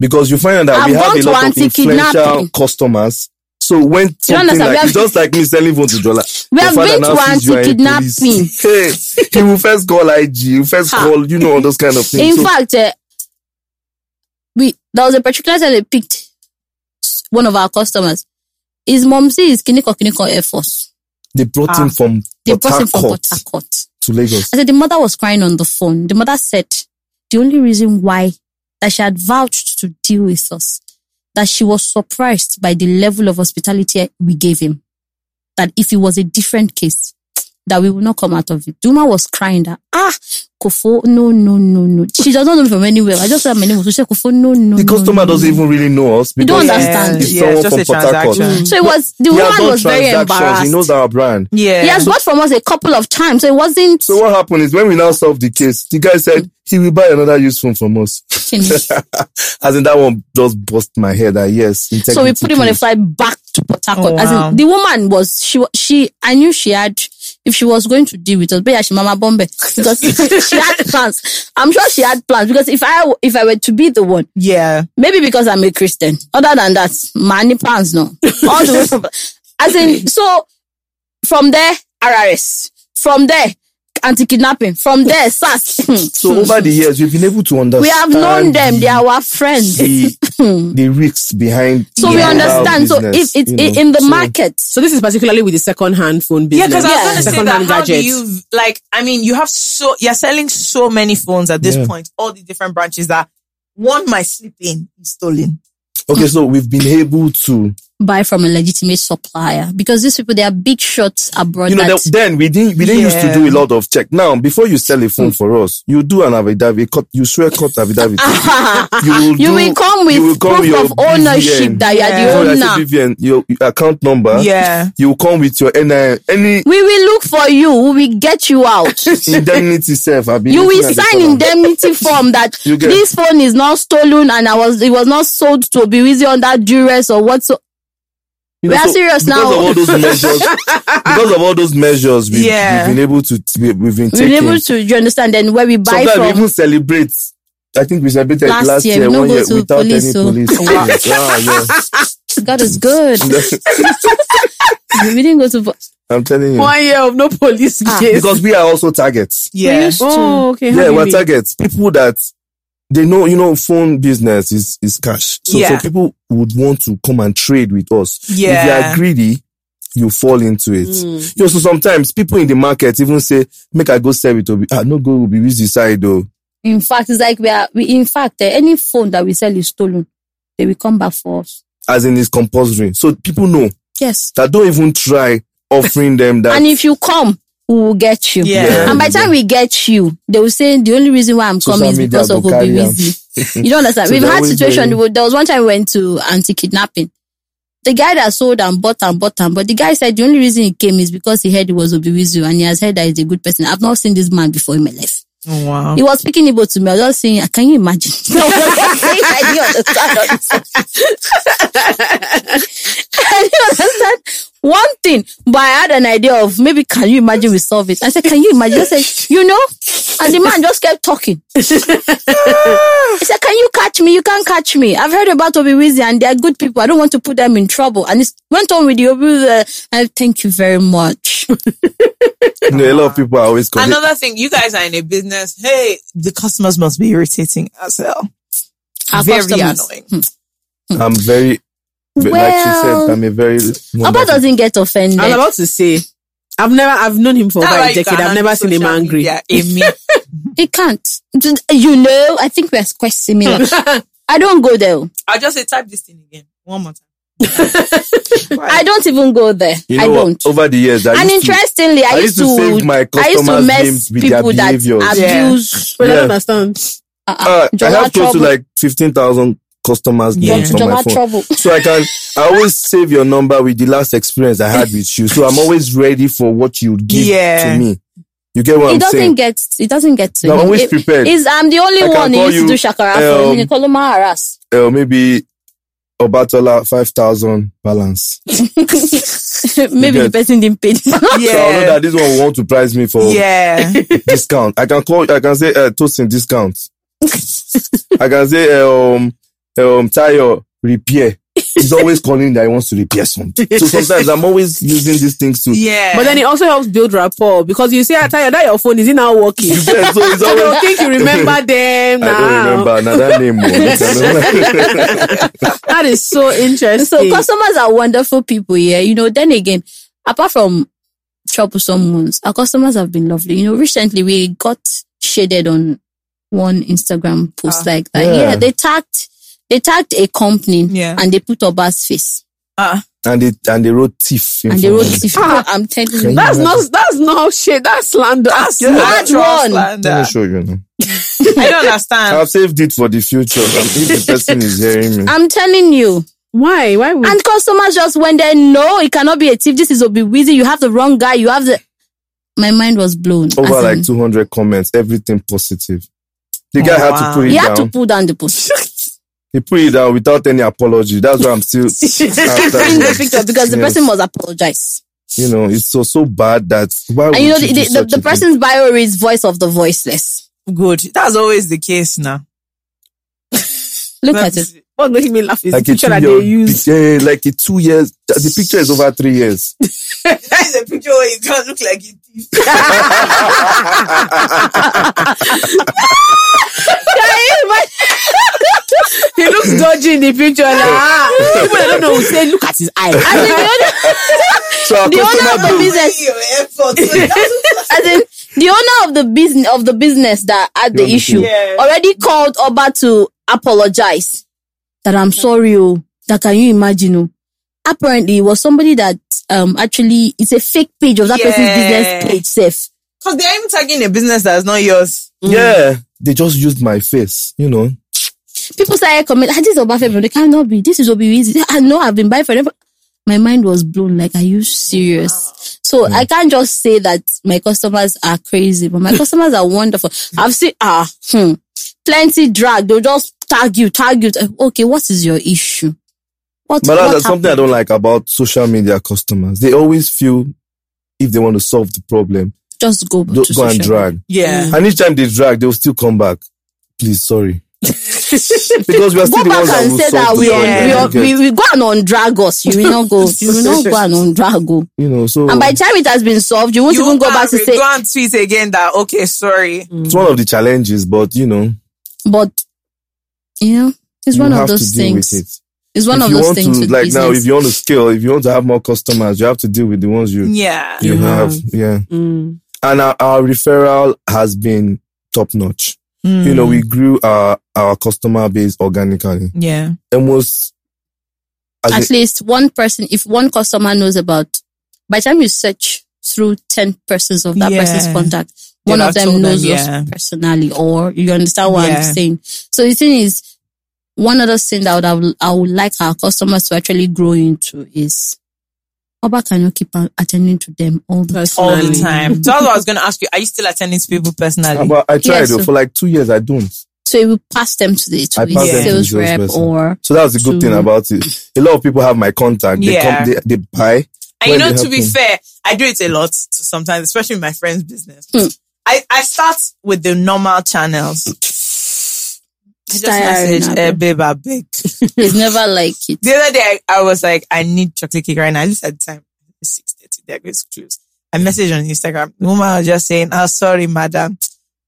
Speaker 1: Because you find out that
Speaker 2: I've
Speaker 1: we have
Speaker 2: gone
Speaker 1: a
Speaker 2: to
Speaker 1: lot of influential
Speaker 2: anti-kidnapping.
Speaker 1: customers. So when something
Speaker 2: understand? We
Speaker 1: like
Speaker 2: have-
Speaker 1: it's just like me selling phone to dollar.
Speaker 2: We
Speaker 1: Your
Speaker 2: have
Speaker 1: father
Speaker 2: been
Speaker 1: now
Speaker 2: to
Speaker 1: sees you are in
Speaker 2: anti-kidnapping.
Speaker 1: police. Hey, he will first call IG, he will first
Speaker 2: Ha.
Speaker 1: call, you know, all those kind of
Speaker 2: In
Speaker 1: things. So
Speaker 2: fact, uh, we there was a particular time they picked s- one of our customers. His mom says Kiniko Kiniko Air Force.
Speaker 1: they brought him from
Speaker 2: Ah, They
Speaker 1: Port
Speaker 2: brought him from
Speaker 1: Harcourt
Speaker 2: Port Harcourt.
Speaker 1: to Lagos.
Speaker 2: I said the mother was crying on the phone. The mother said the only reason why that she had vouched to deal with us that she was surprised by the level of hospitality we gave him. That if it was a different case, that we would not come out of it. Duma was crying that ah Kofo no no no no. She does not know me from anywhere. I just said my name was she said Kofo no no.
Speaker 1: The
Speaker 2: no,
Speaker 1: customer
Speaker 2: no,
Speaker 1: doesn't
Speaker 2: no."
Speaker 1: even really know us.
Speaker 2: You don't
Speaker 1: because
Speaker 2: understand.
Speaker 1: It's
Speaker 7: Yeah,
Speaker 1: someone
Speaker 7: it's
Speaker 1: from
Speaker 7: just
Speaker 1: Port
Speaker 7: a
Speaker 1: Harcourt.
Speaker 7: transaction.
Speaker 2: So it was the
Speaker 1: He has
Speaker 2: woman
Speaker 1: done
Speaker 2: was very
Speaker 1: transactions,
Speaker 2: embarrassed.
Speaker 1: He knows our brand.
Speaker 7: Yeah.
Speaker 2: He has bought from us a couple of times, so it wasn't.
Speaker 1: So what happened is when we now solved the case, the guy said he will buy another used phone from us. As in that one just bust my head. That yes,
Speaker 2: so we put him on a
Speaker 1: integrity.
Speaker 2: flight back to Port Harcourt.
Speaker 7: Oh,
Speaker 2: As
Speaker 7: wow.
Speaker 2: in, the woman was she wa- she I knew she had if she was going to deal with us, but yeah, she mama bombe because she had plans. I'm sure she had plans because if I if I were to be the one,
Speaker 7: Yeah.
Speaker 2: maybe because I'm a Christian. Other than that, money plans no all the way from. As in, so from there RRS, from there anti kidnapping, from there SAS.
Speaker 1: So over the years, we've been able to understand.
Speaker 2: Hmm. we have known them; they
Speaker 1: the-
Speaker 2: are our friends. Hmm.
Speaker 1: the, the risks behind.
Speaker 2: So we
Speaker 1: the
Speaker 2: understand. So
Speaker 1: business,
Speaker 2: if it's
Speaker 1: you
Speaker 2: in
Speaker 1: know.
Speaker 2: in the
Speaker 1: So
Speaker 2: market,
Speaker 6: So this is particularly with the second-hand phone business.
Speaker 7: Yeah, because I was
Speaker 2: Yeah.
Speaker 7: going to say
Speaker 6: Second-hand
Speaker 7: that. How do
Speaker 6: gadgets.
Speaker 7: you like? I mean, you have so you're selling so many phones at this
Speaker 1: Yeah.
Speaker 7: point. All the different branches that one might slip in is stolen.
Speaker 1: okay, so we've been able to.
Speaker 2: buy from a legitimate supplier because these people they are big shots abroad.
Speaker 1: You know,
Speaker 2: that,
Speaker 1: that, then we didn't we didn't used to
Speaker 7: Yeah.
Speaker 1: do a lot of check. Now, before you sell a
Speaker 2: Mm.
Speaker 1: phone for us, you do an affidavit, cut, you swear cut affidavit. you will,
Speaker 2: Ah, you
Speaker 1: do-
Speaker 2: will come with
Speaker 1: you will come
Speaker 2: proof
Speaker 1: with
Speaker 2: of
Speaker 1: your
Speaker 2: ownership
Speaker 1: BVN.
Speaker 2: that you are
Speaker 1: Sorry,
Speaker 7: Yeah.
Speaker 1: I
Speaker 2: the owner.
Speaker 1: said BVN, your, your account number.
Speaker 7: Yeah.
Speaker 1: You will come with your NI, any
Speaker 2: We will look for you. We will get you out.
Speaker 1: indemnity self. I've been
Speaker 2: you
Speaker 1: looking
Speaker 2: will
Speaker 1: at the
Speaker 2: sign
Speaker 1: column.
Speaker 2: indemnity form that
Speaker 1: You get-
Speaker 2: this phone is not stolen and I was it was not sold to be with you under duress or what. So
Speaker 1: You
Speaker 2: We are
Speaker 1: so
Speaker 2: serious
Speaker 1: because
Speaker 2: now.
Speaker 1: Of all those measures, because of all those measures, we've,
Speaker 7: Yeah.
Speaker 1: we've been able to t- we- we've been
Speaker 2: we
Speaker 1: taking.
Speaker 2: are able to. You understand? Then where we buy
Speaker 1: Sometimes we
Speaker 2: from.
Speaker 1: even celebrate. I think we celebrated
Speaker 2: Last
Speaker 1: last,
Speaker 2: year,
Speaker 1: year,
Speaker 2: we no
Speaker 1: one
Speaker 2: go
Speaker 1: year
Speaker 2: to
Speaker 1: without
Speaker 2: police, oh.
Speaker 1: any police.
Speaker 2: so- Wow.
Speaker 1: wow, yeah.
Speaker 2: God is good. we didn't go to.
Speaker 1: I'm telling you.
Speaker 6: One
Speaker 7: um,
Speaker 6: year of no police case.
Speaker 1: Because we are also targets.
Speaker 2: We
Speaker 7: Yeah.
Speaker 2: used to.
Speaker 6: Ah, oh, okay. how
Speaker 1: yeah,
Speaker 6: do you
Speaker 1: we're
Speaker 6: mean?
Speaker 1: targets. People that they know, you know, phone business is is cash. So,
Speaker 7: Yeah.
Speaker 1: so people would want to come and trade with us. If you
Speaker 7: Yeah.
Speaker 1: are greedy, you fall into it. You know, so sometimes people in the market even say, "Make I go sell it Obi." Ah, no go Obi. We decide though.
Speaker 2: In fact, it's like we are. We in fact, eh, any phone that we sell is stolen. They will come back for us.
Speaker 1: As in, it's compulsory. So people know
Speaker 2: Yes.
Speaker 1: that don't even try offering them that.
Speaker 2: And if you come, we will get you.
Speaker 7: Yeah. Yeah.
Speaker 2: And by the time we get you, they will say the only reason why I'm
Speaker 1: Social
Speaker 2: coming is
Speaker 1: media
Speaker 2: because of
Speaker 1: go carry am.
Speaker 2: Obiwizi. you don't understand.
Speaker 1: So
Speaker 2: We've
Speaker 1: they're
Speaker 2: had
Speaker 1: always
Speaker 2: situation.
Speaker 1: very-
Speaker 2: There was one time we went to anti-kidnapping. The guy that sold and bought and bought and bought. The guy said the only reason he came is because he heard he was Obiwizu and he has heard that he's a good person. I've not seen this man before in my life.
Speaker 7: Oh, wow.
Speaker 2: He was speaking Igbo to me. I was just saying, can you imagine? No, I didn't understand. all this. I didn't understand one thing, but I had an idea of maybe can you imagine we solve it? I said, can you imagine? I said, you know, and the man just kept talking. he said, can you catch me? You can't catch me. I've heard about Obi Wizzy and they're good people. I don't want to put them in trouble. And it went on with the Obi Wizzy. I said, thank you very much.
Speaker 1: you know, a lot of people are always coming.
Speaker 7: Another thing, you guys are in a business. Hey, the customers must be irritating as hell.
Speaker 2: Our
Speaker 7: Very
Speaker 2: customers. Hmm.
Speaker 7: annoying.
Speaker 1: I'm very, ve- like she
Speaker 2: Well,
Speaker 1: said, I'm a very.
Speaker 2: Abba
Speaker 1: wonderful-
Speaker 2: doesn't get offended.
Speaker 6: I'm about to say, I've never, I've known him for
Speaker 7: That's
Speaker 6: over
Speaker 7: why
Speaker 6: a
Speaker 7: you
Speaker 6: decade.
Speaker 7: can
Speaker 6: I've never
Speaker 7: handle
Speaker 6: seen him
Speaker 7: social
Speaker 6: angry.
Speaker 7: media, Amy.
Speaker 2: They can't. Just- You know, I think we're quite similar. I don't go there.
Speaker 7: I'll just say type this thing again one more time.
Speaker 2: I don't even go there.
Speaker 1: You know
Speaker 2: I
Speaker 1: what?
Speaker 2: don't.
Speaker 1: Over the years, I
Speaker 2: and
Speaker 1: used to-
Speaker 2: interestingly, I, used to,
Speaker 1: save my
Speaker 2: I used to
Speaker 1: customers'
Speaker 2: mess
Speaker 1: names with their
Speaker 2: people that
Speaker 1: behaviors.
Speaker 7: Yeah.
Speaker 2: abuse.
Speaker 6: But I
Speaker 1: Yeah.
Speaker 6: don't understand.
Speaker 1: Uh, I
Speaker 2: Jollof
Speaker 1: have close to
Speaker 2: trouble.
Speaker 1: like 15,000 customers
Speaker 7: Yeah.
Speaker 1: names on my
Speaker 2: Jollof
Speaker 1: phone.
Speaker 2: trouble.
Speaker 1: So I can, I always save your number with the last experience I had with you. So I'm always ready for what you give
Speaker 7: Yeah.
Speaker 1: to me. You get what
Speaker 2: It
Speaker 1: I'm
Speaker 2: doesn't
Speaker 1: saying?
Speaker 2: get. It doesn't get to
Speaker 1: No,
Speaker 2: him.
Speaker 1: I'm always
Speaker 2: It-
Speaker 1: prepared.
Speaker 2: it's- I'm the only
Speaker 1: I can
Speaker 2: one who
Speaker 1: call
Speaker 2: used to
Speaker 1: you,
Speaker 2: do shakara for.
Speaker 1: um,
Speaker 2: him. They call him Maharas.
Speaker 1: uh, maybe Obatola 5,000 balance.
Speaker 2: Maybe the
Speaker 1: get-
Speaker 2: person didn't pay.
Speaker 1: So I know
Speaker 7: Yeah.
Speaker 1: that this one will want to price me for
Speaker 7: Yeah.
Speaker 1: discount. I can call, I can say, uh, toasting uh, discount. I can say, um, um, tire uh, repair. he's always calling that he wants to repair something. So sometimes I'm always using these things to.
Speaker 7: Yeah.
Speaker 6: But then it also helps build rapport because you say, I tell you that your phone is it now working.
Speaker 1: Yeah,
Speaker 6: so
Speaker 1: so it's
Speaker 6: they
Speaker 1: always.
Speaker 6: will think you remember them
Speaker 1: I
Speaker 6: now.
Speaker 1: don't remember another name. oh.
Speaker 6: That is so interesting.
Speaker 2: So customers are wonderful people, yeah. You know, then again, apart from troublesome ones, our customers have been lovely. You know, recently we got shaded on one Instagram post like that. Yeah.
Speaker 1: Yeah.
Speaker 2: they tagged they tagged a company
Speaker 7: Yeah.
Speaker 2: and they put Oba's face.
Speaker 7: Ah.
Speaker 1: and they and they wrote thief. in
Speaker 2: And they
Speaker 1: front
Speaker 2: wrote
Speaker 1: of it.
Speaker 2: if I'm telling you.
Speaker 6: that's not that's not shit. That's slander.
Speaker 7: That's
Speaker 1: Yeah.
Speaker 7: natural
Speaker 2: Bad one.
Speaker 7: slander.
Speaker 1: Let me show you. Now.
Speaker 7: I don't understand.
Speaker 1: I've saved it for the future. if the person is hearing me.
Speaker 2: I'm telling you.
Speaker 6: Why? Why would
Speaker 2: And customers just went there, no, it cannot be a thief. This is Obi You have the wrong guy. You have the. My mind was blown. As
Speaker 1: Over
Speaker 2: in,
Speaker 1: like 200 comments, everything positive. The guy had to
Speaker 7: wow.
Speaker 1: put it
Speaker 2: Oh, he
Speaker 1: down.
Speaker 2: had to pull down the post.
Speaker 1: He put it down without any apology. That's why I'm still.
Speaker 2: in the picture
Speaker 1: after
Speaker 2: because the
Speaker 1: Yes.
Speaker 2: person must apologize.
Speaker 1: You know, it's so so bad that why would
Speaker 2: And you know,
Speaker 1: you do
Speaker 2: the, the,
Speaker 1: such
Speaker 2: the,
Speaker 1: a
Speaker 2: the
Speaker 1: thing?
Speaker 2: person's bio is voice of the voiceless.
Speaker 7: Good. That's always the case now.
Speaker 2: Look
Speaker 7: That's-
Speaker 2: at it.
Speaker 6: what's making me laugh is
Speaker 1: like
Speaker 6: the
Speaker 1: a
Speaker 6: picture that
Speaker 1: two
Speaker 6: they
Speaker 1: year,
Speaker 6: use.
Speaker 1: pic- yeah, like a two years. The picture is over three years.
Speaker 7: That is a picture where it does look like it.
Speaker 6: He looks dodgy in the picture. Like, ah, people that don't know will say, look at his eye.
Speaker 2: As in, the owner,
Speaker 1: So our
Speaker 2: the owner of
Speaker 1: customer
Speaker 2: the
Speaker 1: base,
Speaker 2: business,
Speaker 7: Your effort.
Speaker 2: as in, the owner of the business of the business that had the
Speaker 1: Yeah,
Speaker 2: issue
Speaker 7: yeah.
Speaker 2: already called Oba to apologize. That I'm sorry, oh, that can you imagine? Oh. Apparently, it was somebody that um actually it's a fake page of that person's
Speaker 7: Yeah.
Speaker 2: business page, safe.
Speaker 7: Because they're even tagging a business that's not yours.
Speaker 1: yeah, they just used my face. You know,
Speaker 2: People started commenting, ah, this is Oba February, they cannot be. This is Obi Easy. I know I've been buying for them. My mind was blown. Like, are you serious? So
Speaker 1: Hmm.
Speaker 2: I can't just say that my customers are crazy, but my customers are wonderful. I've seen, ah, hmm, plenty drag. They'll just tag you, tag you. Okay, what is your issue? What,
Speaker 1: but
Speaker 2: what
Speaker 1: that's something I
Speaker 2: happened?
Speaker 1: don't like about social media customers. They always feel if they want to solve the problem,
Speaker 2: Just go, to
Speaker 1: just go and
Speaker 2: social media.
Speaker 1: drag.
Speaker 7: Yeah.
Speaker 1: And each time they drag, they will still come back. Please, sorry. because we are still the
Speaker 2: Go back
Speaker 1: ones that
Speaker 2: and
Speaker 1: will
Speaker 2: say
Speaker 1: solve
Speaker 2: that
Speaker 1: the
Speaker 2: we,
Speaker 1: problem.
Speaker 7: Yeah.
Speaker 2: are, we,
Speaker 1: Okay.
Speaker 2: are, we, we go and undrag us. You will not go. You will not go and undrag. oh.
Speaker 1: you know, so
Speaker 2: And by the time it has been solved, you won't
Speaker 7: You
Speaker 2: even go back to
Speaker 7: can't
Speaker 2: say,
Speaker 7: Go and tweet again that, okay, sorry.
Speaker 1: it's one of the challenges, but you know,
Speaker 2: but you know, it's
Speaker 1: you
Speaker 2: one
Speaker 1: have
Speaker 2: of those
Speaker 1: to deal
Speaker 2: things.
Speaker 1: with it.
Speaker 2: It's one
Speaker 1: if
Speaker 2: of
Speaker 1: you
Speaker 2: those
Speaker 1: want
Speaker 2: things
Speaker 1: to,
Speaker 2: with
Speaker 1: like
Speaker 2: business.
Speaker 1: now, if you want to scale, if you want to have more customers, you have to deal with the ones you
Speaker 7: Yeah.
Speaker 1: you have. Yeah,
Speaker 6: Mm.
Speaker 1: and our, our referral has been top notch.
Speaker 2: Mm.
Speaker 1: You know, we grew our our customer base organically,
Speaker 7: Yeah.
Speaker 1: almost. as
Speaker 2: At least one person, if one customer knows about, by the time you search through ten persons of that
Speaker 7: Yeah.
Speaker 2: person's contact,
Speaker 7: They'll
Speaker 2: one of
Speaker 7: have
Speaker 2: them
Speaker 7: told them,
Speaker 2: knows us
Speaker 7: yeah.
Speaker 2: personally, or you understand what
Speaker 7: Yeah.
Speaker 2: I'm saying. So the thing is, one other thing that I would, I would like our customers to actually grow into is. Oba cannot keep on attending to them all the time.
Speaker 7: All the time. So that's what I was going to ask you. Are you still attending to people
Speaker 1: Ah,
Speaker 7: personally?
Speaker 1: but I tried
Speaker 2: Yes,
Speaker 1: though,
Speaker 2: so-
Speaker 1: for like two years. I don't.
Speaker 2: So it will pass them to the to
Speaker 1: I
Speaker 2: the
Speaker 1: pass
Speaker 7: them to
Speaker 2: sales
Speaker 1: the sales
Speaker 2: rep
Speaker 1: person.
Speaker 2: or
Speaker 1: So that's the good
Speaker 2: To-
Speaker 1: thing about it. A lot of people have my contact. They
Speaker 7: Yeah.
Speaker 1: come, they, they buy.
Speaker 7: And you
Speaker 1: when
Speaker 7: know,
Speaker 1: they
Speaker 7: to be
Speaker 1: happen.
Speaker 7: fair, I do it a lot to sometimes, especially in my friend's business.
Speaker 2: Hmm.
Speaker 7: I, I start with the normal channels. I just
Speaker 2: Tiring,
Speaker 7: message,
Speaker 2: Abi.
Speaker 7: eh, babe, I beg.
Speaker 2: It's never like it.
Speaker 7: The other day, I, I was like, I need chocolate cake right now. At least at the time, six thirty, they're going to close. I messaged on Instagram. The woman was just saying, "Oh, sorry, madam."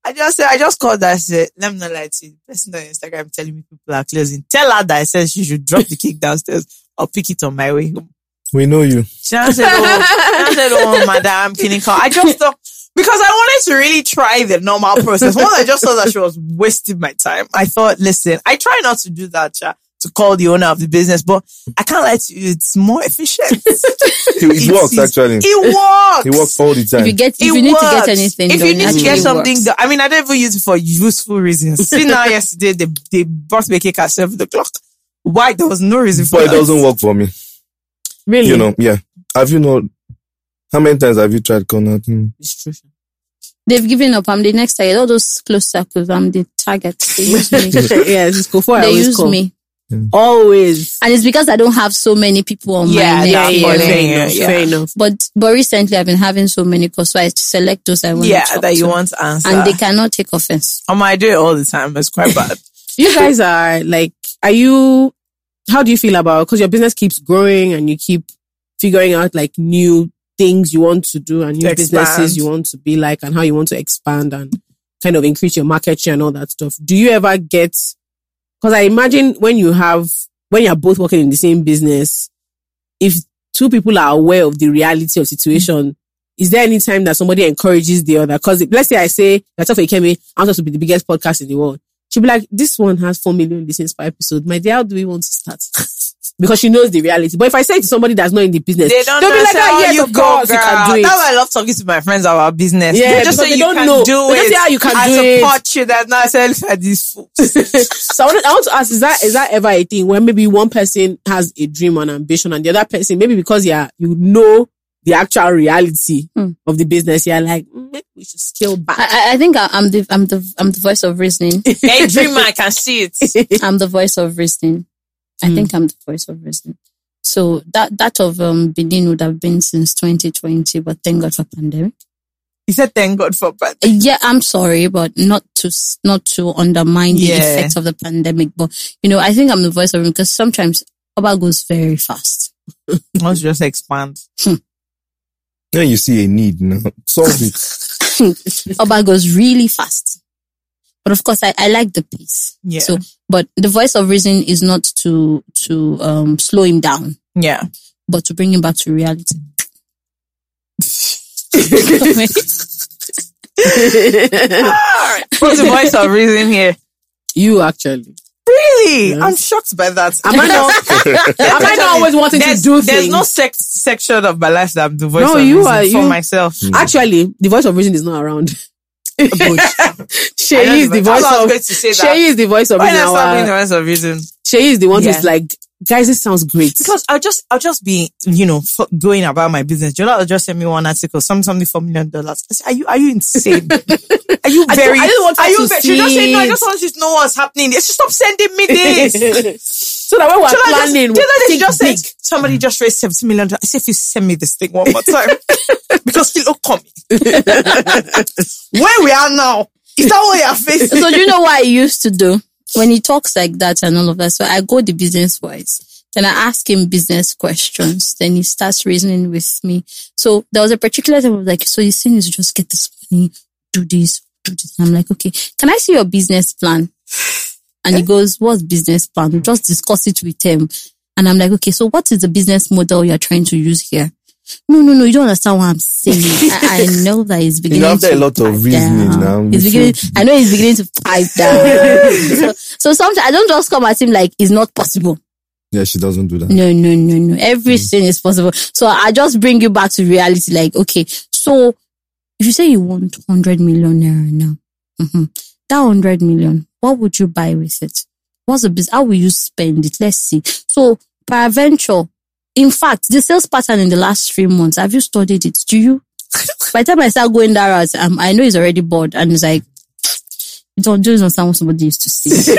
Speaker 7: I just said, I just called her. I said, "Let me not lie to you. The person on Instagram telling me people are closing. Tell her that I said she should drop the cake downstairs. I'll pick it on my way home."
Speaker 1: We know you.
Speaker 7: She now said, oh, she now said, oh, madam, can you call? I just thought, because I wanted to really try the normal process. Once I just saw that she was wasting my time, I thought, listen, I try not to do that, cha, to call the owner of the business, but I can't lie to you, it's more efficient.
Speaker 1: It, it works
Speaker 7: is-
Speaker 1: actually. It,
Speaker 7: It works.
Speaker 1: works all the
Speaker 2: If you
Speaker 1: time.
Speaker 2: get, if
Speaker 7: It
Speaker 2: you need to
Speaker 7: works.
Speaker 2: get anything,
Speaker 7: if you
Speaker 2: done,
Speaker 7: need to
Speaker 2: actually
Speaker 7: get
Speaker 2: it
Speaker 7: something,
Speaker 2: works.
Speaker 7: done, I mean, I don't even use it for useful reasons. See now, yesterday they they brought me a cake at seven o'clock. Why? There was no reason for
Speaker 1: but it
Speaker 7: that.
Speaker 1: doesn't work for me.
Speaker 6: Really?
Speaker 1: You know, yeah. Have you know how many times have you tried Conrad? Hmm.
Speaker 7: It's true.
Speaker 2: they've given up. I'm the next target. All those close circles, I'm the target. They use me.
Speaker 6: yeah, it's cool. Before I
Speaker 2: they
Speaker 6: always
Speaker 2: use
Speaker 6: call.
Speaker 2: me,
Speaker 6: Always.
Speaker 2: and it's because I don't have so many people on
Speaker 7: Yeah,
Speaker 2: my
Speaker 7: yeah,
Speaker 2: neck.
Speaker 7: yeah,
Speaker 2: Yeah,
Speaker 7: yeah.
Speaker 6: Fair enough.
Speaker 2: But but recently, I've been having so many calls, so I select those I want.
Speaker 7: Yeah,
Speaker 2: to talk
Speaker 7: that you
Speaker 2: to.
Speaker 7: want to answer.
Speaker 2: and they cannot take offense.
Speaker 7: Um, I do it all the time. It's quite bad.
Speaker 6: You guys are like, are you how do you feel about because your business keeps growing and you keep figuring out like new things you want to do and new
Speaker 7: Expand.
Speaker 6: businesses you want to be like and how you want to expand and kind of increase your market share and all that stuff. Do you ever get because I imagine when you have when you're both working in the same business, if two people are aware of the reality of situation, is there any time that somebody encourages the other? Because let's say I say that's for Ikemi, I'm supposed to be the biggest podcast in the world. She'll be like, This one has four million listens per episode. My dear, how do we want to start? because she knows the reality. But if I say it to somebody that's not in the business,
Speaker 7: They don't
Speaker 6: they'll
Speaker 7: know.
Speaker 6: be like,
Speaker 7: say,
Speaker 6: "Ah,
Speaker 7: "Oh,
Speaker 6: yes,
Speaker 7: you
Speaker 6: of
Speaker 7: go,
Speaker 6: course, you
Speaker 7: girl."
Speaker 6: can do it.
Speaker 7: That's why I love talking to my friends about business.
Speaker 6: Yeah,
Speaker 7: they
Speaker 6: because
Speaker 7: just say
Speaker 6: they
Speaker 7: you
Speaker 6: don't
Speaker 7: can
Speaker 6: know.
Speaker 7: do
Speaker 6: They just
Speaker 7: it.
Speaker 6: say how you can
Speaker 7: I
Speaker 6: do it.
Speaker 7: support you. That's not self for this fool.
Speaker 6: so I want, I want to ask: Is that is that ever a thing where maybe one person has a dream and ambition, and the other person maybe because yeah you know the actual reality
Speaker 2: Mm.
Speaker 6: of the business, you're like "Mm, maybe we should scale
Speaker 2: I,
Speaker 6: back.
Speaker 2: I- I think I, I'm the I'm the I'm the voice of reasoning.
Speaker 7: Daydreamer, I can see it.
Speaker 2: I'm the voice of reasoning. I
Speaker 7: Hmm.
Speaker 2: think I'm the voice of reasoning. So that that of um Benin would have been since 2020, but thank God for pandemic. Uh,
Speaker 7: He said, "Thank God for that."
Speaker 2: Yeah, I'm sorry, but not to s- not to undermine the
Speaker 7: Yeah.
Speaker 2: effects of the pandemic. But you know, I think I'm the voice of reason because sometimes Oba goes very fast.
Speaker 7: Let's just expand.
Speaker 1: Now you see a need now. Solve it.
Speaker 2: Oba goes really fast. But of course, I, I like the pace.
Speaker 7: Yeah.
Speaker 2: So, but the voice of reason is not to to um slow him down,
Speaker 7: Yeah.
Speaker 2: but to bring him back to reality.
Speaker 7: What's the voice of reason here?
Speaker 6: you actually,
Speaker 7: Really?
Speaker 6: Yes.
Speaker 7: I'm shocked by that.
Speaker 6: am I not? am I not always wanting
Speaker 7: there's,
Speaker 6: to do
Speaker 7: there's
Speaker 6: things?
Speaker 7: no sex, section of my life that I'm the voice
Speaker 6: No,
Speaker 7: of
Speaker 6: you
Speaker 7: reason
Speaker 6: are-
Speaker 7: for
Speaker 6: you-
Speaker 7: myself.
Speaker 6: actually, the voice of reason is not around.
Speaker 7: I know
Speaker 6: Shay is the
Speaker 7: I was
Speaker 6: voice of
Speaker 7: going to say that.
Speaker 6: Shay is the voice of
Speaker 7: Why
Speaker 6: reason.
Speaker 7: not stop being the
Speaker 6: Our-
Speaker 7: voice of reason?
Speaker 6: Shay is the one
Speaker 7: Yeah.
Speaker 6: who's like, guys, this sounds great.
Speaker 7: Because I'll just, I'll just be, you know, f- going about my business. Jola will just send me one article, some something for million dollars. I say, are you, are you insane? Are you
Speaker 6: I don't-
Speaker 7: very,
Speaker 6: I don't want her
Speaker 7: are you
Speaker 6: to
Speaker 7: very, she just say, no, I
Speaker 6: see
Speaker 7: just
Speaker 6: it."
Speaker 7: want you to know what's happening. It's just stop sending me this.
Speaker 6: so that when we're
Speaker 7: Jola just,
Speaker 6: planning, we
Speaker 7: Jola just,
Speaker 6: think
Speaker 7: just said,
Speaker 6: big.
Speaker 7: somebody just raised 70 million dollars. I said, if you send me this thing one more time, because it'll come. Where we are now, is that what you're facing?
Speaker 2: so do you know what I used to do when he talks like that and all of that? So I go the business wise. Then I ask him business questions. Then he starts reasoning with me. So there was a particular time I was like, so you're saying is just get this money, do this, do this. And I'm like, okay, can I see your business plan? And
Speaker 1: Eh?
Speaker 2: he goes, what's business plan? We just discuss it with him. And I'm like, okay, so what is the business model you're trying to use here? No, no, no, you don't understand what I'm saying. I, I know that he's beginning
Speaker 1: after
Speaker 2: to
Speaker 1: a lot of
Speaker 2: pipe
Speaker 1: reasoning
Speaker 2: down.
Speaker 1: now,
Speaker 2: He's
Speaker 1: we
Speaker 2: beginning,
Speaker 1: should-
Speaker 2: I know he's beginning to pipe down. so, so sometimes I don't just come at him like it's not possible.
Speaker 1: Yeah, she doesn't do that.
Speaker 2: No, no, no, no. Everything is possible. So I just bring you back to reality. Like, okay, so if you say you want 100 million naira now, mhm, that 100 million, what would you buy with it? What's the business? How will you spend it? Let's see. So, paraventure. In fact, the sales pattern in the last three months, have you studied it? Do you? By the time I start going that route, um, I know he's already bored and he's like, you don't do not sound what somebody used to see.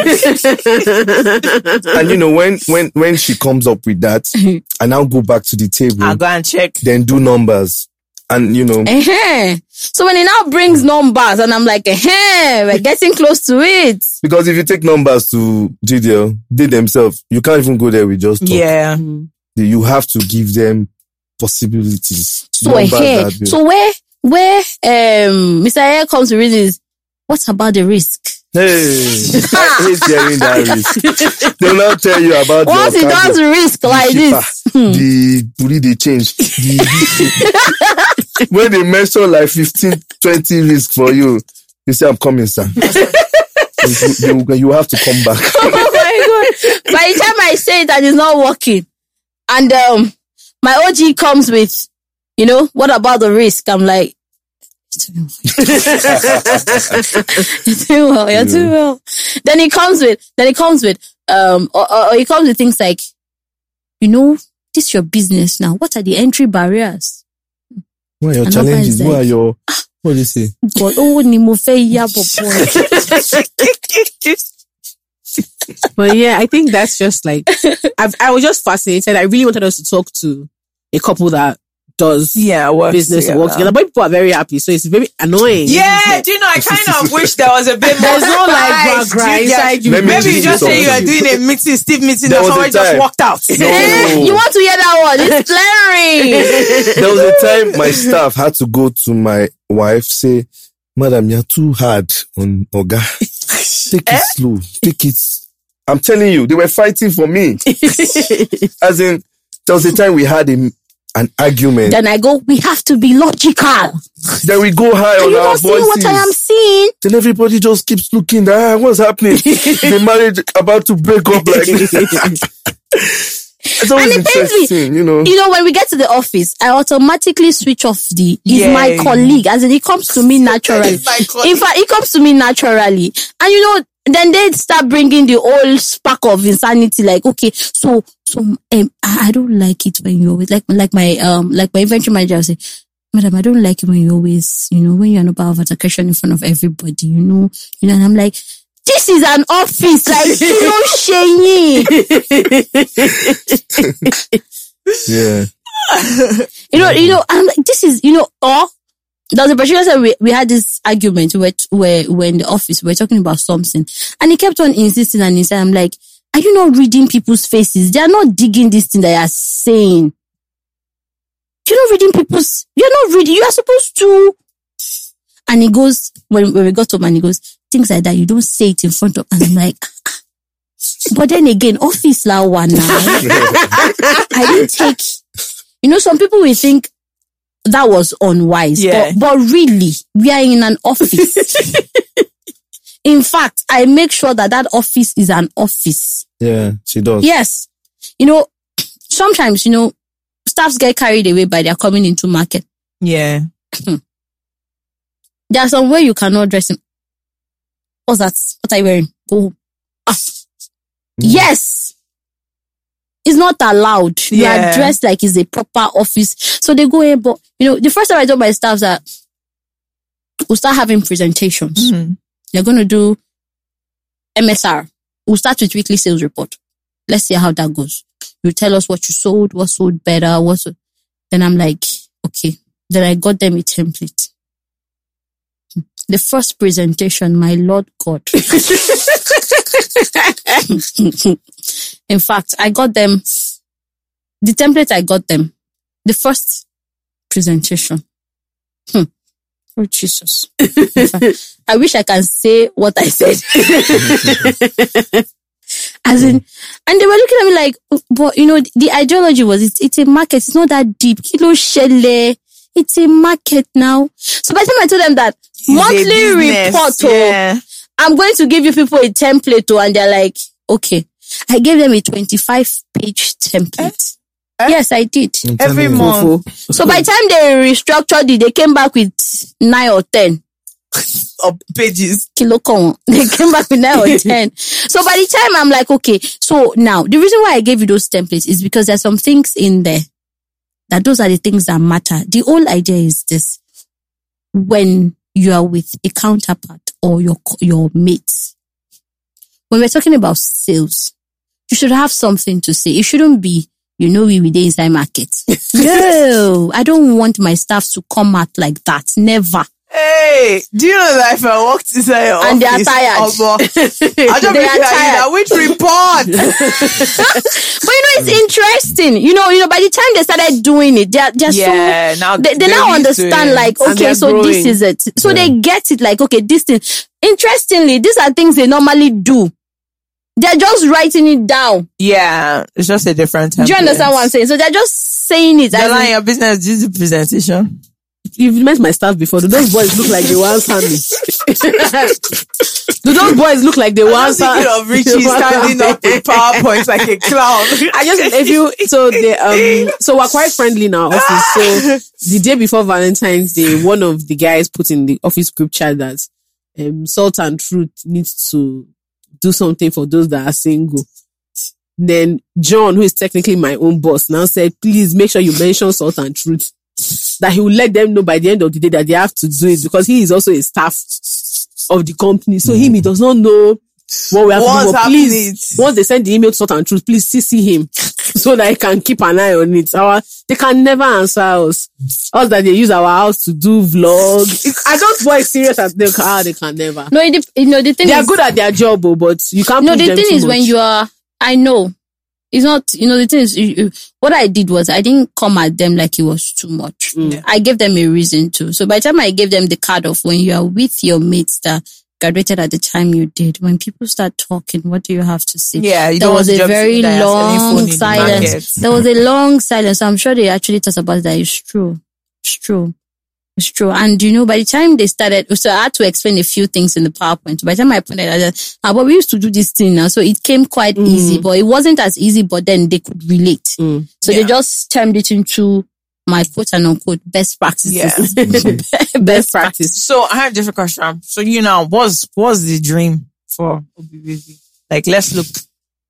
Speaker 1: And you know, when, when, when she comes up with that, I now go back to the table,
Speaker 2: Ah,
Speaker 7: I'll go and check.
Speaker 1: then do numbers. And you
Speaker 2: Eh.
Speaker 1: know,
Speaker 2: Eh-heh. So when he now brings numbers and I'm like, eh, we're getting close to it.
Speaker 1: because if you take numbers to GDL, they themselves, you can't even go there with just talk.
Speaker 7: Yeah.
Speaker 1: You have to give them possibilities.
Speaker 2: So
Speaker 1: numbers
Speaker 2: eh-heh.
Speaker 1: that will-
Speaker 2: So where, where, um, Mr. Air comes to read is, what about the risk?
Speaker 1: Hey, I hate hearing that risk. They'll not tell you about
Speaker 2: Once
Speaker 1: the
Speaker 2: he does risk like this,
Speaker 1: the bully they change. The- when they measure like 15, 20 risk for you, you say, I'm coming, sir. you, you- you have to come back.
Speaker 2: oh my god! By the time I say that it's not working, and um, my OG comes with, you know, what about the risk? I'm like, it's too well, you're too well. Then he comes with, then he comes with, um, or, or, or he comes with things like, you know, this your business now. What are the entry barriers?
Speaker 1: What are your
Speaker 2: Another
Speaker 1: challenges?
Speaker 2: is
Speaker 1: What are your, what do you say?
Speaker 2: God, oh, ni mo fe ya bobo.
Speaker 6: But yeah, I think that's just like I've, I was just fascinated. I really wanted us to talk to a couple that does
Speaker 7: Yeah, work
Speaker 6: business or work together. But people are very happy, so it's very annoying.
Speaker 7: Yeah, do you know? I kind of wish there was a bit more
Speaker 6: There's no, like,
Speaker 7: spice,
Speaker 6: background
Speaker 7: do you get-
Speaker 6: inside you.
Speaker 1: Let me
Speaker 7: Maybe
Speaker 1: give
Speaker 7: you
Speaker 1: you
Speaker 7: just say you are
Speaker 1: something.
Speaker 7: doing a meeting, Steve meeting,
Speaker 1: There was
Speaker 7: and
Speaker 1: a
Speaker 7: someone just
Speaker 1: time.
Speaker 7: walked out.
Speaker 1: No.
Speaker 2: You want to hear that one? It's glaring.
Speaker 1: there was a time my staff had to go to my wife say, "Madam, you're too hard on Oga. Take
Speaker 2: Eh?
Speaker 1: it slow. Take it." I'm telling you, they were fighting for me. As in, there was a time we had a, an argument.
Speaker 2: then I go, we have to be logical.
Speaker 1: then we go high
Speaker 2: Can
Speaker 1: on
Speaker 2: you
Speaker 1: our
Speaker 2: not see
Speaker 1: voices.
Speaker 2: what I am seeing?
Speaker 1: then everybody just keeps looking. Ah, what's happening? the marriage about to break up. Like it's always
Speaker 2: And it pains me.
Speaker 1: interesting, you know.
Speaker 2: You know, when we get to the office, I automatically switch off the is my
Speaker 7: Yeah.
Speaker 2: colleague. As in it comes to me naturally.
Speaker 7: It's my
Speaker 2: in
Speaker 7: colleague.
Speaker 2: fact, it comes to me naturally. And you know, then they start bringing the old spark of insanity. Like, okay, so, so, um, I I don't like it when you're with, like, like my, um, like my inventory manager will say, Madam, I don't like it when you always, you know, when you're not part of altercation in front of everybody, you know, you know, and I'm like, this is an office, like, you know, Shane.
Speaker 1: Yeah.
Speaker 2: You know, you know, I'm like, this is, you know, or there was a particular time we, we had this argument where, where, where in the office, we were talking about something and he kept on insisting and insisting. I'm like, are you not reading people's faces? They are not digging this thing that you are saying. You're not reading people's, you're not reading, you are supposed to. And he goes, when, when we got home and he goes, things like that, you don't say it in front of, and I'm like, but then again, office la one now. I didn't take. You know, some people will think that was unwise,
Speaker 7: Yeah.
Speaker 2: but, but really, we are in an office. in fact, I make sure that that office is an office.
Speaker 1: Yeah, she does.
Speaker 2: Yes. You know, sometimes, you know, staffs get carried away by their coming into market. Hmm.
Speaker 7: Yeah.
Speaker 2: There are some way you cannot dress in. What's that? What are you wearing? Go home. Ah.
Speaker 7: Mm.
Speaker 2: Yes. It's not allowed. You
Speaker 7: Yeah.
Speaker 2: are dressed like it's a proper office. So they go in, but you know, the first time I told my staff that we'll start having presentations.
Speaker 7: Mhm.
Speaker 2: They're going to do MSR. We'll start with weekly sales report. Let's see how that goes. You tell us what you sold, what sold better, what sold. Then I'm like, okay. Then I got them a template. The first presentation, my Lord God. In fact, I got them the template I got them. The first presentation. Hmm. Oh Jesus. In fact, I wish I can say what I said. As in, and they were looking at me like, "Oh, but you know, the ideology was it's, it's a market, it's not that deep. Kilo shele. It's a market now. So by the time I told them that
Speaker 7: It's a
Speaker 2: monthly
Speaker 7: business,
Speaker 2: report, oh,
Speaker 7: Yeah.
Speaker 2: I'm going to give you people a template, oh, and they're like, okay. I gave them a 25 page template. Yes, I did.
Speaker 1: I'm telling
Speaker 7: Every
Speaker 1: you.
Speaker 7: month.
Speaker 2: So by the time they restructured it, they came back with nine or 10
Speaker 7: Of pages.
Speaker 2: kilo corn. They came back with nine or 10. So by the time I'm like, okay, so now the reason why I gave you those templates is because there's some things in there that those are the things that matter. The whole idea is this. When you are with a counterpart or your, co- your mates, when we're talking about sales, you should have something to say. It shouldn't be, you know, we we dey inside market. no, I don't want my staff to come out like that. Never.
Speaker 7: Hey, do you know that if I walked inside your
Speaker 2: And they are
Speaker 7: office,
Speaker 2: tired.
Speaker 7: Omo, I just
Speaker 2: They
Speaker 7: be
Speaker 2: are
Speaker 7: like,
Speaker 2: tired.
Speaker 7: "Which report?
Speaker 2: But you know, it's interesting. You know, you know, by the time they started doing it, they're, they're so,
Speaker 7: yeah, Uh, now
Speaker 2: they, they
Speaker 7: they're
Speaker 2: now
Speaker 7: used to it.
Speaker 2: understand like,
Speaker 6: And
Speaker 2: okay,
Speaker 6: they're
Speaker 2: so this
Speaker 6: growing.
Speaker 2: is it. So they get it like, okay, this thing. Interestingly, these are things they normally do. They're just writing it down.
Speaker 7: yeah, it's just a different.
Speaker 2: Do you
Speaker 7: template.
Speaker 2: understand what I'm saying? So they're just saying it. as
Speaker 7: They're
Speaker 2: in-
Speaker 7: like, your business. This is the presentation.
Speaker 6: You've met my staff before. Do those boys look like they want family? Do those boys look like they
Speaker 7: I'm
Speaker 6: want
Speaker 7: thinking of Richie standing up with PowerPoints like a clown.
Speaker 6: I just if you so they um so we're quite friendly in our office. So the day before Valentine's Day, one of the guys put in the office group chat that um Salt and Truth needs to do something for those that are single. Then John, who is technically my own boss, now said, please make sure you mention Salt and Truth. That he will let them know by the end of the day that they have to do it because he is also a staff of the company. So him, he does not know what we have to do.
Speaker 7: What's
Speaker 6: But
Speaker 7: happening?
Speaker 6: Please, once they send the email to Salt and Truth, please CC him so that I can keep an eye on it. Our they can never answer us. Us that they use our house to do vlogs. It- I don't work serious as they can. Ah, they can never.
Speaker 2: No, it, dep- you know the thing
Speaker 6: They
Speaker 2: is
Speaker 6: are good at their job, oh, but you can't.
Speaker 2: no
Speaker 6: push
Speaker 2: the
Speaker 6: them
Speaker 2: thing
Speaker 6: too
Speaker 2: is when
Speaker 6: much.
Speaker 2: you are i know it's not you know the thing is you, you- what i did was i didn't come at them like it was too much i gave them a reason to so by the time i gave them the card off when you are with your mates that graduated at the time you did when people start talking what do you have to say
Speaker 7: Yeah, you
Speaker 2: there
Speaker 7: don't
Speaker 2: was
Speaker 7: want
Speaker 2: a
Speaker 7: jobs
Speaker 2: very
Speaker 7: that are selling phone
Speaker 2: long
Speaker 7: in the market.
Speaker 2: silence there was a long silence i'm sure they actually thought about that it's true it's true it's true. And you know, by the time they started, so I had to explain a few things in the PowerPoint. By the time I pointed out, that, ah, but we used to do this thing now. So it came quite
Speaker 7: Mm.
Speaker 2: easy, but it wasn't as easy, but then they could relate. So they just turned it into my quote and unquote best practices.
Speaker 7: Yeah.
Speaker 1: Mm.
Speaker 2: best practice.
Speaker 7: So I have a different question. Um, So you know, what's what's the dream for Obiwezi? Like, let's look.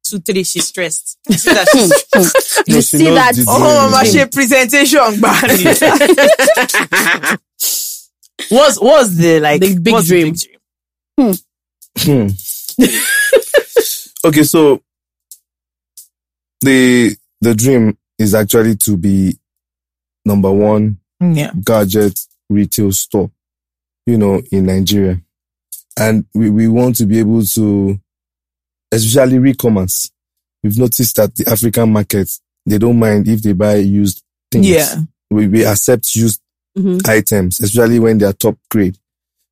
Speaker 7: Two, three, she's stressed. You see that she's-
Speaker 1: No,
Speaker 2: you
Speaker 1: she
Speaker 2: see
Speaker 1: knows
Speaker 2: that?
Speaker 1: the
Speaker 7: oh,
Speaker 1: deal.
Speaker 7: mama, she presentation, but what's what's the like
Speaker 6: The big
Speaker 7: what's
Speaker 6: dream.
Speaker 1: Hmm. okay, so the the dream is actually to be number one
Speaker 7: dream? Yeah,
Speaker 1: gadget retail store, you know, in Nigeria. And we, we want to be able to, especially re-commerce. We've noticed that the African market, they don't mind if they buy used things.
Speaker 7: yeah, Mm-hmm.
Speaker 1: We, we accept used
Speaker 6: Mhm.
Speaker 1: items, especially when they are top grade.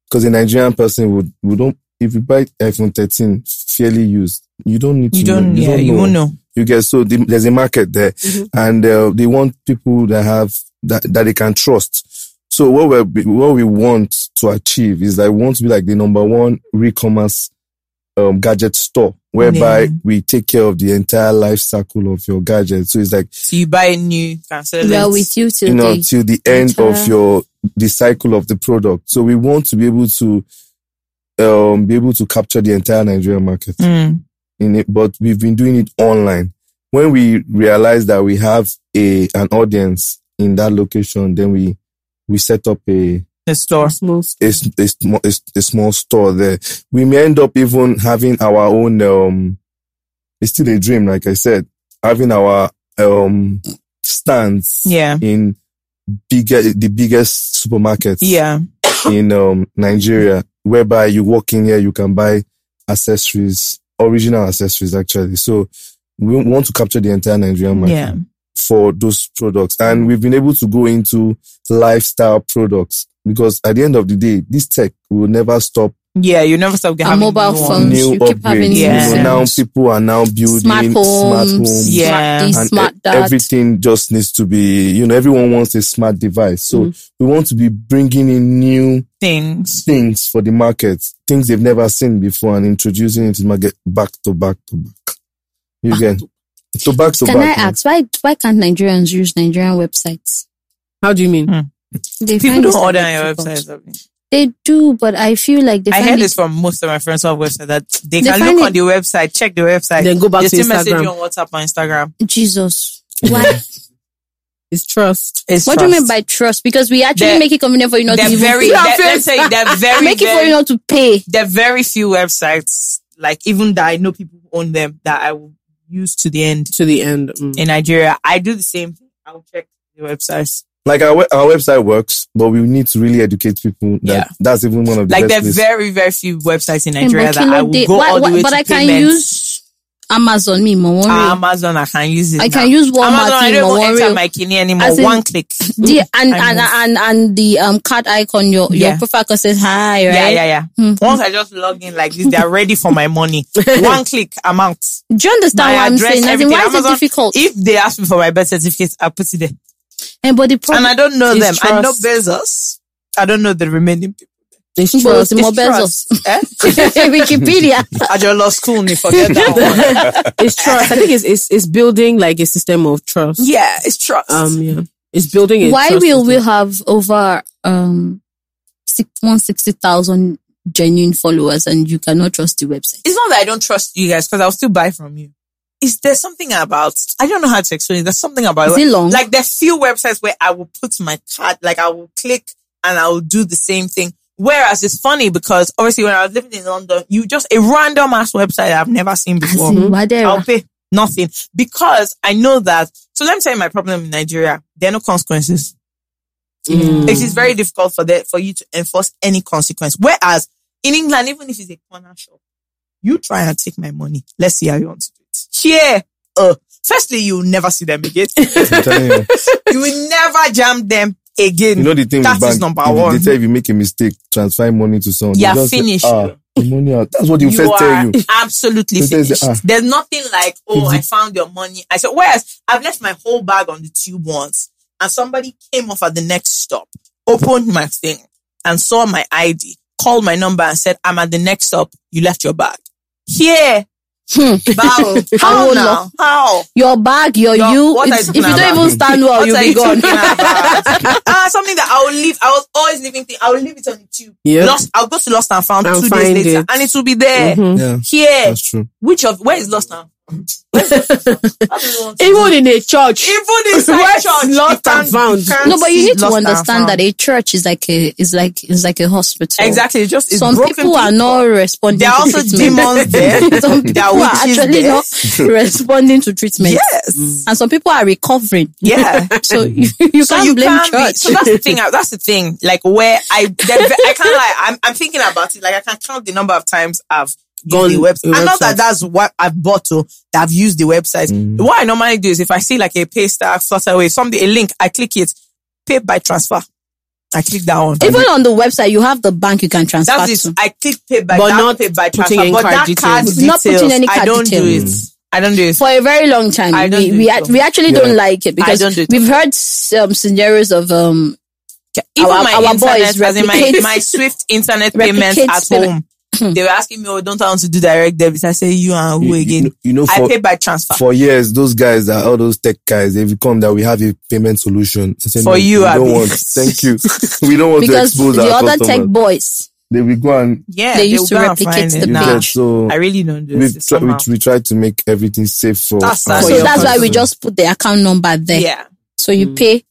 Speaker 1: Because a Nigerian person would, would don't, if you buy iPhone 13 fairly used, you don't need to
Speaker 7: you
Speaker 1: know.
Speaker 7: don't,
Speaker 1: You
Speaker 7: yeah,
Speaker 1: don't
Speaker 7: you
Speaker 1: know.
Speaker 7: won't know.
Speaker 1: You get so the, there's a market there, and uh, they want people that have that that they can trust. So what we what we want to achieve is that we want to be like the number one re-commerce um, gadget store, whereby
Speaker 7: Yeah.
Speaker 1: we take care of the entire life cycle of your gadget. So it's like
Speaker 7: So you buy new, cancel
Speaker 2: We are
Speaker 7: it.
Speaker 2: with you till
Speaker 1: you know
Speaker 2: the-
Speaker 1: till the end of
Speaker 2: entire-
Speaker 1: your the cycle of the product. So we want to be able to um, be able to capture the entire Nigerian market
Speaker 7: Mm.
Speaker 1: in it, but we've been doing it online. When we realize that we have a an audience in that location, then we we set up a
Speaker 7: The store.
Speaker 1: a, s- a sm- a s- a small store there. We may end up even having our own. Um, it's still a dream, like I said, having our um stands
Speaker 7: Yeah,
Speaker 1: in bigger the biggest supermarkets
Speaker 7: yeah.
Speaker 1: in um, Nigeria, whereby you walk in here, you can buy accessories, original accessories actually. So we want to capture the entire Nigerian market
Speaker 7: Yeah.
Speaker 1: for those products. And we've been able to go into lifestyle products because at the end of the day, this tech will never stop
Speaker 7: Yeah, you never stop
Speaker 2: A
Speaker 7: getting
Speaker 2: mobile
Speaker 7: new
Speaker 2: phone.
Speaker 7: ones.
Speaker 1: new
Speaker 2: you keep having
Speaker 1: upgrades. You know,
Speaker 7: Yeah.
Speaker 1: now people are now building
Speaker 2: Smart homes,
Speaker 1: homes.
Speaker 7: Yeah.
Speaker 2: smart this,
Speaker 1: And
Speaker 2: smart
Speaker 1: e-
Speaker 2: that.
Speaker 1: everything just needs to be, you know, everyone wants a smart device. So
Speaker 2: Mm.
Speaker 1: we want to be bringing in new
Speaker 7: things.
Speaker 1: things for the market, things they've never seen before, and introducing it to market back to back to back. You get to back to
Speaker 2: Can I
Speaker 1: back.
Speaker 2: ask why why can't Nigerians use Nigerian websites?
Speaker 6: How do you mean?
Speaker 2: They
Speaker 7: People
Speaker 2: find it
Speaker 7: don't order on your
Speaker 2: difficult.
Speaker 7: website. Obi.
Speaker 2: They do, but I feel like they
Speaker 7: I
Speaker 2: find
Speaker 7: heard
Speaker 2: it
Speaker 7: this from most of my friends who have website that they,
Speaker 2: They
Speaker 7: can
Speaker 2: find
Speaker 7: look on
Speaker 2: it-
Speaker 7: the website, check the website,
Speaker 6: Then go back
Speaker 7: they
Speaker 6: to
Speaker 7: still message
Speaker 6: Instagram.
Speaker 7: you on WhatsApp or Instagram.
Speaker 2: Jesus. Why?
Speaker 6: It's trust.
Speaker 7: It's
Speaker 2: what do you
Speaker 7: trust.
Speaker 2: mean by trust? Because we actually
Speaker 7: They're-
Speaker 2: make it convenient for you not to
Speaker 7: They're
Speaker 2: even
Speaker 7: very.
Speaker 2: pay.
Speaker 7: They're, let me tell you, they're very.
Speaker 2: make it for
Speaker 7: very-
Speaker 2: you not to pay.
Speaker 7: there are very few websites, like even that I know people who own them that I will use to the end
Speaker 6: To the end. Mm.
Speaker 7: in Nigeria. I do the same. thing. I'll check the websites.
Speaker 1: Like our, we- our website works, but we need to really educate people that
Speaker 7: Yeah.
Speaker 1: that's even one of the
Speaker 7: Like
Speaker 1: best
Speaker 7: there are
Speaker 1: places.
Speaker 7: very, very few websites in
Speaker 2: In
Speaker 7: Nigeria that
Speaker 2: Burkina
Speaker 7: I will
Speaker 2: Day-
Speaker 7: go
Speaker 2: why-
Speaker 7: all the
Speaker 2: why-
Speaker 7: way
Speaker 2: But
Speaker 7: to
Speaker 2: I can
Speaker 7: payments.
Speaker 2: use Amazon me, more
Speaker 7: Ah, Amazon, I can use it.
Speaker 2: I
Speaker 7: now.
Speaker 2: can use Walmart
Speaker 7: Amazon, I
Speaker 2: me,
Speaker 7: don't
Speaker 2: more
Speaker 7: even enter my kidney anymore.
Speaker 2: As in-
Speaker 7: One click.
Speaker 2: the, and,
Speaker 7: I
Speaker 2: and,
Speaker 7: know.
Speaker 2: and, and the um card icon, your,
Speaker 7: Yeah.
Speaker 2: your profile card says hi, right?
Speaker 7: Yeah, yeah, yeah.
Speaker 2: Mhm.
Speaker 7: Once I just log in like this, they are ready for my money. One click, I'm out.
Speaker 2: Do you understand
Speaker 7: My
Speaker 2: what I'm
Speaker 7: address,
Speaker 2: saying? As in,
Speaker 7: everything.
Speaker 2: why is
Speaker 7: Amazon-
Speaker 2: it difficult?
Speaker 7: If they ask me for my birth certificate, I put it there.
Speaker 2: and but the problem,
Speaker 7: And I don't know
Speaker 6: It's
Speaker 7: them. I know
Speaker 6: trust.
Speaker 7: Bezos. I don't know the remaining people.
Speaker 6: It's
Speaker 2: but
Speaker 6: trust.
Speaker 2: it's more
Speaker 7: trust.
Speaker 2: Bezos.
Speaker 7: Eh?
Speaker 2: Wikipedia.
Speaker 7: I just lost school. Me forget that one.
Speaker 6: It's trust. I think it's, it's it's building like a system of trust.
Speaker 7: Yeah, it's trust.
Speaker 6: Um. Yeah. It's building. A
Speaker 2: Why
Speaker 6: trust
Speaker 2: will we
Speaker 6: system.
Speaker 2: have over um six, 160,000 genuine followers and you cannot trust the website?
Speaker 7: it's not that I don't trust you guys because I'll still buy from you. Is there something about? I don't know how to explain. it. There's something about
Speaker 2: Is it long?
Speaker 7: Mm-hmm. like there are few websites where I will put my card, like I will click and I will do the same thing. Whereas it's funny because obviously when I was living in London, you just a random ass website I've never seen
Speaker 2: As
Speaker 7: before.
Speaker 2: in, why there
Speaker 7: Mhm. I'll
Speaker 2: are-
Speaker 7: pay. Nothing. Because I know that. So let me tell you my problem in Nigeria. There are no consequences.
Speaker 6: Mm.
Speaker 7: It is very difficult for the, for you to enforce any consequence. Whereas in England, even if it's a corner shop, you try and take my money. Let's see how you want to do it. Here, uh, firstly, you'll never see them again.
Speaker 1: I'm telling you.
Speaker 7: you will never jam them again.
Speaker 1: You know the thing
Speaker 7: That
Speaker 1: with bank.
Speaker 7: is number
Speaker 1: if
Speaker 7: one.
Speaker 1: They tell you if you make a mistake, transfer money to someone.
Speaker 7: You
Speaker 1: They
Speaker 7: are
Speaker 1: just say,
Speaker 7: finished.
Speaker 1: ah, the money out. That's what you, first tell you.
Speaker 7: absolutely
Speaker 1: You first say,
Speaker 7: finished.
Speaker 1: "Ah."
Speaker 7: There's nothing like, oh, I found your money. I said, whereas I've left my whole bag on the tube once and somebody came off at the next stop, opened my thing and saw my ID, called my number and said, I'm at the next stop. You left your bag. Here.
Speaker 2: Hmm.
Speaker 7: Bow. How
Speaker 2: will
Speaker 7: now? How?
Speaker 2: Your bag, your
Speaker 7: Your-
Speaker 2: you.
Speaker 7: what are
Speaker 2: it's-
Speaker 7: you
Speaker 2: If you
Speaker 7: talking
Speaker 2: don't
Speaker 7: about?
Speaker 2: even stand well,
Speaker 7: What
Speaker 2: Oh, you'll
Speaker 7: are
Speaker 2: be
Speaker 7: you talking
Speaker 2: gone.
Speaker 7: about? Ah, something that I will leave. I was always leaving thing. I will leave it on the tube.
Speaker 6: Yep.
Speaker 7: Lost. I'll go to Lost and Found
Speaker 6: And
Speaker 7: two days
Speaker 6: find
Speaker 7: later,
Speaker 6: it.
Speaker 7: and it will be there.
Speaker 6: Mhm.
Speaker 1: Yeah,
Speaker 7: Here,
Speaker 1: that's true.
Speaker 7: which of where is Lost now?
Speaker 6: Even in a church.
Speaker 7: Even inside
Speaker 6: Where's
Speaker 7: church,
Speaker 6: Lost
Speaker 7: you can't-
Speaker 6: and Found?
Speaker 7: can't
Speaker 2: No, but you
Speaker 7: see
Speaker 2: need to
Speaker 7: Lost and
Speaker 2: understand
Speaker 7: Found.
Speaker 2: that a church is like a is like is like a hospital.
Speaker 7: exactly. It's just it's
Speaker 2: Some people,
Speaker 7: broken
Speaker 2: are not responding.
Speaker 7: There are
Speaker 2: to
Speaker 7: also
Speaker 2: treatment.
Speaker 7: demons there.
Speaker 2: some
Speaker 7: There
Speaker 2: people
Speaker 7: are
Speaker 2: are
Speaker 7: witches
Speaker 2: actually
Speaker 7: there.
Speaker 2: not responding to treatment,
Speaker 7: Yes.
Speaker 2: and some people are recovering.
Speaker 7: Yeah.
Speaker 2: So you, you can't blame
Speaker 7: can't
Speaker 2: church.
Speaker 7: so that's the thing. uh, That's the thing. Like where I, the- I can't like. I'm, I'm thinking about it. Like I can count the number of times I've
Speaker 6: Gone
Speaker 7: gone the website.
Speaker 6: the
Speaker 7: And not
Speaker 6: website.
Speaker 7: that that's what I've bought to that I've used the website. What I normally do is if I see like a pay stack, flutterwave, something, a link, I click it, pay by transfer. I click that one.
Speaker 2: Even on the website, you have the bank you can transfer
Speaker 7: That's
Speaker 2: to.
Speaker 7: it. I click pay by,
Speaker 6: But
Speaker 7: that
Speaker 6: not
Speaker 7: pay by
Speaker 6: putting
Speaker 7: transfer.
Speaker 6: in
Speaker 7: but
Speaker 6: card
Speaker 7: that card
Speaker 6: details.
Speaker 7: details,
Speaker 2: Not putting any
Speaker 7: I
Speaker 2: card
Speaker 7: don't
Speaker 2: details.
Speaker 7: do it. I don't do it.
Speaker 2: for a very long time.
Speaker 7: I don't
Speaker 2: we
Speaker 7: do
Speaker 2: we,
Speaker 7: it
Speaker 2: act-
Speaker 7: though.
Speaker 2: we actually
Speaker 1: Yeah.
Speaker 2: don't like it because
Speaker 7: don't do it
Speaker 2: we've heard some scenarios of um
Speaker 7: Even
Speaker 2: Our-
Speaker 7: my
Speaker 2: our
Speaker 7: internet,
Speaker 2: boys
Speaker 7: as in my,
Speaker 2: replicate-
Speaker 7: my Swift internet payments
Speaker 2: replicate Hmm.
Speaker 7: at home. they were asking me, "Oh, don't I want to do direct debit?" I say, "You and who
Speaker 1: You- you
Speaker 7: again?"
Speaker 1: know- you know,
Speaker 7: I
Speaker 1: for-
Speaker 7: pay by transfer.
Speaker 1: For years, those guys that all those tech guys, they've come that we have a payment solution. I say,
Speaker 7: For you,
Speaker 1: we don't
Speaker 7: Abi.
Speaker 1: want. Thank you. we don't want
Speaker 2: because
Speaker 1: to expose
Speaker 2: the
Speaker 1: our
Speaker 2: other
Speaker 1: customers.
Speaker 2: tech boys
Speaker 1: they will go and
Speaker 7: yeah,
Speaker 2: They used
Speaker 7: will
Speaker 2: to
Speaker 7: go and
Speaker 2: replicate
Speaker 7: find
Speaker 2: the
Speaker 7: it.
Speaker 1: you
Speaker 2: Nah.
Speaker 1: get so.
Speaker 7: I really don't do
Speaker 1: we
Speaker 7: this
Speaker 1: try, we,
Speaker 7: somehow.
Speaker 1: we try to make everything safe for.
Speaker 7: That's sad.
Speaker 1: our
Speaker 7: For
Speaker 2: so
Speaker 7: your
Speaker 2: that's why we
Speaker 1: customers.
Speaker 2: just put the account number there
Speaker 7: Yeah, Mm.
Speaker 2: so you pay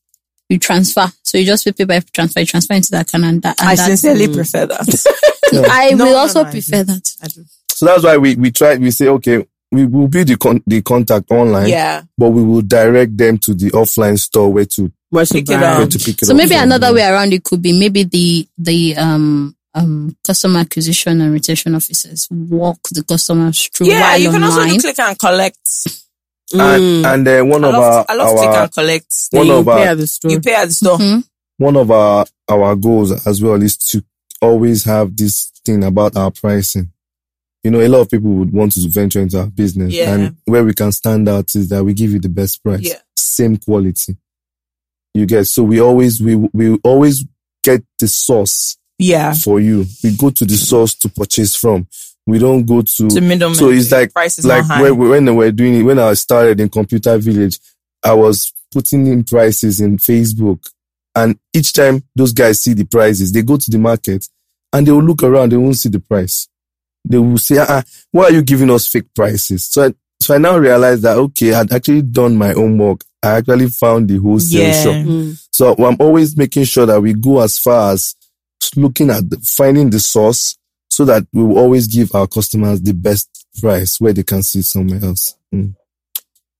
Speaker 2: you transfer so you just pay, pay by transfer you transfer into the account and that and
Speaker 7: I
Speaker 2: that.
Speaker 7: sincerely prefer that.
Speaker 2: I
Speaker 7: No,
Speaker 2: will
Speaker 7: no,
Speaker 2: also
Speaker 7: no, I
Speaker 2: prefer that
Speaker 7: I do.
Speaker 1: So that's why we we try. We say okay, we will build the con- the contact online,
Speaker 7: Yeah,
Speaker 1: but we will direct them to the offline store where to
Speaker 6: Where to
Speaker 7: Pick it
Speaker 6: buy?
Speaker 1: where
Speaker 7: Um,
Speaker 1: to pick it
Speaker 2: so
Speaker 1: up.
Speaker 2: maybe another way around it could be maybe the the um um customer acquisition and retention officers walk the customers through
Speaker 7: yeah.
Speaker 2: while
Speaker 7: You can
Speaker 2: online
Speaker 7: also do click and collect.
Speaker 1: And,
Speaker 2: Mm.
Speaker 1: and then one
Speaker 7: I
Speaker 1: of
Speaker 7: love,
Speaker 1: our,
Speaker 7: I love click
Speaker 1: our
Speaker 7: and collect.
Speaker 1: one
Speaker 6: you
Speaker 1: of our-
Speaker 6: pay at the store.
Speaker 7: You pay at the store.
Speaker 2: Hmm?
Speaker 1: one of our our goals as well is to always have this thing about our pricing. You know, a lot of people would want to venture into our business,
Speaker 7: Yeah.
Speaker 1: and where we can stand out is that we give you the best price,
Speaker 7: Yeah.
Speaker 1: same quality. You get so we always we we always get the source
Speaker 7: Yeah,
Speaker 1: for you. We go to the source to purchase from. We don't go to
Speaker 7: to middleman.
Speaker 1: Mm. so it's like
Speaker 7: prices
Speaker 1: like
Speaker 7: not high.
Speaker 1: when, when they were doing it when I started in Computer Village, I was putting in prices in Facebook, and each time those guys see the prices, they go to the market and they will look around. They won't see the price. They will say, "Ah, why are you giving us fake prices?" So I, so I now realized that okay, I'd actually done my own work. I actually found the wholesale
Speaker 7: yeah.
Speaker 1: shop.
Speaker 6: Mm.
Speaker 1: So I'm always making sure that we go as far as looking at the, finding the source so that we will always give our customers the best price where they can see it somewhere else. Mm.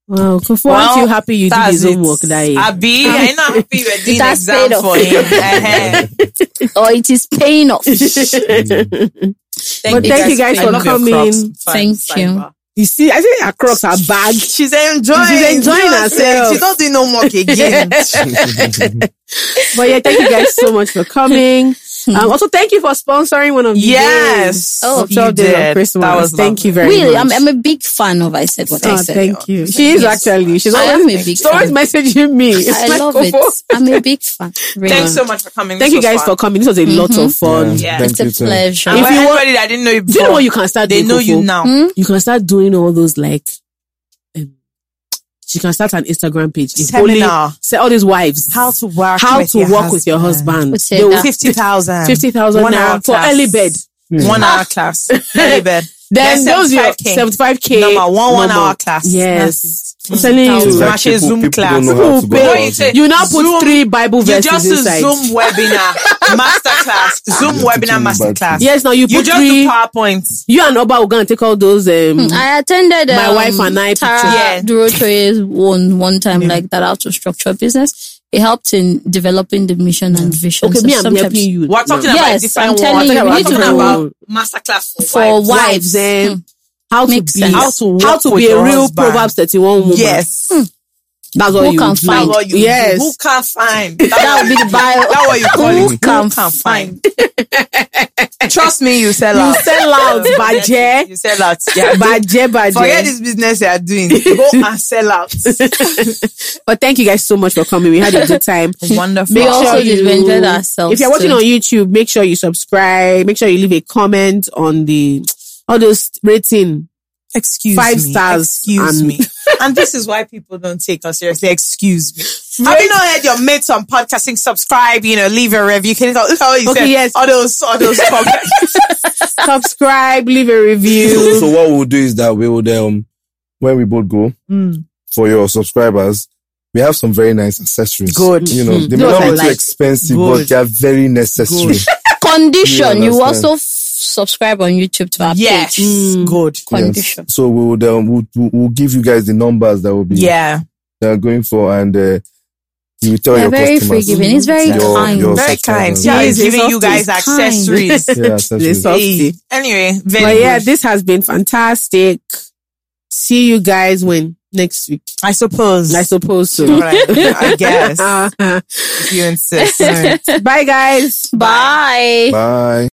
Speaker 6: Wow, Kofo,
Speaker 7: Well,
Speaker 6: aren't you happy you did
Speaker 7: That's
Speaker 6: his own
Speaker 7: it.
Speaker 6: work that year?
Speaker 7: Abi, I know happy you were doing
Speaker 2: That's
Speaker 7: exam
Speaker 2: paid off.
Speaker 7: for him. Eh-heh.
Speaker 2: or Oh, it is paying off
Speaker 7: Thank
Speaker 6: But thank you guys
Speaker 7: I
Speaker 6: for
Speaker 7: love your
Speaker 6: coming.
Speaker 7: Crocs.
Speaker 2: Thank
Speaker 7: Fine,
Speaker 2: you.
Speaker 7: sidebar.
Speaker 6: You see, I think her crocs are bag.
Speaker 7: She's enjoying.
Speaker 6: She's enjoying
Speaker 7: Seriously,
Speaker 6: herself.
Speaker 7: She's not doing no work again.
Speaker 6: But yeah, thank you guys so much for coming. Um, also, thank you for sponsoring one of the days.
Speaker 7: yes.
Speaker 2: Oh,
Speaker 6: of 12 days of
Speaker 7: did.
Speaker 6: Christmas.
Speaker 7: That was
Speaker 6: thank you very
Speaker 2: really
Speaker 6: much.
Speaker 2: I'm, I'm a big fan of I said what
Speaker 6: Oh,
Speaker 2: I said
Speaker 6: thank you. She is
Speaker 2: Yes.
Speaker 6: actually. She's
Speaker 2: I am
Speaker 6: always,
Speaker 2: a big
Speaker 6: she's always
Speaker 2: fan.
Speaker 6: messaging me. It's
Speaker 2: I
Speaker 6: like,
Speaker 2: love
Speaker 6: Kofo.
Speaker 2: it I'm a big fan really.
Speaker 7: Thanks so much for coming.
Speaker 6: Thank
Speaker 7: This
Speaker 6: you
Speaker 7: was
Speaker 6: guys
Speaker 7: fun. Mm-hmm.
Speaker 6: for coming. This was a lot of fun.
Speaker 1: Yeah,
Speaker 7: Yes.
Speaker 1: thank
Speaker 2: it's a
Speaker 1: you, sir.
Speaker 2: pleasure
Speaker 7: And
Speaker 6: If
Speaker 7: for
Speaker 6: you want-
Speaker 7: everybody that didn't know you
Speaker 6: Do you know
Speaker 7: before,
Speaker 6: what you can start
Speaker 7: they
Speaker 6: doing?
Speaker 7: know you
Speaker 6: Kofo?
Speaker 7: now.
Speaker 2: Hmm?
Speaker 6: You can start doing all those like. Um, she can start an Instagram page. If only-
Speaker 7: Seminar.
Speaker 6: say all these wives.
Speaker 7: How to work.
Speaker 6: how
Speaker 7: with
Speaker 6: to
Speaker 7: your
Speaker 6: work with your husband.
Speaker 2: What's
Speaker 6: They
Speaker 2: it
Speaker 6: will
Speaker 2: now?
Speaker 7: Fifty thousand.
Speaker 6: 50,000
Speaker 7: One
Speaker 6: naira
Speaker 7: hour
Speaker 6: for
Speaker 7: class. Hmm.
Speaker 6: early bed.
Speaker 7: One hour class. Early bed.
Speaker 6: Then
Speaker 7: Then
Speaker 6: those
Speaker 7: 75K.
Speaker 6: 75K.
Speaker 7: Number one one
Speaker 6: number.
Speaker 7: hour class.
Speaker 6: Yes.
Speaker 7: That's-
Speaker 6: I'm telling
Speaker 7: Thousand.
Speaker 6: you.
Speaker 7: Exactly. Smash a Zoom class.
Speaker 1: don't know how to
Speaker 6: People
Speaker 1: go
Speaker 6: pay.
Speaker 7: No, you
Speaker 1: about
Speaker 7: say-
Speaker 1: it.
Speaker 6: You now put
Speaker 7: Zoom-
Speaker 6: three Bible
Speaker 7: You
Speaker 6: verses
Speaker 7: just do
Speaker 6: inside.
Speaker 7: Zoom webinar masterclass.
Speaker 1: You're
Speaker 7: Zoom
Speaker 1: teaching
Speaker 7: webinar
Speaker 1: me bad
Speaker 7: masterclass.
Speaker 1: things.
Speaker 6: Yes, now you
Speaker 7: You
Speaker 6: put
Speaker 7: just
Speaker 6: three.
Speaker 7: do PowerPoint.
Speaker 6: you and Oba will go and take all those. Um,
Speaker 2: I attended um,
Speaker 6: My wife and I
Speaker 2: Tara
Speaker 6: picture-
Speaker 7: Yeah.
Speaker 2: Durotoye's one one time like that how to structure business. It helped in developing the mission and vision.
Speaker 6: okay,
Speaker 2: So
Speaker 6: me, I'm
Speaker 2: sometimes-
Speaker 6: helping you.
Speaker 7: We're talking
Speaker 6: now.
Speaker 7: about
Speaker 2: Yes,
Speaker 7: a different
Speaker 2: I'm telling
Speaker 7: one.
Speaker 2: you,
Speaker 7: We're
Speaker 2: we
Speaker 7: talking
Speaker 2: need
Speaker 6: to-
Speaker 7: about masterclass for
Speaker 2: for
Speaker 7: wives.
Speaker 2: wives. Hmm.
Speaker 6: um, how to
Speaker 2: Makes
Speaker 6: be
Speaker 2: sense.
Speaker 6: how
Speaker 7: How
Speaker 6: to,
Speaker 7: to work
Speaker 6: be a
Speaker 7: with your
Speaker 6: real
Speaker 7: husband.
Speaker 6: Proverbs 31 woman.
Speaker 7: Yes.
Speaker 2: Hmm,
Speaker 6: that's all
Speaker 2: Who
Speaker 6: you
Speaker 2: can
Speaker 6: do.
Speaker 2: find-
Speaker 7: That's what you do.
Speaker 6: Yes.
Speaker 7: Who can find?
Speaker 2: That would be the bio.
Speaker 7: That's what you call it.
Speaker 2: Who can find?
Speaker 7: Trust me, you sell out.
Speaker 6: You sell out, Baje.
Speaker 7: You sell out. Yeah,
Speaker 6: Baje, baje.
Speaker 7: Forget this business you are doing. Go and sell out.
Speaker 6: But thank you guys so much for coming. We had a good time.
Speaker 7: Wonderful.
Speaker 2: We also did- we enjoyed ourselves
Speaker 6: If you're watching
Speaker 2: too.
Speaker 6: on YouTube, make sure you subscribe. Make sure you leave a comment on the all those rating.
Speaker 7: excuse
Speaker 6: Five
Speaker 7: me.
Speaker 6: stars
Speaker 7: Excuse
Speaker 6: and-
Speaker 7: me. and this is why people don't take us seriously. Excuse me. Have you not heard your mates on podcasting subscribe? You know, leave a review. Can you go? Look how you
Speaker 6: Okay,
Speaker 7: said
Speaker 6: yes.
Speaker 7: all those, all those comments.
Speaker 6: subscribe, leave a
Speaker 1: So,
Speaker 6: review.
Speaker 1: so what we'll do is that we would um when we both go for your subscribers, we have some very nice accessories.
Speaker 6: Good.
Speaker 1: You know, they may
Speaker 6: Those
Speaker 1: not
Speaker 6: I
Speaker 1: be too
Speaker 6: like.
Speaker 1: expensive,
Speaker 6: Good.
Speaker 1: but they are very necessary.
Speaker 2: Condition.
Speaker 1: You
Speaker 2: You,
Speaker 1: understand.
Speaker 2: also f- subscribe on YouTube to our
Speaker 7: yes.
Speaker 2: page.
Speaker 7: Good.
Speaker 2: Condition.
Speaker 1: So we would um, we'll, we'll- we'll give you guys the numbers that will be
Speaker 7: Yeah.
Speaker 1: that are going for and uh, you will tell
Speaker 2: They're
Speaker 1: your
Speaker 2: very
Speaker 1: customers.
Speaker 2: forgiving. It's very
Speaker 1: Your-
Speaker 2: kind.
Speaker 1: your-
Speaker 7: Very kind.
Speaker 1: subscribers.
Speaker 7: See how
Speaker 6: Yeah,
Speaker 7: he's
Speaker 6: it's
Speaker 7: giving you
Speaker 6: softy.
Speaker 7: guys accessories.
Speaker 1: Yeah,
Speaker 6: They're
Speaker 1: accessories.
Speaker 6: softy.
Speaker 7: Hey. Anyway, very
Speaker 6: But yeah,
Speaker 7: good.
Speaker 6: this has been fantastic. See you guys when next week.
Speaker 7: I suppose.
Speaker 6: I suppose so.
Speaker 7: All right. I guess.
Speaker 6: Uh-huh.
Speaker 7: if you insist.
Speaker 6: Bye guys.
Speaker 2: Bye.
Speaker 1: Bye.